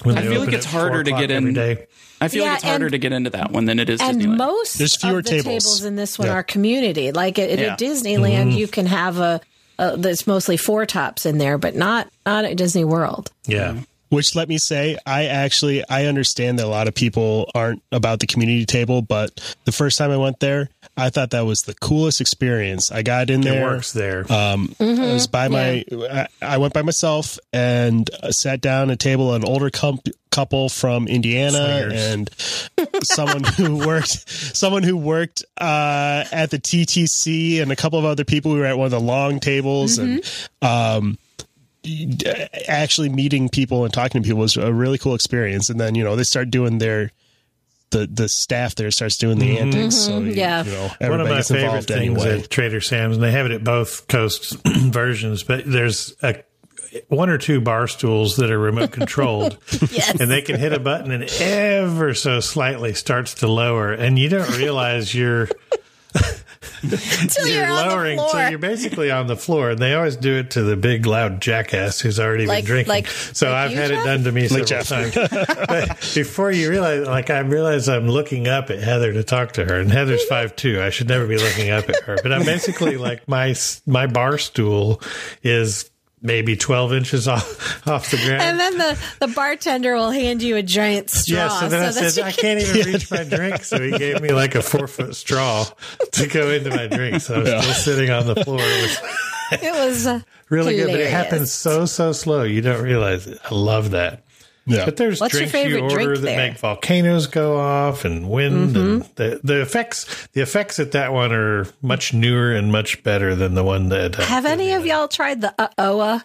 Speaker 6: When
Speaker 5: I
Speaker 6: they
Speaker 5: feel
Speaker 6: open
Speaker 5: like it's
Speaker 6: at four
Speaker 5: harder to
Speaker 6: o'clock
Speaker 5: get
Speaker 6: every
Speaker 5: in.
Speaker 6: day.
Speaker 5: I feel
Speaker 4: Yeah,
Speaker 5: like it's harder
Speaker 4: and-
Speaker 5: to get into that one than it is
Speaker 4: and
Speaker 5: Disneyland.
Speaker 4: most
Speaker 3: There's fewer
Speaker 4: of the
Speaker 3: tables.
Speaker 4: tables. in this one are community. Like at,
Speaker 5: Yeah.
Speaker 4: at Disneyland, you can have a, a that's mostly four tops in there, but not not at Disney World.
Speaker 6: Yeah.
Speaker 3: Which let me say, I actually I understand that a lot of people aren't about the community table, but the first time I went there, I thought that was the coolest experience. I got in
Speaker 6: It
Speaker 3: there.
Speaker 6: works there.
Speaker 3: Um, I was by my, I, I went by myself and uh, sat down at a table, an older com- couple from Indiana
Speaker 6: Swingers.
Speaker 3: and someone who worked, someone who worked, uh, at the TTC and a couple of other people. We were at one of the long tables and, um, actually meeting people and talking to people was a really cool experience. And then, you know, they start doing their, the, the staff there starts doing the antics. So, you,
Speaker 4: yeah.
Speaker 3: you know,
Speaker 6: Mm-hmm. One of
Speaker 3: everybody
Speaker 6: my
Speaker 3: gets
Speaker 6: favorite
Speaker 3: involved
Speaker 6: things
Speaker 3: anyway.
Speaker 6: at Trader Sam's, and they have it at both coast versions, but there's a one or two bar stools that are remote controlled, and they can hit a button and ever so slightly starts to lower, and you don't realize you're
Speaker 4: Until
Speaker 6: you're, lowering, so you're basically on the floor. And they always do it to the big loud jackass who's already
Speaker 4: Like-
Speaker 6: been drinking.
Speaker 4: like-
Speaker 6: so
Speaker 4: like
Speaker 6: I've
Speaker 4: you,
Speaker 6: had
Speaker 4: Jeff?
Speaker 6: it done to me several
Speaker 3: Jeff.
Speaker 6: times. but before you realize, like I realize, I'm looking up at Heather to talk to her, and Heather's five two. I should never be looking up at her, but I'm basically like my s- my bar stool is maybe twelve inches off off the ground.
Speaker 4: and then the, the bartender will hand you a giant straw.
Speaker 6: Yeah, so then
Speaker 4: so
Speaker 6: I
Speaker 4: that
Speaker 6: said,
Speaker 4: you
Speaker 6: I
Speaker 4: can-
Speaker 6: can't even reach my drink. So he gave me like a four foot straw to go into my drink. So I was still sitting on the floor. It was
Speaker 4: it was uh,
Speaker 6: really good, but it
Speaker 4: hilarious.
Speaker 6: happens so so slow. You don't realize it. I love that.
Speaker 3: yeah.
Speaker 6: But there's
Speaker 4: What's your
Speaker 6: drinks you
Speaker 4: favorite
Speaker 6: order
Speaker 4: drink
Speaker 6: that
Speaker 4: there? Mm-hmm.
Speaker 6: make volcanoes go off and wind, and the the effects the effects at that one are much newer and much better than the one that. Uh,
Speaker 4: Have any of y'all tried the uh oa?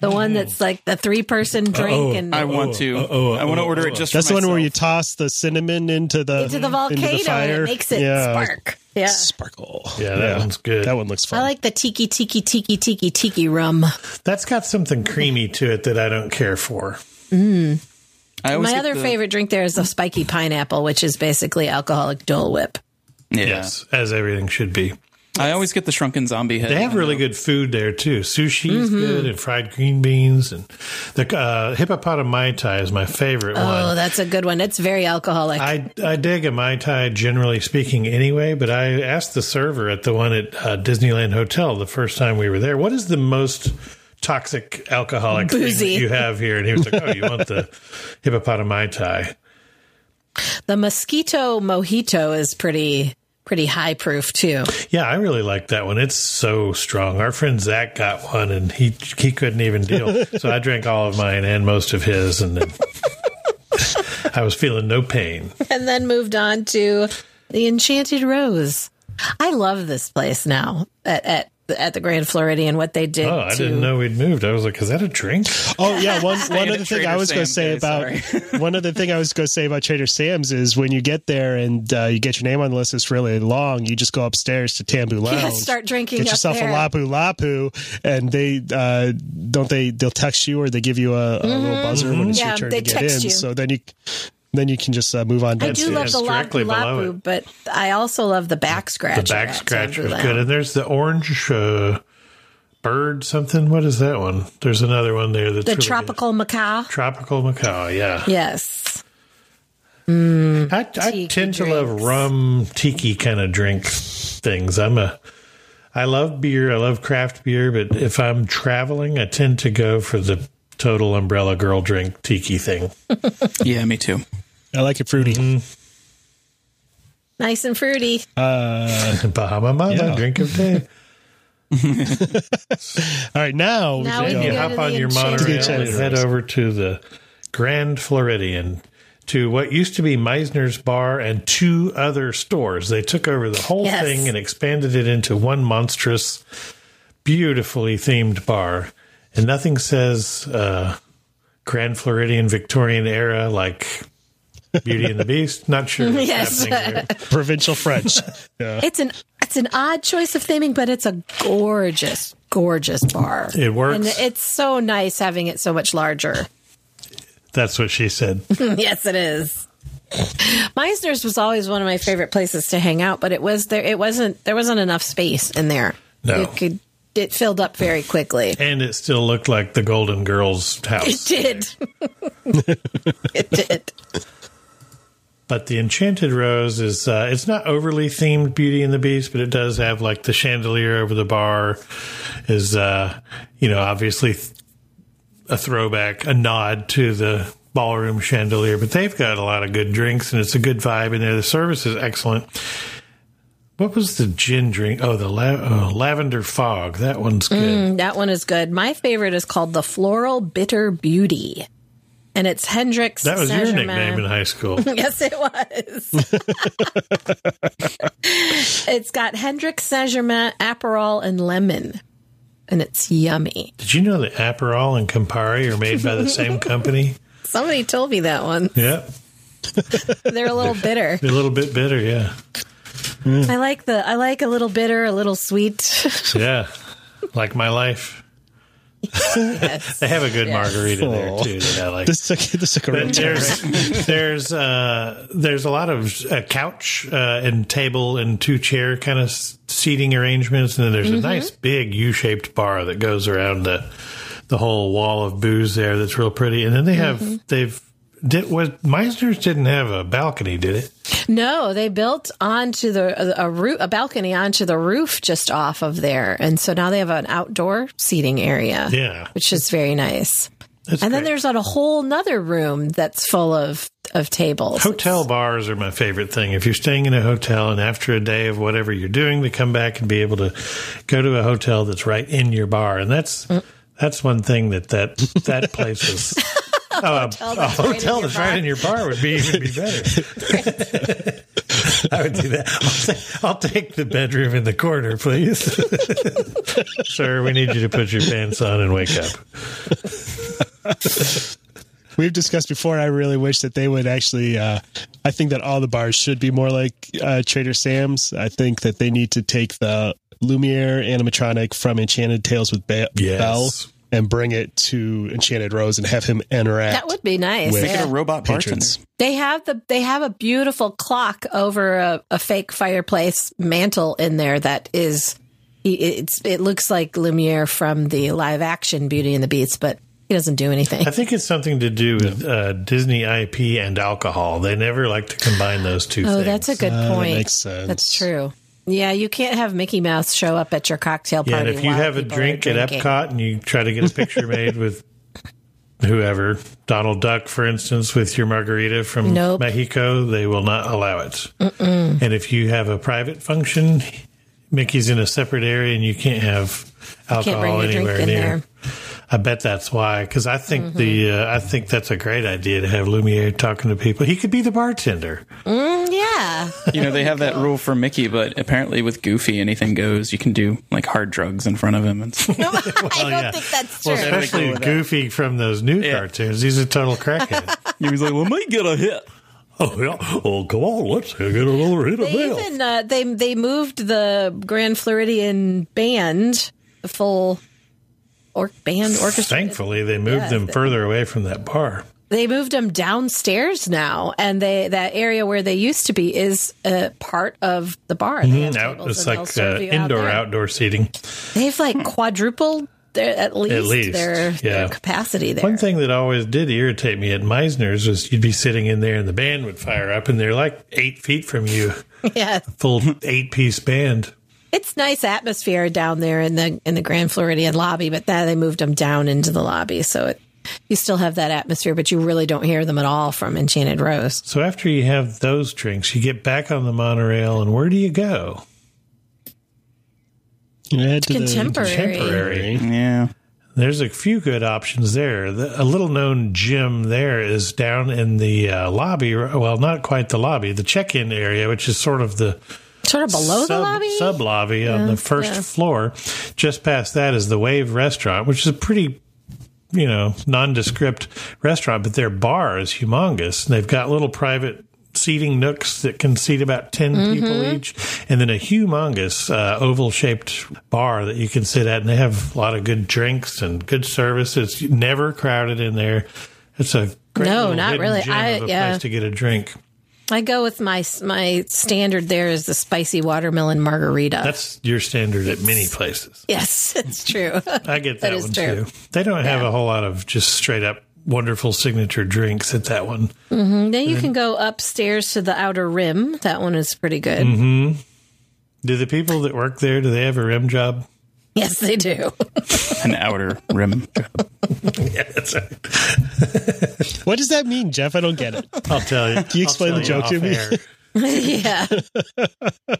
Speaker 4: The one that's like the three person drink and
Speaker 5: I want to.
Speaker 6: uh-oh,
Speaker 5: I want to
Speaker 6: uh-oh,
Speaker 5: order it
Speaker 6: uh-oh.
Speaker 5: just.
Speaker 3: That's
Speaker 5: for
Speaker 3: the one where you
Speaker 5: myself.
Speaker 3: toss the cinnamon into the
Speaker 4: into the volcano and
Speaker 3: fire.
Speaker 4: it makes it
Speaker 3: Yeah.
Speaker 4: spark. Yeah.
Speaker 3: Sparkle.
Speaker 6: Yeah, that one's good.
Speaker 3: That one looks fun.
Speaker 4: I like the tiki tiki tiki tiki tiki rum.
Speaker 6: that's got something creamy to it that I don't care for.
Speaker 5: I always
Speaker 4: My
Speaker 5: get
Speaker 4: other
Speaker 5: the-
Speaker 4: favorite drink there is the spiky pineapple, which is basically alcoholic Dole Whip.
Speaker 5: Yeah.
Speaker 6: Yes, as everything should be.
Speaker 5: I always get the shrunken zombie head.
Speaker 6: They have really good food there too. Sushi is
Speaker 4: Mm-hmm.
Speaker 6: good, and fried green beans, and the uh, hippopotam mai tai is my favorite
Speaker 4: Oh,
Speaker 6: one.
Speaker 4: that's a good one. It's very alcoholic.
Speaker 6: I I dig a mai tai generally speaking anyway, but I asked the server at the one at uh, Disneyland Hotel the first time we were there, what is the most toxic alcoholic thing
Speaker 4: Boozy.
Speaker 6: that you have here? And he was like, oh, you want the hippopotam mai tai?
Speaker 4: the mosquito mojito is pretty pretty high proof too.
Speaker 6: Yeah, I really like that one. It's so strong. Our friend Zach got one, and he he couldn't even deal. so I drank all of mine and most of his, and then I was feeling no pain.
Speaker 4: And then moved on to the Enchanted Rose. I love this place now at at, at the Grand Floridian. What they did.
Speaker 6: Oh, I
Speaker 4: to,
Speaker 6: didn't know we'd moved. I was like, is that a drink?
Speaker 3: oh yeah, one one
Speaker 5: at
Speaker 3: other thing
Speaker 5: Trader
Speaker 3: I was going to
Speaker 5: Sam's
Speaker 3: say
Speaker 5: day,
Speaker 3: about one other thing I was going to say about Trader Sam's is when you get there and uh, you get your name on the list, it's really long. You just go upstairs to Tambu Lounge,
Speaker 4: start drinking
Speaker 3: get
Speaker 4: up
Speaker 3: yourself
Speaker 4: there.
Speaker 3: a lapu lapu, and they uh, don't they they'll text you or they give you a, a little buzzer when it's
Speaker 4: Mm-hmm. Yeah,
Speaker 3: your turn
Speaker 4: they
Speaker 3: to get
Speaker 4: text
Speaker 3: in.
Speaker 4: you.
Speaker 3: So then you then you can just uh, move on.
Speaker 4: I
Speaker 3: down
Speaker 4: do
Speaker 3: to-
Speaker 4: love
Speaker 6: it's
Speaker 4: the
Speaker 6: directly
Speaker 4: lapu
Speaker 6: below
Speaker 4: lapu,
Speaker 6: it.
Speaker 4: but I also love the back
Speaker 6: The
Speaker 4: scratcher.
Speaker 6: back
Speaker 4: at
Speaker 6: scratch
Speaker 4: Tambu
Speaker 6: was
Speaker 4: Lounge.
Speaker 6: good, and there's the orange uh, bird something. What is that one? There's another one there that's
Speaker 4: The
Speaker 6: really good.
Speaker 4: tropical macaw.
Speaker 6: tropical macaw. Yeah,
Speaker 4: Yes.
Speaker 6: I, I
Speaker 4: Mm-hmm. Tiki
Speaker 6: tend to love
Speaker 4: drinks.
Speaker 6: rum tiki kind of drink things. I'm a I love beer. I love craft beer, but if I'm traveling, I tend to go for the total umbrella girl drink tiki thing.
Speaker 5: Yeah, me too.
Speaker 3: I like it fruity.
Speaker 4: Nice and fruity.
Speaker 6: Uh, Bahama Mama
Speaker 3: Yeah.
Speaker 6: drink of day.
Speaker 3: All right, now,
Speaker 4: Now
Speaker 3: we can go.
Speaker 4: we can
Speaker 6: You
Speaker 4: go to
Speaker 6: hop on
Speaker 4: the
Speaker 6: your
Speaker 4: Enchanted
Speaker 6: monorail
Speaker 3: Rose.
Speaker 6: and head over to the Grand Floridian to what used to be Meisner's Bar and two other stores. They took over the whole
Speaker 4: Yes.
Speaker 6: thing and expanded it into one monstrous, beautifully themed bar. And nothing says uh, Grand Floridian Victorian era, like Beauty and the Beast. Not sure. what's
Speaker 4: Yes.
Speaker 6: happening here.
Speaker 3: Provincial French. Yeah.
Speaker 4: It's an it's an odd choice of theming, but it's a gorgeous, gorgeous bar.
Speaker 6: It works.
Speaker 4: And it's so nice having it so much larger.
Speaker 6: That's what she said.
Speaker 4: yes, it is. Meisner's was always one of my favorite places to hang out, but it was there. It wasn't there wasn't enough space in there.
Speaker 6: No.
Speaker 4: It could it filled up very quickly.
Speaker 6: And it still looked like the Golden Girls
Speaker 4: It
Speaker 6: house.
Speaker 4: did. it did.
Speaker 6: But the Enchanted Rose is, uh, it's not overly themed Beauty and the Beast, but it does have like the chandelier over the bar is, uh, you know, obviously th- a throwback, a nod to the ballroom chandelier. But they've got a lot of good drinks and it's a good vibe in there. The service is excellent. What was the gin drink? Oh, the la- oh, Lavender Fog. That one's good.
Speaker 4: That one is good. My favorite is called the Floral Bitter Beauty, and it's Hendrix.
Speaker 6: that was your
Speaker 4: Saint-Germain.
Speaker 6: nickname in high school.
Speaker 4: Yes, it was. it's got Hendrix Saint Germain, Aperol, and lemon, and it's yummy.
Speaker 6: Did you know that Aperol and Campari are made by the same company?
Speaker 4: Somebody told me that one.
Speaker 6: Yep.
Speaker 4: They're a little bitter.
Speaker 6: They're a little bit bitter, yeah.
Speaker 4: I like the. I like a little bitter, a little sweet.
Speaker 6: Yeah. Like my life.
Speaker 4: Yes.
Speaker 6: They have a good margarita there
Speaker 3: Aw.
Speaker 6: too that I like.
Speaker 3: This took, this took a real
Speaker 6: But there's there's uh, there's a lot of uh, couch uh, and table and two chair kind of seating arrangements, and then there's a nice big U-shaped bar that goes around the the whole wall of booze there. That's real pretty, and then they have they've did was Meisner's didn't have a balcony, did it?
Speaker 4: No, they built onto the a, a roof, a balcony onto the roof just off of there, and so now they have an outdoor seating area.
Speaker 6: Yeah.
Speaker 4: which is very nice.
Speaker 6: That's
Speaker 4: and then
Speaker 6: great.
Speaker 4: there's a whole nother room that's full of of tables.
Speaker 6: Hotel bars are my favorite thing. If you're staying in a hotel and after a day of whatever you're doing, to come back and be able to go to a hotel that's right in your bar, and that's that's one thing that that that place is. Uh, a
Speaker 4: that's right in
Speaker 6: hotel
Speaker 4: your
Speaker 6: that's right
Speaker 4: bar.
Speaker 6: in your bar would be even be better. I would do that. I'll, ta- I'll take the bedroom in the corner, please. Sir, we need you to put your pants on and wake up.
Speaker 3: We've discussed before. I really wish that they would actually. Uh, I think that all the bars should be more like uh, Trader Sam's. I think that they need to take the Lumiere animatronic from Enchanted Tales with Be-
Speaker 6: Yes.
Speaker 3: Belle and bring it to Enchanted Rose and have him interact.
Speaker 4: That would be nice.
Speaker 3: With-
Speaker 5: Make it
Speaker 4: yeah.
Speaker 5: a robot
Speaker 3: Patrons.
Speaker 5: bartender.
Speaker 4: They have the they have a beautiful clock over a, a fake fireplace mantle in there that is i- it's it looks like Lumiere from the live action Beauty and the Beast, but he doesn't do anything.
Speaker 6: I think it's something to do with uh, Disney IP and alcohol. They never like to combine those two.
Speaker 4: Oh,
Speaker 6: things.
Speaker 4: that's a good
Speaker 3: Uh, that
Speaker 4: point.
Speaker 3: makes sense.
Speaker 4: That's true. Yeah, you can't have Mickey Mouse show up at your cocktail party.
Speaker 6: Yeah, and if you
Speaker 4: while
Speaker 6: have a
Speaker 4: people are
Speaker 6: drink at
Speaker 4: drinking.
Speaker 6: Epcot and you try to get a picture made with whoever, Donald Duck, for instance, with your margarita from
Speaker 4: Nope.
Speaker 6: Mexico, they will not allow it. And if you have a private function, Mickey's in a separate area and you can't have
Speaker 4: can't bring
Speaker 6: alcohol
Speaker 4: your drink
Speaker 6: anywhere
Speaker 4: in
Speaker 6: near.
Speaker 4: there. Mm-hmm.
Speaker 6: I bet that's why, because I think the uh, I think that's a great idea to have Lumiere talking to people. He could be the bartender.
Speaker 4: Mm, yeah,
Speaker 5: You know, they have that rule for Mickey, but apparently with Goofy, anything goes. You can do like hard drugs in front of him. And stuff.
Speaker 4: I don't
Speaker 6: Oh, yeah.
Speaker 4: think that's true.
Speaker 6: Well, especially
Speaker 5: with that.
Speaker 6: Goofy from those new
Speaker 5: Yeah.
Speaker 6: cartoons. He's a total crackhead.
Speaker 5: he was like, "Well, might get a hit."
Speaker 9: Oh, yeah. Oh, come on. Let's get another hit of
Speaker 4: They
Speaker 9: milk.
Speaker 4: even uh, they they moved the Grand Floridian band, the full or band orchestra.
Speaker 6: Thankfully, they moved them further away from that bar.
Speaker 4: They moved them downstairs now, and they that area where they used to be is a part of the bar. They have
Speaker 6: Mm-hmm. Out,
Speaker 4: tables
Speaker 6: it's
Speaker 4: and they'll
Speaker 6: like
Speaker 4: serve
Speaker 6: uh,
Speaker 4: you
Speaker 6: indoor
Speaker 4: there.
Speaker 6: outdoor seating.
Speaker 4: They've like quadrupled their at least,
Speaker 6: least,
Speaker 4: their,
Speaker 6: yeah.
Speaker 4: their capacity there.
Speaker 6: One thing that always did irritate me at Meisner's was you'd be sitting in there and the band would fire up, and they're like eight feet from you,
Speaker 4: yeah,
Speaker 6: full eight piece band.
Speaker 4: it's nice atmosphere down there in the in the Grand Floridian lobby, but that they moved them down into the lobby, so it you still have that atmosphere, but you really don't hear them at all from Enchanted Rose.
Speaker 6: So after you have those drinks, you get back on the monorail, and where do you go?
Speaker 3: You know, add to the-
Speaker 4: Contemporary.
Speaker 6: Temporary.
Speaker 5: Yeah,
Speaker 6: There's a few good options there. The, a little known gym there is down in the uh, lobby. Well, not quite the lobby, the check in area, which is sort of the
Speaker 4: Sort of below the
Speaker 6: sub,
Speaker 4: lobby.
Speaker 6: sub lobby on the first floor. Just past that is the Wave Restaurant, which is a pretty you know, nondescript restaurant, but their bar is humongous. And they've got little private seating nooks that can seat about 10
Speaker 4: Mm-hmm.
Speaker 6: people each, and then a humongous uh, oval shaped bar that you can sit at. And they have a lot of good drinks and good service. It's never crowded in there. It's a great
Speaker 4: No,
Speaker 6: little
Speaker 4: not
Speaker 6: hidden
Speaker 4: really.
Speaker 6: gem
Speaker 4: I-
Speaker 6: of a
Speaker 4: yeah.
Speaker 6: place to get a drink.
Speaker 4: I go with my my standard. There is the spicy watermelon margarita.
Speaker 6: That's your standard at many places.
Speaker 4: yes, it's true.
Speaker 6: I get that,
Speaker 4: That is
Speaker 6: one
Speaker 4: true.
Speaker 6: too. They don't have
Speaker 4: Yeah.
Speaker 6: a whole lot of just straight up wonderful signature drinks at that one.
Speaker 4: then you can go upstairs to the outer rim. That one is pretty good.
Speaker 6: Do the people that work there do they have a rim job?
Speaker 4: Yes, they do.
Speaker 5: An outer rim.
Speaker 6: Yeah, that's right.
Speaker 3: What does that mean, Jeff? I don't get it.
Speaker 6: I'll tell you.
Speaker 3: Can you explain
Speaker 6: I'll
Speaker 3: the
Speaker 6: tell
Speaker 3: joke to
Speaker 6: you
Speaker 3: me?
Speaker 6: off air.
Speaker 4: yeah. and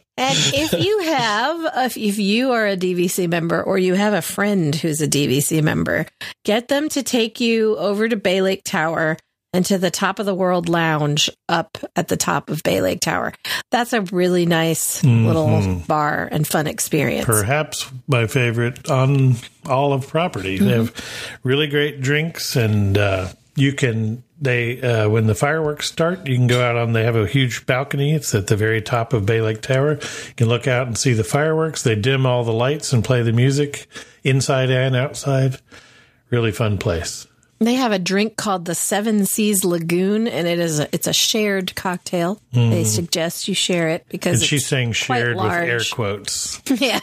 Speaker 4: if you have, if, if you are a DVC member or you have a friend who's a DVC member, get them to take you over to Bay Lake Tower and to the top of the world lounge up at the top of Bay Lake Tower. That's a really nice
Speaker 6: Mm-hmm.
Speaker 4: little bar and fun experience.
Speaker 6: Perhaps my favorite on all of property.
Speaker 4: Mm-hmm.
Speaker 6: They have really great drinks, and uh, you can they uh, when the fireworks start, you can go out on. They have a huge balcony. It's at the very top of Bay Lake Tower. You can look out and see the fireworks. They dim all the lights and play the music inside and outside. Really fun place.
Speaker 4: They have a drink called the Seven Seas Lagoon, and it is a, it's a shared cocktail. They suggest you share it because
Speaker 6: Mm. And she's
Speaker 4: it's
Speaker 6: saying
Speaker 4: quite
Speaker 6: shared with air
Speaker 4: large.
Speaker 6: quotes.
Speaker 4: yeah.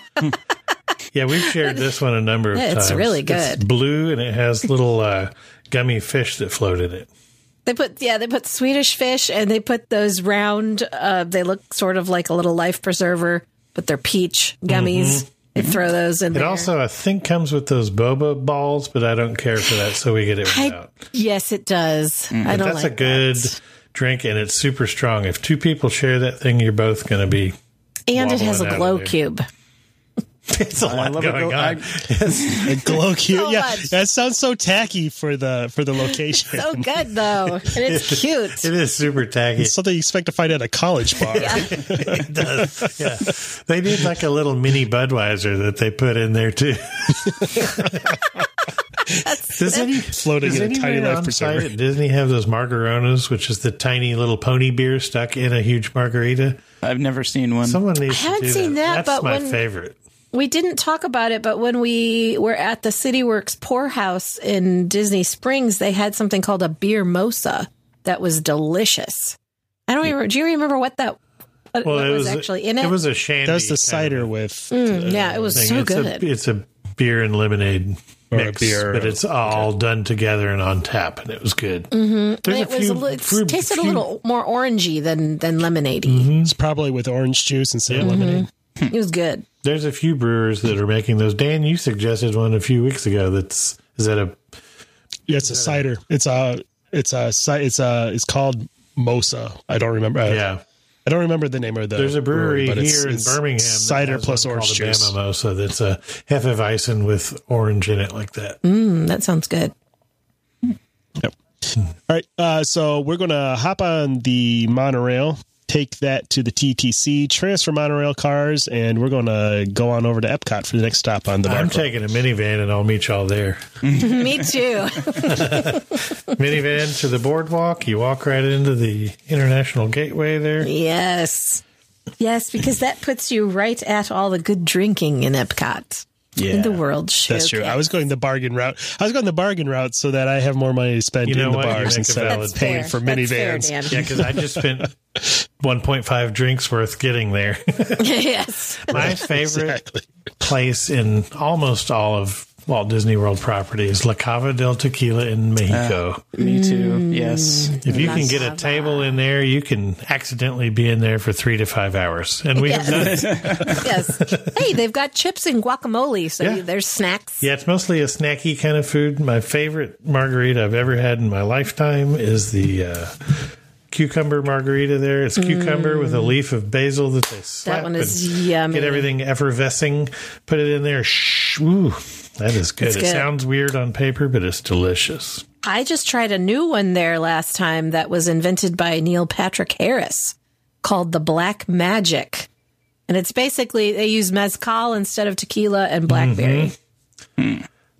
Speaker 6: Yeah, we've shared this one a number of
Speaker 4: Yeah,
Speaker 6: times.
Speaker 4: it's really
Speaker 6: It's
Speaker 4: good.
Speaker 6: blue and it has little uh, gummy fish that float in it.
Speaker 4: They put yeah, they put Swedish fish and they put those round uh they look sort of like a little life preserver, but they're peach gummies. They throw those in
Speaker 6: Mm-hmm. It
Speaker 4: there.
Speaker 6: also, I think, comes with those boba balls, but I don't care for that, so we get it
Speaker 4: I,
Speaker 6: without.
Speaker 4: yes, it does. I don't
Speaker 6: Mm. That's
Speaker 4: like
Speaker 6: a good
Speaker 4: that.
Speaker 6: drink, and it's super strong. If two people share that thing, you're both going to be.
Speaker 4: And it has
Speaker 6: wobbling out
Speaker 4: a
Speaker 6: of
Speaker 4: glow
Speaker 6: there.
Speaker 4: cube.
Speaker 6: It's a lot
Speaker 5: love it,
Speaker 6: going
Speaker 5: though.
Speaker 6: on.
Speaker 5: I-
Speaker 6: Yes.
Speaker 3: A glow cube. yeah,
Speaker 4: much.
Speaker 3: that sounds so tacky for the for the location.
Speaker 4: So Oh, good though. And it's cute.
Speaker 6: it is super tacky.
Speaker 3: It's something you expect to find at a college bar.
Speaker 6: It does. Yeah. They need like a little mini Budweiser that they put in there too. Does any
Speaker 3: Floating
Speaker 6: does
Speaker 3: in a
Speaker 6: anyone
Speaker 3: tiny life
Speaker 6: on
Speaker 3: preserver.
Speaker 6: site at Disney have those margaritas, which is the tiny little pony beer stuck in a huge margarita?
Speaker 5: I've never seen one.
Speaker 6: Someone needs.
Speaker 4: I haven't
Speaker 6: to do
Speaker 4: seen that,
Speaker 6: That's
Speaker 4: but
Speaker 6: my
Speaker 4: when-
Speaker 6: favorite.
Speaker 4: We didn't talk about it, but when we were at the CityWorks Poorhouse in Disney Springs, they had something called a beer mosa that was delicious. I don't even. Do you remember what that? What, what was, actually in it?
Speaker 6: It was a shandy.
Speaker 3: That was the
Speaker 6: kind
Speaker 3: cider
Speaker 6: of
Speaker 3: with.
Speaker 4: Mm, yeah, it was
Speaker 6: thing.
Speaker 4: so
Speaker 6: it's
Speaker 4: good.
Speaker 6: A, it's a beer and lemonade
Speaker 3: Or a
Speaker 6: mix,
Speaker 3: beer-
Speaker 6: but it's all done together and on tap, and it was good.
Speaker 4: Mm-hmm. And
Speaker 6: There's
Speaker 4: it was a li-
Speaker 6: few-
Speaker 4: it tasted a
Speaker 6: few- Mm-hmm.
Speaker 4: little more orangey than than lemonade.
Speaker 3: It's probably with orange juice instead of lemonade.
Speaker 4: It was good.
Speaker 6: There's a few brewers that are making those. Dan, you suggested one a few weeks ago. That's is that a
Speaker 3: Yeah, it's a cider. It's a it's a ci- it's a it's called Mosa. I don't remember. I-
Speaker 6: yeah.
Speaker 3: I don't remember the name of the.
Speaker 6: There's a brewery
Speaker 3: but
Speaker 6: here
Speaker 3: it's-
Speaker 6: in
Speaker 3: it's
Speaker 6: Birmingham. that
Speaker 3: Cider
Speaker 6: has
Speaker 3: plus
Speaker 6: one
Speaker 3: orange
Speaker 6: called
Speaker 3: juice.
Speaker 6: A Bamamosa that's a Hefeweizen with orange in it, like that.
Speaker 4: Mm, that sounds good.
Speaker 3: All right. Uh, so we're going to hop on the monorail, take that to the TTC, transfer monorail cars, and we're going to go on over to Epcot for the next stop on the
Speaker 6: I'm
Speaker 3: monorail.
Speaker 6: taking a minivan and I'll meet y'all there.
Speaker 4: Me too.
Speaker 6: minivan to the boardwalk. You walk right into the International Gateway there.
Speaker 4: yes, yes, because that puts you right at all the good drinking in Epcot. In the world showcase.
Speaker 3: That's true. I was going the bargain route. I was going the bargain route so that I have more money to spend
Speaker 6: You know
Speaker 3: in the
Speaker 6: what? You
Speaker 3: bars
Speaker 6: make a
Speaker 3: instead
Speaker 6: valid
Speaker 3: of
Speaker 6: point.
Speaker 3: paying for
Speaker 4: That's fair,
Speaker 3: minivans.
Speaker 4: Dan.
Speaker 6: Yeah, because I just spent 1.5 drinks worth getting there.
Speaker 4: yes.
Speaker 6: My favorite
Speaker 3: Exactly.
Speaker 6: place in almost all of Walt Disney World property is La Cava del Tequila in Mexico.
Speaker 5: Me too.
Speaker 3: Mm.
Speaker 5: Yes.
Speaker 6: If you can
Speaker 4: Nice.
Speaker 6: get a table in there, you can accidentally be in there for three to five hours. And we have done it.
Speaker 4: Yes. Hey, they've got chips and guacamole, so
Speaker 6: Yeah.
Speaker 4: you- there's snacks.
Speaker 6: Yeah, it's mostly a snacky kind of food. My favorite margarita I've ever had in my lifetime is the uh, cucumber margarita there. It's cucumber with a leaf of basil that they slap.
Speaker 4: Mm. one is
Speaker 6: and
Speaker 4: yummy.
Speaker 6: Get everything effervescing, put it in there. Shh, ooh, that is good.
Speaker 4: It's
Speaker 6: It
Speaker 4: good.
Speaker 6: sounds weird on paper, but it's delicious.
Speaker 4: I just tried a new one there last time that was invented by Neil Patrick Harris called the Black Magic. And it's basically they use mezcal instead of tequila and blackberry.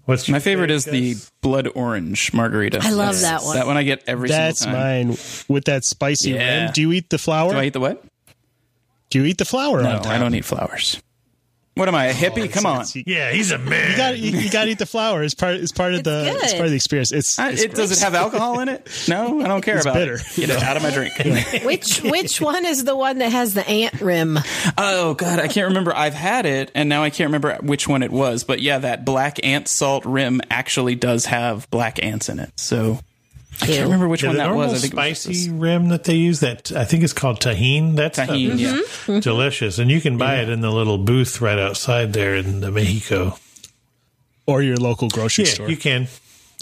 Speaker 6: What's
Speaker 5: My
Speaker 6: your
Speaker 5: favorite is the
Speaker 6: guess?
Speaker 5: blood orange margarita.
Speaker 4: I love
Speaker 5: That's-
Speaker 4: that one.
Speaker 5: That one I get every
Speaker 3: That's
Speaker 5: single time.
Speaker 3: mine with that spicy
Speaker 5: Yeah.
Speaker 3: rim. Do you eat the flour?
Speaker 5: Do I eat the what?
Speaker 3: Do you eat the flour?
Speaker 5: No,
Speaker 3: on top?
Speaker 5: I don't eat flowers. What am I, a
Speaker 3: Oh,
Speaker 5: hippie? Come on.
Speaker 3: You
Speaker 9: Yeah, he's a man.
Speaker 3: got you, you got to eat the flour. It's part. It's part of
Speaker 4: It's
Speaker 3: the.
Speaker 4: good.
Speaker 3: It's part of the experience. It's.
Speaker 5: I,
Speaker 3: it's
Speaker 5: it does it have alcohol in it? No, I don't care about
Speaker 3: bitter.
Speaker 5: it. Get it out of my drink.
Speaker 6: Mm-hmm.
Speaker 4: Which which one is the one that has the ant rim?
Speaker 5: oh god, I can't remember. I've had it, and now I can't remember which one it was. But yeah, that black ant salt rim actually does have black ants in it. So I
Speaker 4: Ew.
Speaker 5: can't remember which
Speaker 6: Yeah,
Speaker 5: one
Speaker 6: the
Speaker 5: that
Speaker 6: normal
Speaker 5: was. I think it was
Speaker 6: spicy
Speaker 5: this
Speaker 6: rim that they use that I think it's called tahine. That's
Speaker 5: Tahine,
Speaker 4: Mm-hmm.
Speaker 5: yeah.
Speaker 6: delicious, and you can buy it in the little booth right outside there in the Mexico.
Speaker 3: or your local grocery
Speaker 6: Yeah,
Speaker 3: store.
Speaker 6: you can.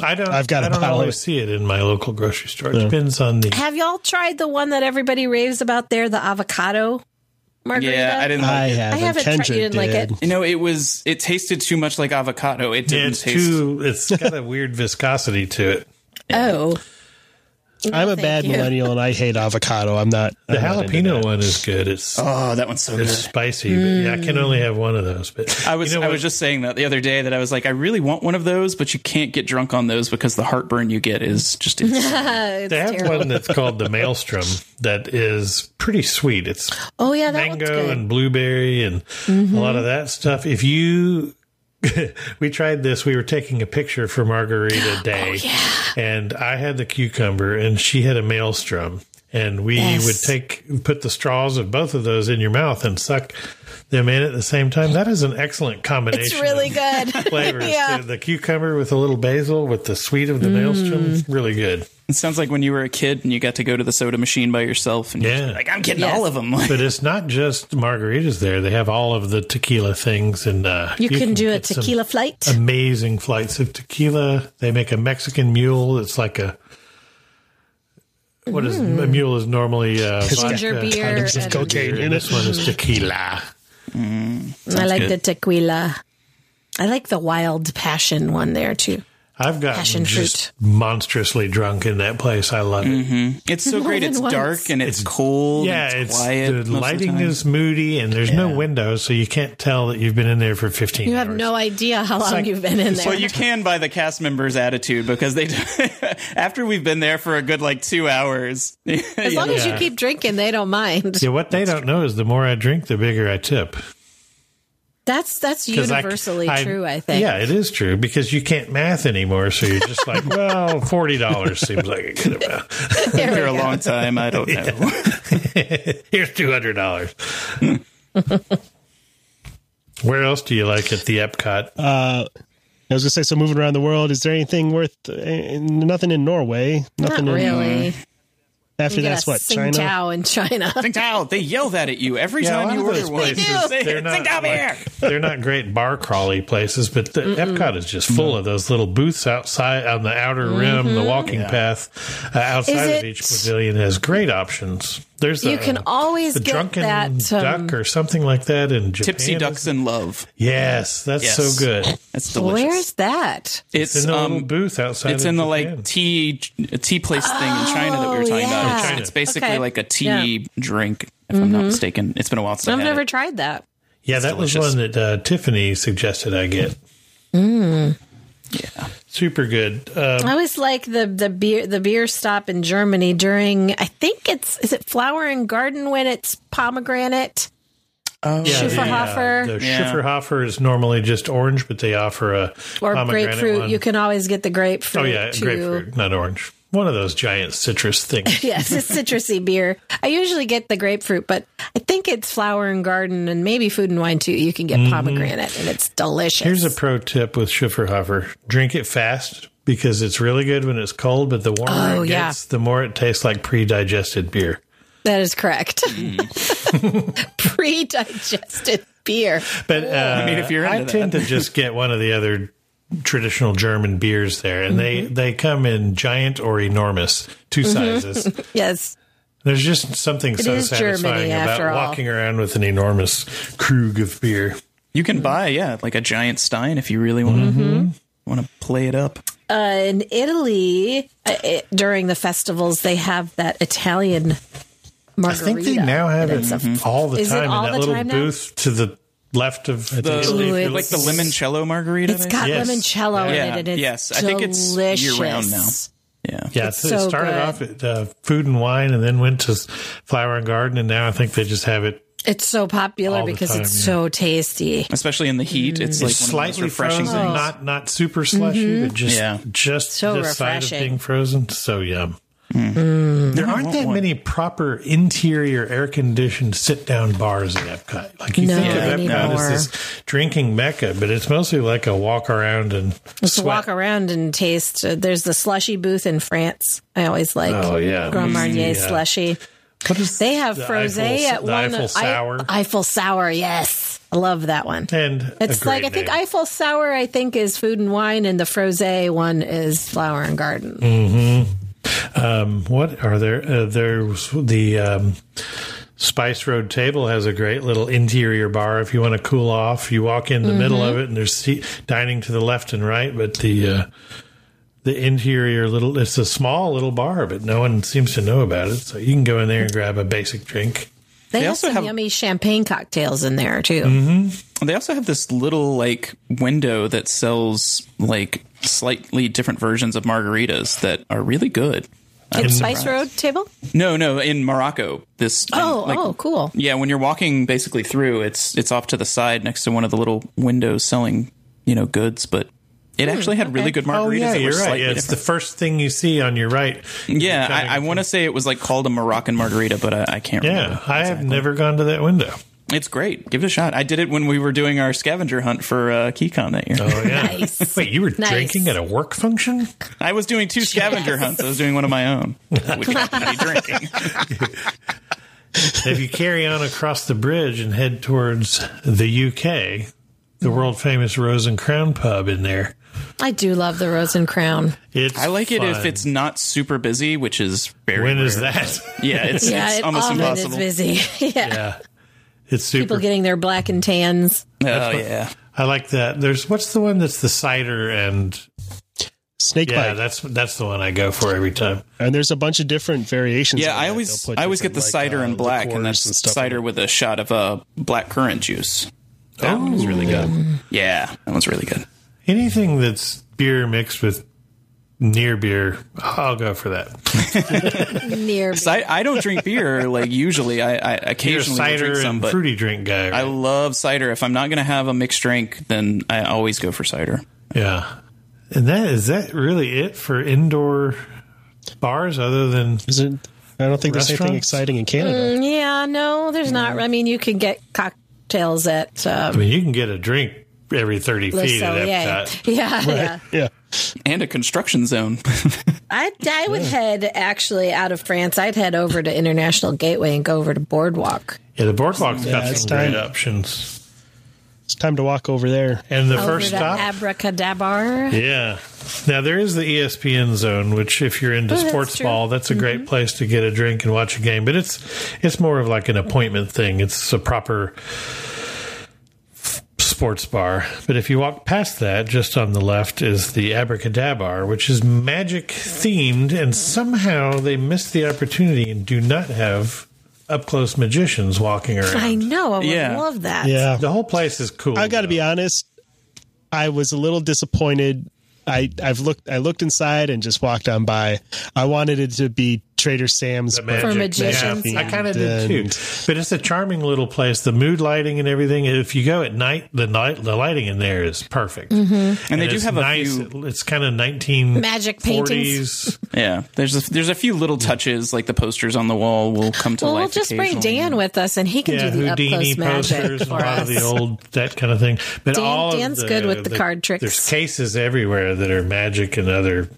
Speaker 6: I don't.
Speaker 3: I've got
Speaker 6: I
Speaker 3: a
Speaker 6: don't
Speaker 3: bottle of
Speaker 6: always
Speaker 3: it.
Speaker 6: see it in my local grocery store. It depends on the.
Speaker 4: Have y'all tried the one that everybody raves about there, the avocado margarita?
Speaker 5: Yeah, I didn't.
Speaker 3: I
Speaker 5: Like it.
Speaker 3: haven't.
Speaker 4: haven't tried- you
Speaker 3: Kendrick
Speaker 4: didn't like
Speaker 3: did.
Speaker 4: it?
Speaker 5: You know, it was. It tasted too much like avocado. It
Speaker 6: Yeah,
Speaker 5: didn't
Speaker 6: it's
Speaker 5: taste.
Speaker 6: too. It's got a weird viscosity to it.
Speaker 4: Oh.
Speaker 3: I'm a
Speaker 4: Thank
Speaker 3: bad
Speaker 4: you.
Speaker 3: millennial and I hate avocado. I'm not
Speaker 6: The
Speaker 3: I'm not into that.
Speaker 6: jalapeno one is good. It's
Speaker 5: oh, that one's so
Speaker 6: it's
Speaker 5: good.
Speaker 6: spicy, but yeah, I can only have one of those. But
Speaker 5: I was
Speaker 6: you know
Speaker 5: I
Speaker 6: what?
Speaker 5: was just saying that the other day that I was like I really want one of those, but you can't get drunk on those because the heartburn you get is just insane.
Speaker 4: uh, It's
Speaker 6: They have
Speaker 4: terrible.
Speaker 6: one that's called the Maelstrom that is pretty sweet. It's
Speaker 4: Oh yeah, that one's
Speaker 6: mango
Speaker 4: good.
Speaker 6: and blueberry and a lot of that stuff. If you we tried this, we were taking a picture for Margarita
Speaker 4: Oh,
Speaker 6: Day, and I had the cucumber, and she had a maelstrom, and we
Speaker 4: Yes.
Speaker 6: would take put the straws of both of those in your mouth and suck them in at the same time. That is an excellent combination.
Speaker 4: it's really
Speaker 6: of
Speaker 4: good.
Speaker 6: Flavors.
Speaker 4: Yeah.
Speaker 6: The, the cucumber with a little basil with the sweet of the maelstrom.
Speaker 4: Mm.
Speaker 6: Really good.
Speaker 5: it sounds like when you were a kid and you got to go to the soda machine by yourself and you're just
Speaker 6: Yeah.
Speaker 5: like I'm getting
Speaker 4: Yes.
Speaker 5: all of them.
Speaker 6: But it's not just margaritas there. They have all of the tequila things and uh,
Speaker 4: You, can, do a
Speaker 6: get some
Speaker 4: tequila flight.
Speaker 6: amazing flights of tequila. They make a Mexican mule. It's like a what is a mule is normally uh,
Speaker 4: Mm. Ginger
Speaker 6: vodka,
Speaker 4: beer
Speaker 6: tons
Speaker 4: and-
Speaker 6: of cocaine, and this one is tequila.
Speaker 4: I like
Speaker 5: good.
Speaker 4: the tequila. I like the wild passion one there too.
Speaker 6: I've gotten
Speaker 4: Passion
Speaker 6: just monstrously drunk in that place. I love it.
Speaker 5: It's so great.
Speaker 4: than
Speaker 5: It's
Speaker 4: once.
Speaker 5: dark and it's, cold.
Speaker 6: Yeah,
Speaker 5: and Mm-hmm. it's,
Speaker 6: it's,
Speaker 5: quiet. most of
Speaker 6: the
Speaker 5: the
Speaker 6: lighting
Speaker 5: time.
Speaker 6: is moody, and there's no windows, so you can't tell that you've been in there for 15.
Speaker 4: You have
Speaker 6: hours.
Speaker 4: no idea how long
Speaker 6: like-
Speaker 4: you've been in there.
Speaker 5: Well, you can by the cast members' attitude because they, after we've been there for a good like two hours,
Speaker 4: as long as you keep drinking, they don't mind.
Speaker 6: Yeah, what they don't know is the more I drink, the bigger I tip.
Speaker 4: That's that's
Speaker 6: 'Cause I-
Speaker 4: universally true. I think.
Speaker 6: Yeah, it is true because you can't math anymore, so you're just like, well, forty dollars seems like a good amount.
Speaker 4: There we
Speaker 5: for a
Speaker 4: go.
Speaker 5: long time, I don't know.
Speaker 6: Here's two hundred dollars. Where else do you like at the Epcot?
Speaker 3: I was gonna say, so moving around the world, is there anything worth? uh, nothing in Norway. Nothing
Speaker 4: Not
Speaker 3: in,
Speaker 4: really.
Speaker 3: After
Speaker 4: You
Speaker 3: that's
Speaker 4: got a
Speaker 3: what China.
Speaker 4: Tsingtao in China.
Speaker 5: Think out. They yell that at you every
Speaker 6: Yeah, a
Speaker 5: time
Speaker 6: lot
Speaker 5: you
Speaker 6: of
Speaker 5: order
Speaker 6: those
Speaker 5: one.
Speaker 6: places,
Speaker 5: Say,
Speaker 6: they're
Speaker 5: "Think
Speaker 6: not
Speaker 5: out
Speaker 6: like-
Speaker 5: here."
Speaker 6: They're not great bar crawly places, but the Epcot is just full of those little booths outside on the outer rim, the walking path uh, outside
Speaker 4: Mm-hmm. Is it-
Speaker 6: of each pavilion has great options. There's
Speaker 4: You
Speaker 6: the,
Speaker 4: can always
Speaker 6: the
Speaker 4: get
Speaker 6: drunken
Speaker 4: that, um,
Speaker 6: duck or something like that in Japan.
Speaker 5: Tipsy ducks in love.
Speaker 6: Yes, that's
Speaker 5: Yes.
Speaker 6: so good.
Speaker 5: That's delicious.
Speaker 4: Where's that?
Speaker 5: it's
Speaker 6: in the
Speaker 5: um,
Speaker 6: little booth outside.
Speaker 5: it's
Speaker 6: of
Speaker 5: in the
Speaker 6: Japan.
Speaker 5: like tea tea place thing in China that we were
Speaker 4: Oh,
Speaker 5: talking
Speaker 4: yeah.
Speaker 5: about.
Speaker 4: China.
Speaker 5: It's, it's basically
Speaker 4: Okay. Mm-hmm.
Speaker 5: like a tea drink, if I'm not mistaken. It's been a while since
Speaker 4: I've
Speaker 5: I had
Speaker 4: never
Speaker 5: it.
Speaker 4: tried that.
Speaker 6: yeah, that
Speaker 5: delicious.
Speaker 6: was one that uh, Tiffany suggested I get. Yeah, super good. Um,
Speaker 4: I always like the the beer the beer stop in Germany during I think it's is it Flower and Garden when it's pomegranate. Oh,
Speaker 6: yeah,
Speaker 4: Schufferhofer.
Speaker 6: The, uh, the
Speaker 5: Yeah.
Speaker 6: Schufferhofer is normally just orange, but they offer a
Speaker 4: or
Speaker 6: pomegranate
Speaker 4: grapefruit.
Speaker 6: one.
Speaker 4: You can always get the grapefruit.
Speaker 6: oh yeah,
Speaker 4: too.
Speaker 6: grapefruit, not orange. One of those giant citrus things.
Speaker 4: Yes, it's citrusy beer. I usually get the grapefruit, but I think it's flower and garden and maybe food and wine too. You can get pomegranate and it's delicious.
Speaker 6: Mm-hmm. Here's a pro tip with Schufferhofer: drink it fast because it's really good when it's cold, but the warmer
Speaker 4: Oh,
Speaker 6: it
Speaker 4: yeah.
Speaker 6: gets, the more it tastes like pre-digested beer.
Speaker 4: that is correct.
Speaker 6: Mm.
Speaker 4: Pre-digested beer.
Speaker 6: But uh, I
Speaker 5: mean, if you're into that.
Speaker 6: tend to just get one of the other traditional German beers there, and
Speaker 4: Mm-hmm.
Speaker 6: they they come in giant or enormous, two sizes.
Speaker 4: Yes.
Speaker 6: There's just something so
Speaker 4: Mm-hmm. is Germany,
Speaker 6: satisfying about
Speaker 4: after all.
Speaker 6: walking around with an enormous krug of beer.
Speaker 5: You
Speaker 6: Mm-hmm.
Speaker 5: can buy, yeah, like a giant stein if you really want to
Speaker 4: Mm-hmm.
Speaker 5: want to play it up.
Speaker 4: Uh, in Italy, uh, it, during the festivals, they have that Italian margarita.
Speaker 6: I think they now have it all the
Speaker 4: Is it
Speaker 6: time in
Speaker 4: all
Speaker 6: that
Speaker 4: the
Speaker 6: little
Speaker 4: time now?
Speaker 6: booth to the left of I
Speaker 5: The,
Speaker 6: think it'll be-
Speaker 4: Ooh,
Speaker 5: like the
Speaker 4: it's-
Speaker 5: limoncello margarita.
Speaker 4: It's
Speaker 5: they
Speaker 4: got
Speaker 6: Yes.
Speaker 4: limoncello
Speaker 5: Yeah.
Speaker 4: in it. and It's
Speaker 5: Yes, I
Speaker 4: delicious.
Speaker 5: think it's year-round now. Yeah.
Speaker 6: yeah,
Speaker 4: it's
Speaker 6: it
Speaker 4: so
Speaker 6: started
Speaker 4: good.
Speaker 6: off at uh, food and wine, and then went to flower and garden, and now I think they just have it.
Speaker 4: It's so popular
Speaker 6: All the
Speaker 4: because
Speaker 6: time,
Speaker 4: it's
Speaker 6: yeah.
Speaker 4: so tasty.
Speaker 5: Especially in the heat,
Speaker 6: it's
Speaker 5: it's, like one of the
Speaker 6: slightly
Speaker 5: most refreshing
Speaker 6: refreshing,
Speaker 5: things.
Speaker 6: not not super slushy, but just
Speaker 5: Yeah.
Speaker 6: just
Speaker 4: Mm-hmm. So
Speaker 6: the side of
Speaker 4: refreshing.
Speaker 6: being frozen. So yum. Mm. There aren't that many proper interior air conditioned sit down bars at Epcot. Like you
Speaker 4: No,
Speaker 6: think of
Speaker 4: Yeah.
Speaker 6: Epcot
Speaker 4: anymore.
Speaker 6: as this drinking mecca, but it's mostly like a walk around and
Speaker 4: Just
Speaker 6: sweat.
Speaker 4: walk around and taste. Uh, there's the slushy booth in France. I always like
Speaker 6: Oh, yeah.
Speaker 4: Grand Marnier
Speaker 6: Yeah.
Speaker 4: slushy.
Speaker 6: What is
Speaker 4: They have
Speaker 6: the
Speaker 4: froze
Speaker 6: Eiffel,
Speaker 4: at
Speaker 6: the
Speaker 4: one.
Speaker 6: Eiffel
Speaker 4: I-
Speaker 6: sour
Speaker 4: Eiffel sour. Yes, I love that one.
Speaker 6: and a
Speaker 4: It's like
Speaker 6: great
Speaker 4: I think
Speaker 6: name.
Speaker 4: Eiffel sour. I think is food and wine, and the froze one is flower and garden.
Speaker 6: Mm. Um, what are there? Uh, there's the um, Spice Road table has a great little interior bar. If you want to cool off, you walk in the middle of it, and there's seat, dining to the left and right. But the uh, the interior little it's a small little bar, but no one seems to know about it. So you can go in there and grab a basic drink.
Speaker 4: They, have
Speaker 5: also
Speaker 4: some
Speaker 5: have-
Speaker 4: yummy champagne cocktails in there too.
Speaker 6: Mm-hmm.
Speaker 5: They also have this little like window that sells like slightly different versions of margaritas that are really good.
Speaker 4: In Spice Road table.
Speaker 5: No, no, in Morocco, this
Speaker 4: Oh,
Speaker 5: like,
Speaker 4: oh, cool.
Speaker 5: Yeah, when you're walking basically through, it's it's off to the side next to one of the little windows selling, you know, goods, but it
Speaker 4: Hmm,
Speaker 5: actually had really good margaritas.
Speaker 6: Oh yeah,
Speaker 5: that were
Speaker 6: you're right.
Speaker 5: slightly
Speaker 6: Yeah, it's the
Speaker 5: different.
Speaker 6: first thing you see on your right.
Speaker 5: yeah,
Speaker 6: Coming
Speaker 5: I, I
Speaker 6: from-
Speaker 5: want to say it was like called a Moroccan margarita, but I, I can't
Speaker 6: Yeah,
Speaker 5: remember.
Speaker 6: I have never gone to that window.
Speaker 5: It's great. Give it a shot. I did it when we were doing our scavenger hunt for uh, KeyCon that year.
Speaker 6: Oh yeah.
Speaker 4: Nice.
Speaker 6: Wait, you were
Speaker 4: Nice.
Speaker 6: drinking at a work function?
Speaker 5: I was doing two scavenger hunts. I was doing one of my own, which happened to be drinking.
Speaker 6: if you carry on across the bridge and head towards the UK, the world famous Rose and Crown pub in there.
Speaker 4: I do love the rose and crown.
Speaker 6: It's
Speaker 5: I like it if
Speaker 6: fun.
Speaker 5: it's not super busy, which is very
Speaker 6: when is
Speaker 5: rare.
Speaker 6: that?
Speaker 5: Yeah, it's,
Speaker 4: Yeah,
Speaker 5: it's
Speaker 4: it
Speaker 5: almost
Speaker 4: often
Speaker 5: impossible.
Speaker 4: is busy. yeah.
Speaker 6: yeah, it's super.
Speaker 4: people getting their black and tans.
Speaker 5: Oh yeah,
Speaker 6: I like that. There's what's the one that's the cider and
Speaker 3: Snake
Speaker 6: yeah,
Speaker 3: bite.
Speaker 6: that's that's the one I go for every time.
Speaker 3: and there's a bunch of different variations.
Speaker 5: yeah.
Speaker 3: on
Speaker 5: I
Speaker 3: that.
Speaker 5: always
Speaker 3: They'll put
Speaker 5: I always get the
Speaker 3: different, like,
Speaker 5: cider
Speaker 3: uh,
Speaker 5: and black, and
Speaker 3: liqueurs
Speaker 5: that's
Speaker 3: and stuff
Speaker 5: cider
Speaker 3: in it.
Speaker 5: with a shot of uh, black currant juice. That one's really
Speaker 3: Oh.
Speaker 5: good. Yeah, that one's really good.
Speaker 6: Anything that's beer mixed with near beer, I'll go for that.
Speaker 4: Near
Speaker 5: So I, I don't drink beer like usually. I, I
Speaker 6: You're a
Speaker 5: occasionally will
Speaker 6: cider
Speaker 5: drink some,
Speaker 6: and
Speaker 5: but
Speaker 6: fruity drink guy.
Speaker 5: I
Speaker 6: right?
Speaker 5: love cider. If I'm not gonna have a mixed drink, then I always go for cider.
Speaker 6: yeah, and that is that really it for indoor bars other than
Speaker 3: Is it? I don't think there's anything
Speaker 6: Restaurants? Mm.
Speaker 3: exciting in Canada.
Speaker 4: yeah, no, there's not. I mean, you can get cocktails at
Speaker 6: I
Speaker 4: um,
Speaker 6: mean, you can get a drink every 30
Speaker 4: Le
Speaker 6: feet at
Speaker 4: Cellier. Yeah,
Speaker 6: Epcot.
Speaker 4: yeah.
Speaker 3: Yeah,
Speaker 5: And a construction zone.
Speaker 4: I I would head actually out of France. I'd head over to International Gateway and go over to Boardwalk.
Speaker 6: Yeah, the boardwalk's
Speaker 3: Yeah,
Speaker 6: got
Speaker 3: it's
Speaker 6: some
Speaker 3: time.
Speaker 6: great options.
Speaker 3: it's time to walk over there.
Speaker 6: And the
Speaker 4: Over
Speaker 6: first
Speaker 4: to
Speaker 6: stop.
Speaker 4: Abracadabra.
Speaker 6: yeah. Now, there is the E ESPN zone, which, if you're into
Speaker 4: Oh, that's
Speaker 6: sports
Speaker 4: true. Mm-hmm.
Speaker 6: ball, that's a great place to get a drink and watch a game. But it's it's more of like an appointment thing, it's a proper sports bar. But if you walk past that, just on the left is the Abracadabar, which is magic themed, and somehow they missed the opportunity and do not have up close magicians walking around.
Speaker 4: I know. I would
Speaker 5: Yeah.
Speaker 4: love that.
Speaker 3: Yeah,
Speaker 6: The whole place is cool.
Speaker 3: I got to
Speaker 6: though.
Speaker 3: be honest. I was a little disappointed. I I've looked I looked inside and just walked on by. I wanted it to be Trader Sam's.
Speaker 6: The
Speaker 3: but-
Speaker 6: magic.
Speaker 4: magicians,
Speaker 6: Yeah, I
Speaker 4: yeah.
Speaker 6: kind of did too.
Speaker 3: And-
Speaker 6: But it's a charming little place. The mood lighting and everything. If you go at night, the night the lighting in there is perfect.
Speaker 4: Mm-hmm.
Speaker 5: And they do
Speaker 6: it's
Speaker 5: have a
Speaker 6: nice.
Speaker 5: few
Speaker 6: It's kind of nineteen
Speaker 4: Magic paintings.
Speaker 5: Yeah, there's a, there's a few little touches like the posters on the wall will come to
Speaker 4: Well,
Speaker 5: life.
Speaker 4: we'll just bring
Speaker 5: occasionally.
Speaker 4: Dan with us, and he can
Speaker 6: Yeah,
Speaker 4: do the up
Speaker 6: Houdini
Speaker 4: close
Speaker 6: posters,
Speaker 4: magic
Speaker 6: and a
Speaker 4: for
Speaker 6: lot
Speaker 4: us.
Speaker 6: of the old that kind of thing. But
Speaker 4: Dan-
Speaker 6: all of
Speaker 4: Dan's
Speaker 6: the-
Speaker 4: good with the card tricks.
Speaker 6: There's cases everywhere that are magic and other.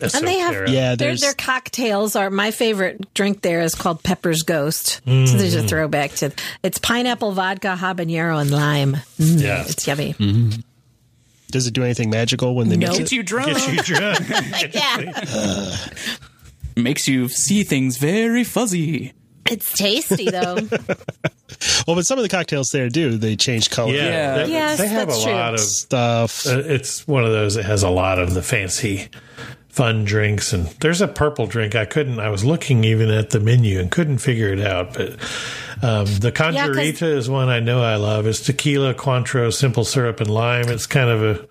Speaker 4: And they have-
Speaker 6: esoteric.
Speaker 3: Yeah,
Speaker 4: Their,
Speaker 3: there's
Speaker 4: their cocktails are my favorite drink there is called Pepper's Ghost. So there's a
Speaker 3: Mm.
Speaker 4: throwback to it's pineapple vodka, habanero, and lime. Mm,
Speaker 6: Yeah.
Speaker 4: It's yummy.
Speaker 3: does it do anything magical when Mm-hmm. they
Speaker 4: No.
Speaker 3: mix it?
Speaker 5: Gets you drunk,
Speaker 6: Get you drunk.
Speaker 4: yeah.
Speaker 5: makes you see things very fuzzy.
Speaker 4: It's tasty though.
Speaker 3: Well, Oh, but some of the cocktails there do. They change color.
Speaker 6: Yeah,
Speaker 5: Oh, Yeah.
Speaker 6: They,
Speaker 4: Yes,
Speaker 6: they have
Speaker 4: that's
Speaker 6: a
Speaker 4: true.
Speaker 6: lot Uh, of
Speaker 3: Stuff.
Speaker 6: Uh, it's one of those that has a lot of the fancy fun drinks. And there's a purple drink. I couldn't, I was looking even at the menu and couldn't figure it out. But um, the
Speaker 4: Yeah, 'cause-
Speaker 6: Conjurita is one I know I love. It's tequila, Cointreau, simple syrup, and lime. It's kind of a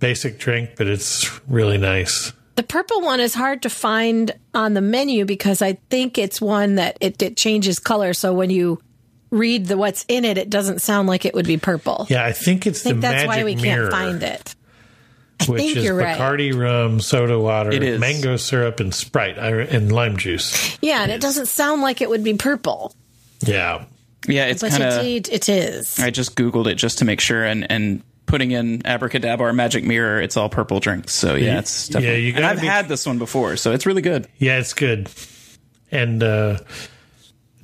Speaker 6: basic drink, but it's really nice.
Speaker 4: The purple one is hard to find on the menu because I think it's one that it, it changes color. So when you read the what's in it, it doesn't sound like it would be purple.
Speaker 6: Yeah, I think it's
Speaker 4: I think
Speaker 6: the
Speaker 4: that's
Speaker 6: magic
Speaker 4: why we can't
Speaker 6: mirror.
Speaker 4: find it.
Speaker 6: which
Speaker 4: think
Speaker 6: is
Speaker 4: you're right.
Speaker 6: Bacardi rum, soda water,
Speaker 5: It is.
Speaker 6: mango syrup, and Sprite I- and lime juice.
Speaker 4: Yeah, and it doesn't sound like it would be purple,
Speaker 6: Yeah,
Speaker 5: Yeah, it's
Speaker 4: but
Speaker 5: kind of.
Speaker 4: indeed it is.
Speaker 5: I just googled it just to make sure, and and putting in abracadabra or magic mirror, it's all purple drinks. So yeah, it's
Speaker 6: yeah,
Speaker 5: definitely.
Speaker 6: you
Speaker 5: and
Speaker 6: gotta
Speaker 5: I've
Speaker 6: be-
Speaker 5: had this one before, so it's really good.
Speaker 6: yeah, it's good. And uh,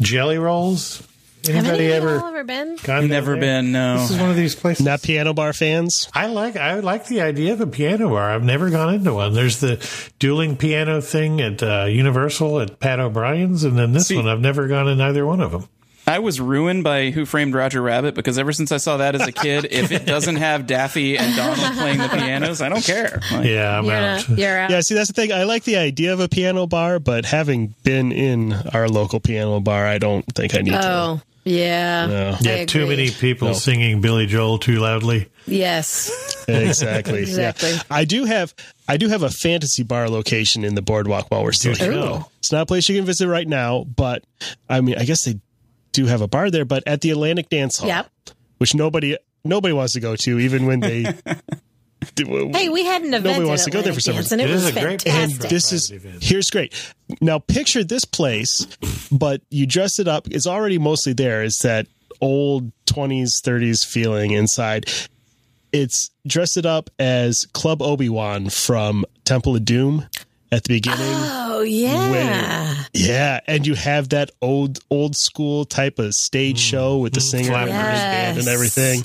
Speaker 6: jelly rolls.
Speaker 4: Have any
Speaker 6: Anybody
Speaker 4: of
Speaker 6: ever
Speaker 4: y'all ever been?
Speaker 6: gone? down
Speaker 5: Never
Speaker 6: there?
Speaker 5: been. No,
Speaker 6: This is one of these places.
Speaker 3: Not piano bar fans.
Speaker 6: I like I like the idea of a piano bar. I've never gone into one. There's the dueling piano thing at uh, Universal at Pat O'Brien's, and then this
Speaker 5: See-
Speaker 6: one. I've never gone in either one of them.
Speaker 5: I was ruined by Who Framed Roger Rabbit because ever since I saw that as a kid, if it doesn't have Daffy and Donald playing the pianos, I don't care. Like,
Speaker 6: Yeah, I'm
Speaker 4: You're
Speaker 6: out.
Speaker 4: not- you're out.
Speaker 3: Yeah, see, that's the thing. I like the idea of a piano bar, but having been in our local piano bar, I don't think I need to.
Speaker 4: Oh, yeah.
Speaker 3: No.
Speaker 4: I
Speaker 6: Yeah, too
Speaker 4: agree.
Speaker 6: many people
Speaker 3: No.
Speaker 6: singing Billy Joel too loudly.
Speaker 4: Yes.
Speaker 3: Exactly.
Speaker 4: Exactly.
Speaker 3: Yeah. I do have I do have a fantasy bar location in the boardwalk while we're still
Speaker 6: Do you
Speaker 3: here.
Speaker 6: know?
Speaker 3: It's not a place you can visit right now, but I mean, I guess they do have a bar there. But at the Atlantic Dance Hall,
Speaker 4: Yep.
Speaker 3: which nobody nobody wants to go to, even when they. uh,
Speaker 4: Hey, we had an event.
Speaker 3: Nobody
Speaker 4: at
Speaker 3: wants to go there for some reason.
Speaker 4: Atlantic Dance, and it,
Speaker 6: It is
Speaker 4: was
Speaker 6: a great
Speaker 3: and
Speaker 4: fantastic.
Speaker 6: Fantastic.
Speaker 3: this is
Speaker 6: Event.
Speaker 3: here's great. Now picture this place, but you dress it up. It's already mostly there. It's that old 20s, 30s feeling inside. It's dress it up as Club Obi Wan from Temple of Doom at the beginning.
Speaker 4: Oh yeah.
Speaker 3: Yeah, and you have that old old school type of stage show with the singer and
Speaker 6: flappers.
Speaker 3: band and everything.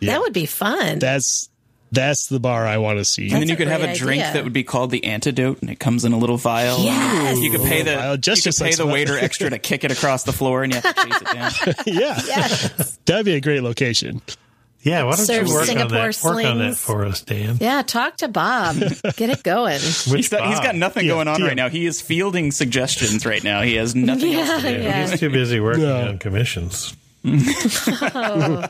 Speaker 3: Yeah.
Speaker 4: That would be fun.
Speaker 3: That's that's the bar I want to see.
Speaker 5: And then
Speaker 4: That's
Speaker 5: you
Speaker 4: a
Speaker 5: could have a
Speaker 4: great
Speaker 5: drink
Speaker 4: idea.
Speaker 5: that would be called the antidote, and it comes in a little vial.
Speaker 4: Yes.
Speaker 5: You could pay
Speaker 3: Vial,
Speaker 5: the
Speaker 3: just-
Speaker 5: you
Speaker 3: just
Speaker 5: could pay
Speaker 3: like
Speaker 5: the
Speaker 3: some-
Speaker 5: waiter extra to kick it across the floor, and you have to chase it down.
Speaker 3: yeah.
Speaker 4: Yes.
Speaker 3: That'd be a great location.
Speaker 6: Yeah, why don't
Speaker 4: Serve
Speaker 6: you work on
Speaker 4: Singapore
Speaker 6: that? Work on that
Speaker 4: slings.
Speaker 6: for us, Dan.
Speaker 4: yeah. Talk to Bob. Get it going.
Speaker 5: He's got, he's got nothing
Speaker 3: Yeah,
Speaker 5: going on right
Speaker 3: deal.
Speaker 5: now. He is fielding suggestions right now. He has nothing else to do.
Speaker 6: He's too busy working
Speaker 3: No.
Speaker 6: on commissions.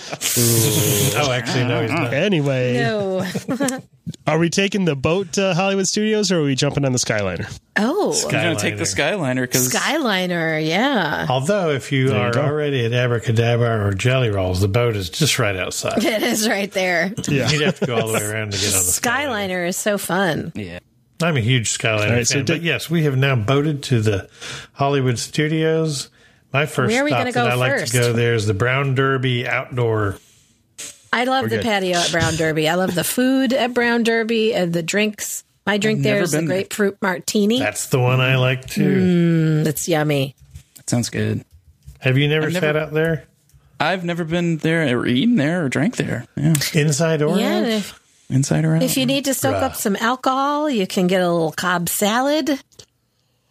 Speaker 6: oh, actually, no, he's not.
Speaker 3: Anyway,
Speaker 4: No.
Speaker 3: Are we taking the boat to Hollywood Studios or are we jumping on the Skyliner?
Speaker 4: Oh,
Speaker 5: I'm going to take the Skyliner because
Speaker 4: Skyliner. Yeah.
Speaker 6: Although, if you are
Speaker 3: go.
Speaker 6: already at Abracadabra or Jelly Rolls, the boat is just right outside.
Speaker 4: It is right there.
Speaker 3: Yeah.
Speaker 6: You'd have to go all the way around to get on the Skyliner.
Speaker 4: Skyliner is so fun.
Speaker 5: yeah,
Speaker 6: I'm a huge Skyliner
Speaker 3: All right, so
Speaker 6: fan,
Speaker 3: did-
Speaker 6: but yes, we have now boated to the Hollywood Studios. My first
Speaker 4: Where are we
Speaker 6: stop
Speaker 4: gonna
Speaker 6: that
Speaker 4: go
Speaker 6: I like
Speaker 4: first?
Speaker 6: to go there is the Brown Derby Outdoor.
Speaker 4: I love the
Speaker 3: good.
Speaker 4: patio at Brown Derby. I love the food at Brown Derby and the drinks. My drink there
Speaker 5: never
Speaker 4: is the
Speaker 5: been there.
Speaker 4: grapefruit martini.
Speaker 6: That's the one I like
Speaker 4: Mm.
Speaker 6: too.
Speaker 4: That's yummy.
Speaker 5: that sounds good.
Speaker 6: Have you never,
Speaker 5: I've never-
Speaker 6: sat out there
Speaker 5: I've never been there or eaten there or drank there. Yeah,
Speaker 6: inside or
Speaker 4: Yeah.
Speaker 6: out?
Speaker 4: and If,
Speaker 5: inside or out.
Speaker 4: if you need to soak up some alcohol, you can get a little cob salad.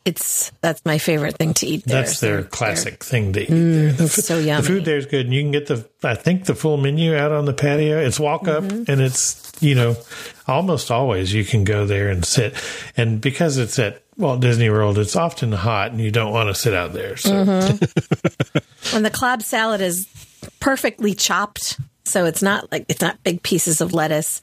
Speaker 4: It's that's my favorite thing to eat there.
Speaker 6: That's their
Speaker 4: They're-
Speaker 6: classic thing to eat.
Speaker 4: Mm.
Speaker 6: there. The,
Speaker 4: so
Speaker 6: food-
Speaker 4: yummy.
Speaker 6: The food there is good, and you can get the I think the full menu out on the patio. It's walk up, and it's you know almost always you can go there and sit, and because it's at Walt Disney World, it's often hot, and you don't want to sit out there. So
Speaker 4: And the club salad is perfectly chopped, so it's not like it's not big pieces of lettuce.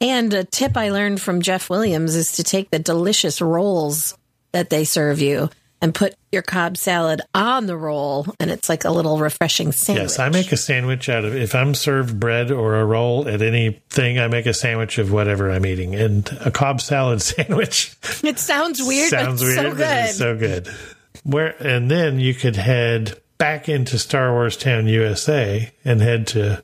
Speaker 4: And a tip I learned from Jeff Williams is to take the delicious rolls that they serve you and put your cob salad on the roll, and it's like a little refreshing sandwich.
Speaker 6: yes, I make a sandwich out of if I'm served bread or a roll at anything, I make a sandwich of whatever I'm eating, and a Cobb salad sandwich.
Speaker 4: It sounds weird,
Speaker 6: Sounds
Speaker 4: but it's
Speaker 6: weird,
Speaker 4: so
Speaker 6: but
Speaker 4: good.
Speaker 6: it's so good. Where and then you could head back into Star Wars Town, USA, and head to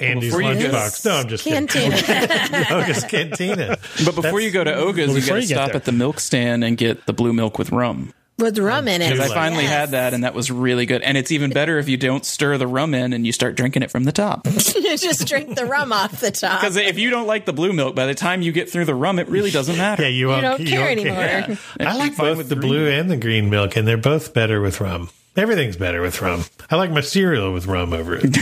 Speaker 6: Andy's
Speaker 5: before you get-
Speaker 6: lunchbox. No, I'm just kidding.
Speaker 4: Canteen.
Speaker 6: Oga's Cantina.
Speaker 5: but before you go to Oga's, you
Speaker 3: before
Speaker 5: got to
Speaker 3: you get
Speaker 5: stop
Speaker 3: there.
Speaker 5: at the milk stand and get the blue milk with rum.
Speaker 4: with rum in it.
Speaker 5: Because I
Speaker 6: like
Speaker 5: finally
Speaker 4: Yes.
Speaker 5: had that, and that was really good. And it's even better if you don't stir the rum in and you start drinking it from the top.
Speaker 4: You just drink the rum off the top.
Speaker 5: Because if you don't like the blue milk, by the time you get through the rum, it really doesn't matter.
Speaker 6: Yeah, you, won't,
Speaker 4: don't care
Speaker 6: won't
Speaker 4: anymore.
Speaker 6: I like both with the
Speaker 5: green.
Speaker 6: blue and the green milk, and they're both better with rum. Everything's better with rum. I like my cereal with rum over it.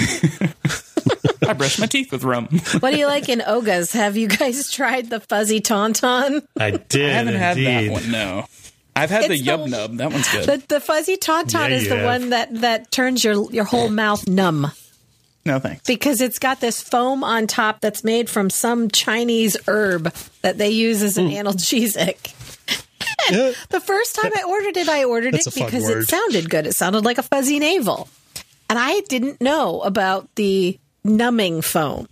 Speaker 5: I brush my teeth with rum.
Speaker 4: What do you like in Ogas? Have you guys tried the fuzzy tauntaun?
Speaker 6: I did.
Speaker 5: I haven't had that
Speaker 6: indeed.
Speaker 5: one. No, I've had
Speaker 4: It's
Speaker 5: the
Speaker 4: the-
Speaker 5: yub nub. That one's good.
Speaker 4: The, the fuzzy
Speaker 6: Yeah,
Speaker 4: tauntaun is
Speaker 6: you
Speaker 4: the
Speaker 6: have.
Speaker 4: one that that turns your your whole mouth numb
Speaker 5: no thanks.
Speaker 4: because it's got this foam on top that's made from some Chinese herb that they use as an analgesic.
Speaker 3: Hmm. Yeah.
Speaker 4: The first time I ordered it, I ordered
Speaker 3: That's
Speaker 4: it
Speaker 3: a fun
Speaker 4: because
Speaker 3: word.
Speaker 4: it sounded good. It sounded like a fuzzy navel. And I didn't know about the numbing foam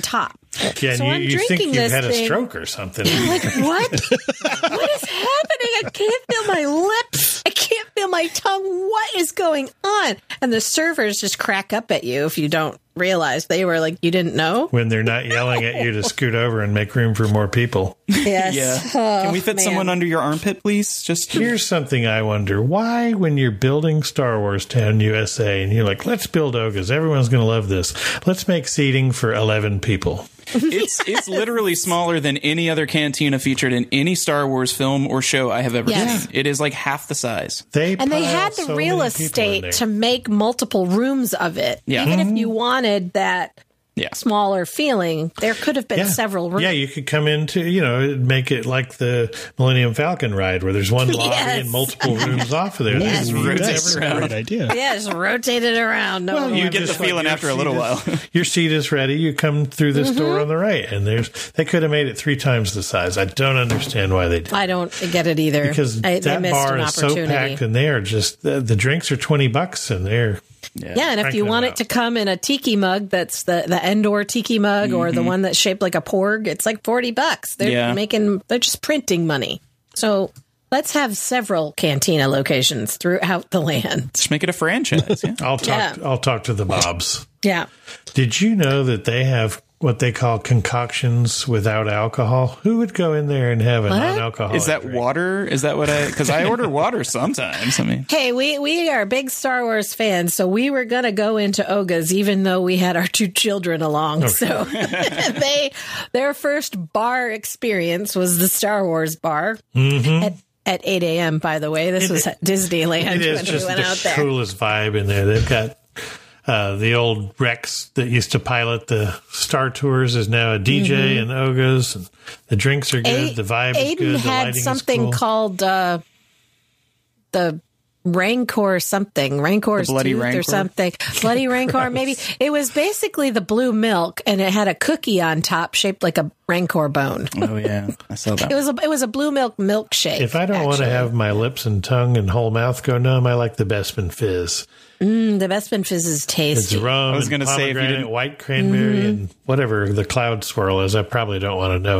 Speaker 4: top.
Speaker 6: Yeah,
Speaker 4: So I'm
Speaker 6: and you, you think
Speaker 4: drinking
Speaker 6: you've
Speaker 4: this
Speaker 6: had a
Speaker 4: thing-
Speaker 6: stroke or something.
Speaker 4: I'm like, what? what is happening? I can't feel my lips. I can't feel my tongue. What is going on? And the servers just crack up at you if you don't realize. They were like, you didn't know?
Speaker 6: when they're not yelling at you to scoot over and make room for more people.
Speaker 4: Yes.
Speaker 5: Yeah.
Speaker 4: Oh,
Speaker 5: Can we fit
Speaker 4: man.
Speaker 5: someone under your armpit, please? Just
Speaker 6: Here's something I wonder. Why, when you're building Star Wars Town USA and you're like, let's build Ogas, everyone's going to love this. Let's make seating for 11 people.
Speaker 5: it's it's literally smaller than any other cantina featured in any Star Wars film or show I have ever
Speaker 4: Yes.
Speaker 5: seen. It is like half the size.
Speaker 6: They
Speaker 4: And they
Speaker 6: pile
Speaker 4: had the
Speaker 6: so many
Speaker 4: real
Speaker 6: people in there. Mm-hmm.
Speaker 4: estate to make multiple rooms of it.
Speaker 5: Yeah.
Speaker 4: Even if you wanted that
Speaker 5: Yeah.
Speaker 4: smaller feeling, there could have been several rooms.
Speaker 6: Yeah, you could come into, you know, it'd make it like the Millennium Falcon ride where there's one lobby
Speaker 4: Yes.
Speaker 6: and multiple rooms off of there.
Speaker 3: Yes,
Speaker 6: This is
Speaker 5: rotate
Speaker 3: that's a
Speaker 5: around.
Speaker 3: great idea.
Speaker 4: Yeah, just rotate it around. No,
Speaker 6: Well,
Speaker 4: one
Speaker 5: you
Speaker 4: would
Speaker 5: get
Speaker 4: know.
Speaker 5: the feeling
Speaker 6: your
Speaker 5: after a
Speaker 6: seat
Speaker 5: little
Speaker 6: is-
Speaker 5: while.
Speaker 6: your seat is ready. You come through
Speaker 4: Mm-hmm.
Speaker 6: this door on the right, and there's they could have made it three times the size. I don't understand why they did.
Speaker 4: I don't get it either.
Speaker 6: Because
Speaker 4: I, they
Speaker 6: that
Speaker 4: missed
Speaker 6: bar
Speaker 4: an
Speaker 6: is so
Speaker 4: opportunity.
Speaker 6: packed, and they are just the, the drinks are twenty bucks, and they're
Speaker 4: yeah, and if
Speaker 6: cranking
Speaker 4: you
Speaker 6: it
Speaker 4: want
Speaker 6: up.
Speaker 4: it to come in a tiki mug, that's the the Endor tiki mug or the one that's shaped like a porg, it's like forty bucks. They're
Speaker 5: Yeah.
Speaker 4: making they're just printing money. So let's have several cantina locations throughout the land.
Speaker 5: Just make it a franchise. Yeah.
Speaker 6: I'll talk.
Speaker 4: Yeah.
Speaker 6: I'll talk to the Bobs.
Speaker 4: Yeah.
Speaker 6: Did you know that they have what they call concoctions without alcohol? Who would go in there and have a non-alcoholic?
Speaker 5: Is that
Speaker 6: drink?
Speaker 5: water? Is that what I? Because I order water sometimes. I mean,
Speaker 4: Hey, we we are big Star Wars fans, so we were gonna go into Oga's even though we had our two children
Speaker 6: Oh,
Speaker 4: along. So they their first bar experience was the Star Wars bar at, at eight a.m. By the way, this was at Disneyland
Speaker 6: Mm-hmm. It is
Speaker 4: when we
Speaker 6: just
Speaker 4: went out
Speaker 6: the
Speaker 4: there.
Speaker 6: coolest vibe in there. They've got uh, the old Rex that used to pilot the Star Tours is now a DJ and Ogas. And the drinks are good.
Speaker 4: Mm-hmm. A-
Speaker 6: the vibe
Speaker 4: Aiden
Speaker 6: is good. The
Speaker 4: had
Speaker 6: lighting is
Speaker 4: something
Speaker 6: cool.
Speaker 4: called uh, the Rancor something, Rancor's
Speaker 5: The Bloody
Speaker 4: tooth
Speaker 5: Rancor?
Speaker 4: or something, Bloody Rancor. Maybe it was basically the blue milk, and it had a cookie on top shaped like a Rancor bone.
Speaker 5: oh yeah, I saw that.
Speaker 4: It was a it was a blue milk milkshake.
Speaker 6: If I don't want to
Speaker 4: actually.
Speaker 6: have my lips and tongue and whole mouth go numb, I like the Bestman Fizz.
Speaker 4: Mm, the Bespin Fizz is
Speaker 6: It's
Speaker 4: tasty.
Speaker 6: rum.
Speaker 5: I was
Speaker 6: and
Speaker 5: gonna say, if you
Speaker 6: pomegranate,
Speaker 5: didn't-
Speaker 6: white cranberry
Speaker 4: Mm-hmm.
Speaker 6: and whatever the cloud swirl is, I probably don't want to know.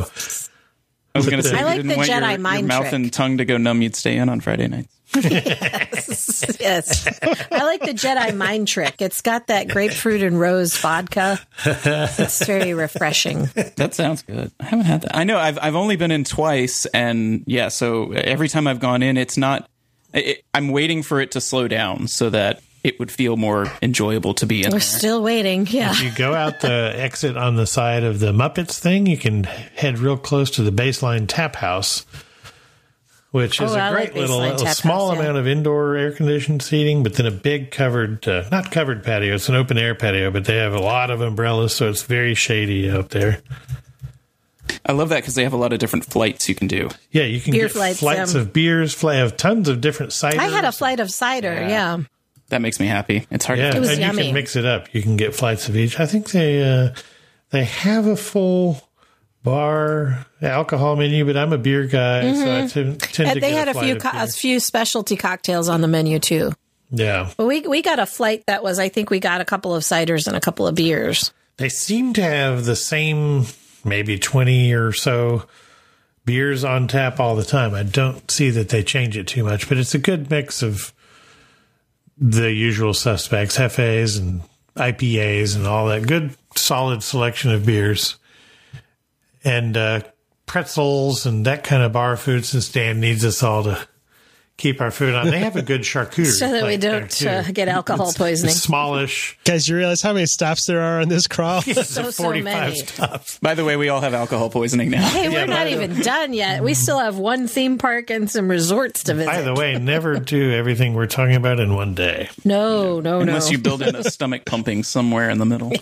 Speaker 5: I was going to say,
Speaker 6: I
Speaker 5: if you
Speaker 4: like
Speaker 5: didn't
Speaker 4: the
Speaker 5: want your-
Speaker 4: Jedi
Speaker 5: your,
Speaker 4: mind
Speaker 5: mouth
Speaker 4: trick.
Speaker 5: and tongue to go numb, you'd stay in on Friday nights.
Speaker 4: yes, I like the Jedi mind trick. It's got that grapefruit and rose vodka. It's very refreshing.
Speaker 5: That sounds good. I haven't had that. I know I've I've only been in twice, and yeah, so every time I've gone in, it's not. It, I'm waiting for it to slow down so that it would feel more enjoyable to be in.
Speaker 4: We're
Speaker 5: there.
Speaker 4: still waiting. Yeah.
Speaker 6: you go out the exit on the side of the Muppets thing, you can head real close to the baseline tap house, which is
Speaker 4: Oh, I
Speaker 6: a
Speaker 4: like
Speaker 6: great little,
Speaker 4: Baseline
Speaker 6: a
Speaker 4: Tap
Speaker 6: small
Speaker 4: House, yeah.
Speaker 6: amount of indoor air conditioned seating, but then a big covered, uh, not covered patio. It's an open air patio, but they have a lot of umbrellas, so it's very shady out there.
Speaker 5: I love that because they have a lot of different flights you can do.
Speaker 6: Yeah, you can
Speaker 4: Beer
Speaker 6: get
Speaker 4: flights,
Speaker 6: flights
Speaker 4: um,
Speaker 6: of beers, fly have tons of different ciders.
Speaker 4: I had a flight of cider. Yeah.
Speaker 5: That makes me happy. It's hard.
Speaker 6: Yeah,
Speaker 5: to
Speaker 4: was
Speaker 6: and you
Speaker 4: yummy.
Speaker 6: can mix it up. You can get flights of each. I think they uh, they have a full bar alcohol menu, but I'm a beer guy, so I tend, tend to
Speaker 4: Mm-hmm. And they had
Speaker 6: get
Speaker 4: a
Speaker 6: flight
Speaker 4: few
Speaker 6: of
Speaker 4: co-
Speaker 6: beer.
Speaker 4: a few specialty cocktails on the menu too.
Speaker 6: Yeah,
Speaker 4: But we we got a flight that was I think we got a couple of ciders and a couple of beers.
Speaker 6: they seem to have the same maybe twenty or so beers on tap all the time. I don't see that they change it too much, but it's a good mix of the usual suspects, hefes and IPAs and all that good solid selection of beers and uh, pretzels and that kind of bar food since Dan needs us all to keep our food on. They have a good charcuterie
Speaker 4: So that we
Speaker 6: plate there,
Speaker 4: don't
Speaker 6: too.
Speaker 4: uh, get alcohol poisoning.
Speaker 6: It's smallish.
Speaker 3: Guys, you realize how many stops there are on this crawl?
Speaker 4: So, so
Speaker 6: 45
Speaker 4: many.
Speaker 6: stops.
Speaker 5: By the way, we all have alcohol poisoning now.
Speaker 4: Hey, we're not even done yet. We still have one theme park and some resorts to
Speaker 6: By
Speaker 4: visit.
Speaker 6: the way, never do everything we're talking about in one day.
Speaker 4: Oh, No, no, no.
Speaker 5: Unless you build in a stomach pumping somewhere in the middle.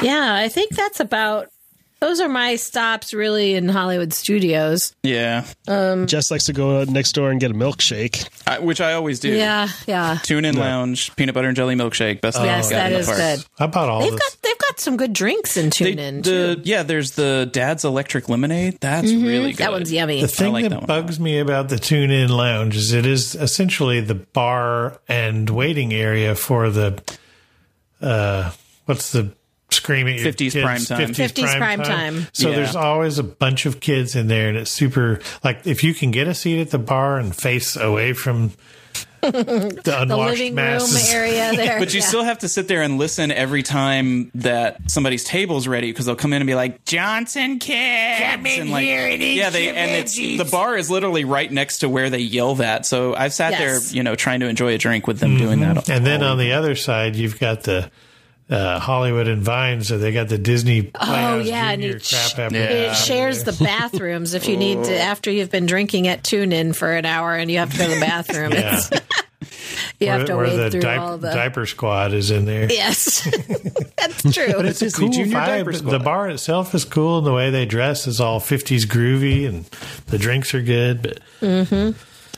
Speaker 4: Yeah, I think that's about. Those are my stops, really, in Hollywood studios.
Speaker 5: Yeah,
Speaker 3: Jess likes to go out next door and get a milkshake.
Speaker 5: I, which I always do.
Speaker 4: Yeah, yeah.
Speaker 5: Tune in lounge, peanut butter and jelly milkshake. Best thing
Speaker 4: yes,
Speaker 5: I've got
Speaker 4: that
Speaker 5: in the
Speaker 4: is
Speaker 5: parks.
Speaker 4: good.
Speaker 6: I bought all
Speaker 4: They've
Speaker 6: this.
Speaker 4: got they've got some good drinks in
Speaker 5: They-
Speaker 4: Tune In.
Speaker 5: the-
Speaker 4: too. Mm-hmm.
Speaker 5: yeah, there's the Dad's Electric Lemonade. That's really good.
Speaker 4: That one's yummy.
Speaker 6: the thing
Speaker 5: like
Speaker 6: that,
Speaker 5: that one.
Speaker 6: bugs me about the Tune In Lounge is it is essentially the bar and waiting area for the uh, what's the screaming
Speaker 5: 50s prime time.
Speaker 4: 50s prime time.
Speaker 6: So
Speaker 5: Yeah.
Speaker 6: there's always a bunch of kids in there, and it's super like if you can get a seat at the bar and face away from the
Speaker 4: The
Speaker 6: unwashed
Speaker 4: living
Speaker 6: masses.
Speaker 4: room area there.
Speaker 5: But you
Speaker 4: Yeah.
Speaker 5: still have to sit there and listen every time that somebody's table's ready because they'll come in and be like, Johnson kids. Come in and like, here and yeah, they, and it's, the bar is literally right next to where they yell that. So I've sat
Speaker 4: Yes.
Speaker 5: there, you know, trying to enjoy a drink with them doing that.
Speaker 6: Mm-hmm. And then uh, on the other side, you've got the uh, Hollywood and Vine, so they got the Disney.
Speaker 4: Oh
Speaker 6: Playhouse
Speaker 4: yeah, and
Speaker 6: Junior
Speaker 4: it, sh-
Speaker 6: crap apple.
Speaker 4: it shares the bathrooms if you need to after you've been drinking at Tune In for an hour and you have to go to the bathroom.
Speaker 6: Yeah.
Speaker 4: You have
Speaker 6: Or-
Speaker 4: to
Speaker 6: or
Speaker 4: wade
Speaker 6: the
Speaker 4: through
Speaker 6: dip-
Speaker 4: all the
Speaker 6: diaper squad is in there.
Speaker 4: Yes. That's true.
Speaker 6: But it's a
Speaker 5: Disney
Speaker 6: cool
Speaker 5: Junior
Speaker 6: vibe.
Speaker 5: Diaper
Speaker 6: The
Speaker 5: Squad.
Speaker 6: bar itself is cool, and the way they dress is all fifties groovy, and the drinks are good. But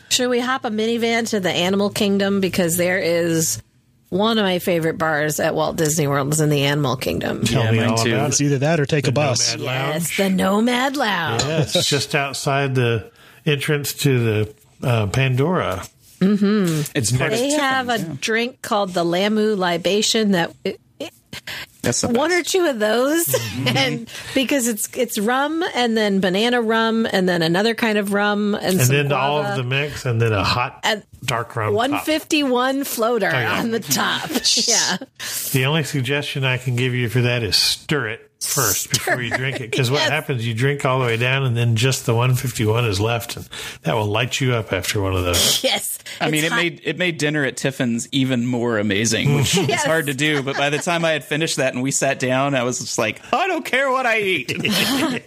Speaker 4: Should we hop a minivan to the Animal Kingdom because there is one of my favorite bars at Walt Disney World is in the Animal Kingdom.
Speaker 6: tell me
Speaker 5: mine
Speaker 6: all
Speaker 5: too.
Speaker 6: about
Speaker 3: It's
Speaker 6: it.
Speaker 3: either that or take a bus.
Speaker 6: Nomad
Speaker 4: Yes,
Speaker 6: Lounge.
Speaker 4: the Nomad Lounge.
Speaker 6: Yes, just outside the entrance to the uh, Pandora.
Speaker 5: It's next
Speaker 4: They have a drink called the Lamu Libation that
Speaker 5: That's the
Speaker 4: one
Speaker 5: best.
Speaker 4: or two of those
Speaker 6: Mm-hmm.
Speaker 4: and because it's it's rum and then banana rum and then another kind of rum and,
Speaker 6: And
Speaker 4: some
Speaker 6: then all
Speaker 4: guava.
Speaker 6: of the mix, and then a hot
Speaker 4: And
Speaker 6: dark rum. pop.
Speaker 4: 151 floater
Speaker 6: Oh, yeah.
Speaker 4: on the top. yeah.
Speaker 6: The only suggestion I can give you for that is stir it first before you drink it, because what
Speaker 4: yes.
Speaker 6: happens, you drink all the way down, and then just the 151 is left, and that will light you up after one of those.
Speaker 4: Yes.
Speaker 5: I
Speaker 4: It's
Speaker 5: mean, it
Speaker 4: hot.
Speaker 5: made it made dinner at Tiffin's even more amazing, which is
Speaker 4: Yes.
Speaker 5: hard to do. But by the time I had finished that and we sat down, I was just like, I don't care what I eat.
Speaker 4: they have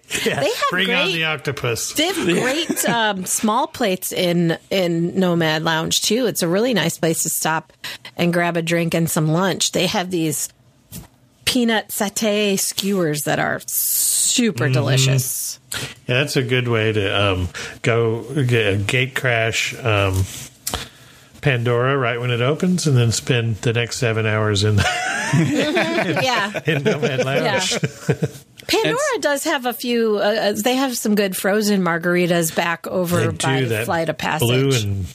Speaker 6: Bring
Speaker 4: great
Speaker 6: on the octopus.
Speaker 4: They have great um, small plates in in Nomad Lounge too. It's a really nice place to stop and grab a drink and some lunch. They have these peanut satay skewers that are super
Speaker 6: Mm-hmm.
Speaker 4: delicious.
Speaker 6: Yeah, that's a good way to um, go get a gate crash um, Pandora right when it opens, and then spend the next seven hours in,
Speaker 4: yeah,
Speaker 6: in Nomad Lounge.
Speaker 4: Yeah. Pandora does have a few. Uh, uh, they have some good frozen margaritas back
Speaker 6: They
Speaker 4: over by
Speaker 6: do
Speaker 4: the
Speaker 6: that
Speaker 4: Flight of Passage.
Speaker 6: blue and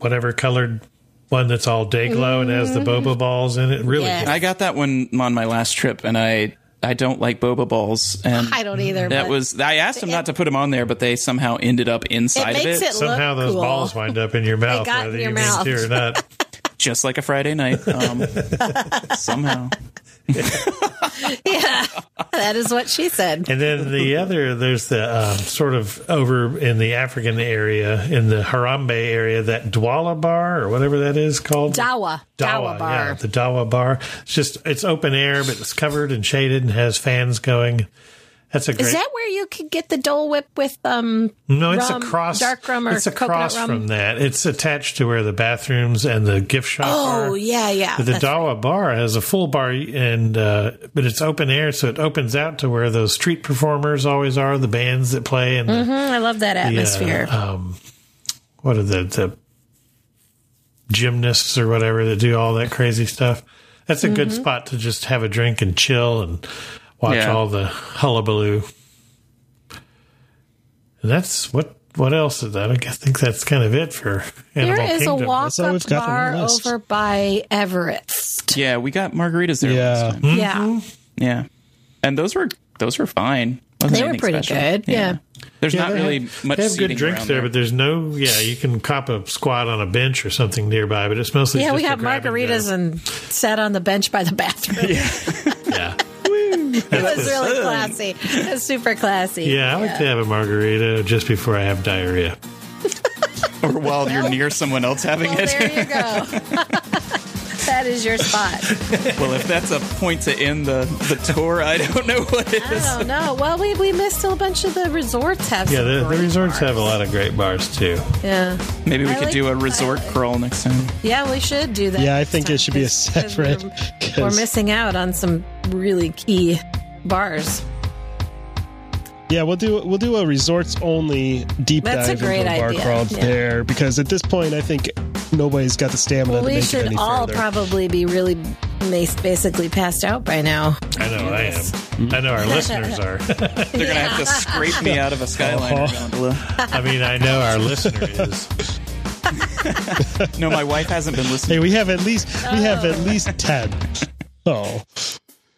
Speaker 6: whatever colored one that's all day glow and has the boba balls in it. Really,
Speaker 4: Mm-hmm. Yes.
Speaker 6: good.
Speaker 5: I got that one on my last trip, and I I don't like boba balls, and
Speaker 4: I
Speaker 6: Mm-hmm.
Speaker 4: don't either.
Speaker 5: That
Speaker 4: but
Speaker 5: was I asked them not to put them on there, but they somehow ended up inside
Speaker 4: It makes
Speaker 5: of it,
Speaker 4: it
Speaker 6: somehow
Speaker 4: look
Speaker 6: those
Speaker 4: cool.
Speaker 6: balls wind up in your mouth,
Speaker 4: got in
Speaker 6: whether
Speaker 4: your
Speaker 6: you
Speaker 4: mouth.
Speaker 6: mean to or not.
Speaker 5: just like a Friday night. Um, somehow,
Speaker 4: yeah. That is what she said.
Speaker 6: And then the other, there's the um, sort of over in the African area, in the Harambe area, that Dwala bar or whatever that is called.
Speaker 4: Dawa. Dawa,
Speaker 6: Dawa,
Speaker 4: bar.
Speaker 6: yeah, the Dawa bar. It's just it's open air, but it's covered and shaded and has fans going. That's a great. Mm-hmm.
Speaker 4: Is that where you could get the Dole Whip with um?
Speaker 6: no, it's
Speaker 4: rum-
Speaker 6: a cross.
Speaker 4: dark rum or
Speaker 6: it's a
Speaker 4: coconut
Speaker 6: cross
Speaker 4: rum?
Speaker 6: from that. It's attached to where the bathrooms and the gift shop.
Speaker 4: Oh
Speaker 6: are.
Speaker 4: yeah, yeah.
Speaker 6: But the
Speaker 4: That's-
Speaker 6: Dawa bar has a full bar, and uh, but it's open air, so it opens out to where those street performers always are, the bands that play, and the,
Speaker 4: Mm, I love that
Speaker 6: the, uh,
Speaker 4: atmosphere.
Speaker 6: um, what are the the gymnasts or whatever that do all that crazy stuff? That's a good
Speaker 4: Mm-hmm.
Speaker 6: spot to just have a drink and chill and watch
Speaker 5: Yeah.
Speaker 6: all the hullabaloo. And that's what. What else is that? I guess- think that's kind of it for Animal
Speaker 4: there is
Speaker 6: Kingdom.
Speaker 4: a walk
Speaker 3: That's all
Speaker 4: up
Speaker 3: we've got on
Speaker 4: bar
Speaker 3: the list.
Speaker 4: over by Everett.
Speaker 5: yeah, we got margaritas there. Yeah,
Speaker 3: Yeah.
Speaker 6: Mm-hmm.
Speaker 4: Yeah,
Speaker 5: yeah, and those were those were fine. Wasn't
Speaker 4: They were
Speaker 5: anything
Speaker 4: pretty good, yeah.
Speaker 5: there's
Speaker 6: Yeah,
Speaker 5: not
Speaker 6: they
Speaker 5: really
Speaker 6: have,
Speaker 5: much.
Speaker 6: They have good
Speaker 5: seating
Speaker 6: drinks
Speaker 5: around
Speaker 6: there, but there's no. Yeah, you can cop a squat on a bench or something nearby, but it's mostly
Speaker 4: yeah.
Speaker 6: Just
Speaker 4: We
Speaker 6: a
Speaker 4: got
Speaker 6: grab and go.
Speaker 4: margaritas and sat on the bench by the bathroom.
Speaker 6: yeah,
Speaker 4: it was really classy. It was super classy.
Speaker 6: yeah. I like to have a margarita just before I have diarrhea.
Speaker 5: or while you're near someone else having
Speaker 4: Well,
Speaker 5: it.
Speaker 4: there you go. that is your spot.
Speaker 5: Well, if that's a point to end the, the tour, I don't know what is.
Speaker 4: I don't know. Well, we, we missed a bunch of the resorts have.
Speaker 6: Yeah,
Speaker 4: some
Speaker 6: the, the
Speaker 4: great
Speaker 6: resorts have a
Speaker 4: bars.
Speaker 6: lot of great bars too.
Speaker 4: Yeah,
Speaker 5: Maybe we
Speaker 4: I
Speaker 5: could
Speaker 4: like
Speaker 5: do a
Speaker 4: the
Speaker 5: resort
Speaker 4: pilot.
Speaker 5: crawl next time.
Speaker 4: yeah, we should do that.
Speaker 3: Yeah, I
Speaker 4: next
Speaker 3: think
Speaker 4: time,
Speaker 3: it should be a
Speaker 4: 'cause- 'cause
Speaker 3: separate,
Speaker 4: We're, we're
Speaker 3: 'cause-
Speaker 4: missing out on some really key bars.
Speaker 3: Yeah, we'll do we'll do a resorts only deep
Speaker 4: That's a
Speaker 3: dive
Speaker 4: great
Speaker 3: into a bar
Speaker 4: idea.
Speaker 3: crawl
Speaker 4: Yeah.
Speaker 3: there because at this point I think nobody's got the stamina
Speaker 4: Well,
Speaker 3: to
Speaker 4: we
Speaker 3: make it
Speaker 4: should
Speaker 3: any
Speaker 4: all
Speaker 3: further.
Speaker 4: probably be really mas- basically passed out by now.
Speaker 6: I know I am. I know our listeners are.
Speaker 5: They're going to have to scrape me out of a Skyliner gondola.
Speaker 6: I mean, I know our listener is.
Speaker 5: No, my wife hasn't been
Speaker 3: hey,
Speaker 5: listening.
Speaker 3: we have at least we have at least ten. Oh.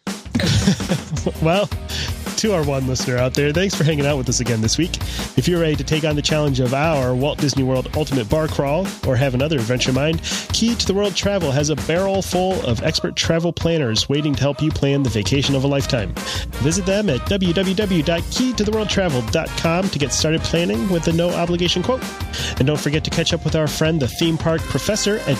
Speaker 3: well, to our one listener out there, thanks for hanging out with us again this week. If you're ready to take on the challenge of our Walt Disney World Ultimate Bar Crawl or have another adventure in mind, Key to the World Travel has a barrel full of expert travel planners waiting to help you plan the vacation of a lifetime. Visit them at www.keytotheworldtravel.com to get started planning with a no obligation quote. And don't forget to catch up with our friend, the theme park professor, at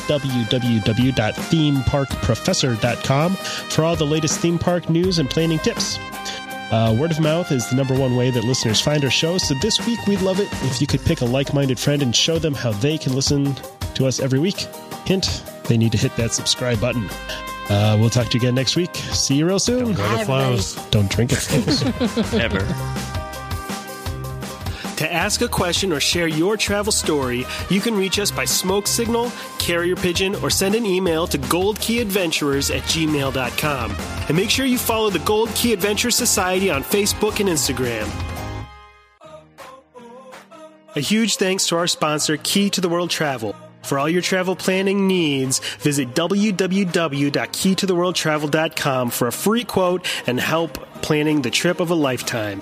Speaker 3: www.themeparkprofessor.com for all the latest theme park news and planning tips. Uh, word of mouth is the number one way that listeners find our show, so this week we'd love it if you could pick a like minded friend and show them how they can listen to us every week. Hint, they need to hit that subscribe button. Uh, we'll talk to you again next week. See you real soon.
Speaker 6: Go to
Speaker 4: Hi,
Speaker 6: flows.
Speaker 3: Don't drink it, folks.
Speaker 5: Ever.
Speaker 1: To ask a question or share your travel story, you can reach us by smoke signal, carrier pigeon, or send an email to goldkeyadventurers at gmail.com. And make sure you follow the Gold Key Adventure Society on Facebook and Instagram. A huge thanks to our sponsor, Key to the World Travel. For all your travel planning needs, visit www.keytotheworldtravel.com for a free quote and help planning the trip of a lifetime.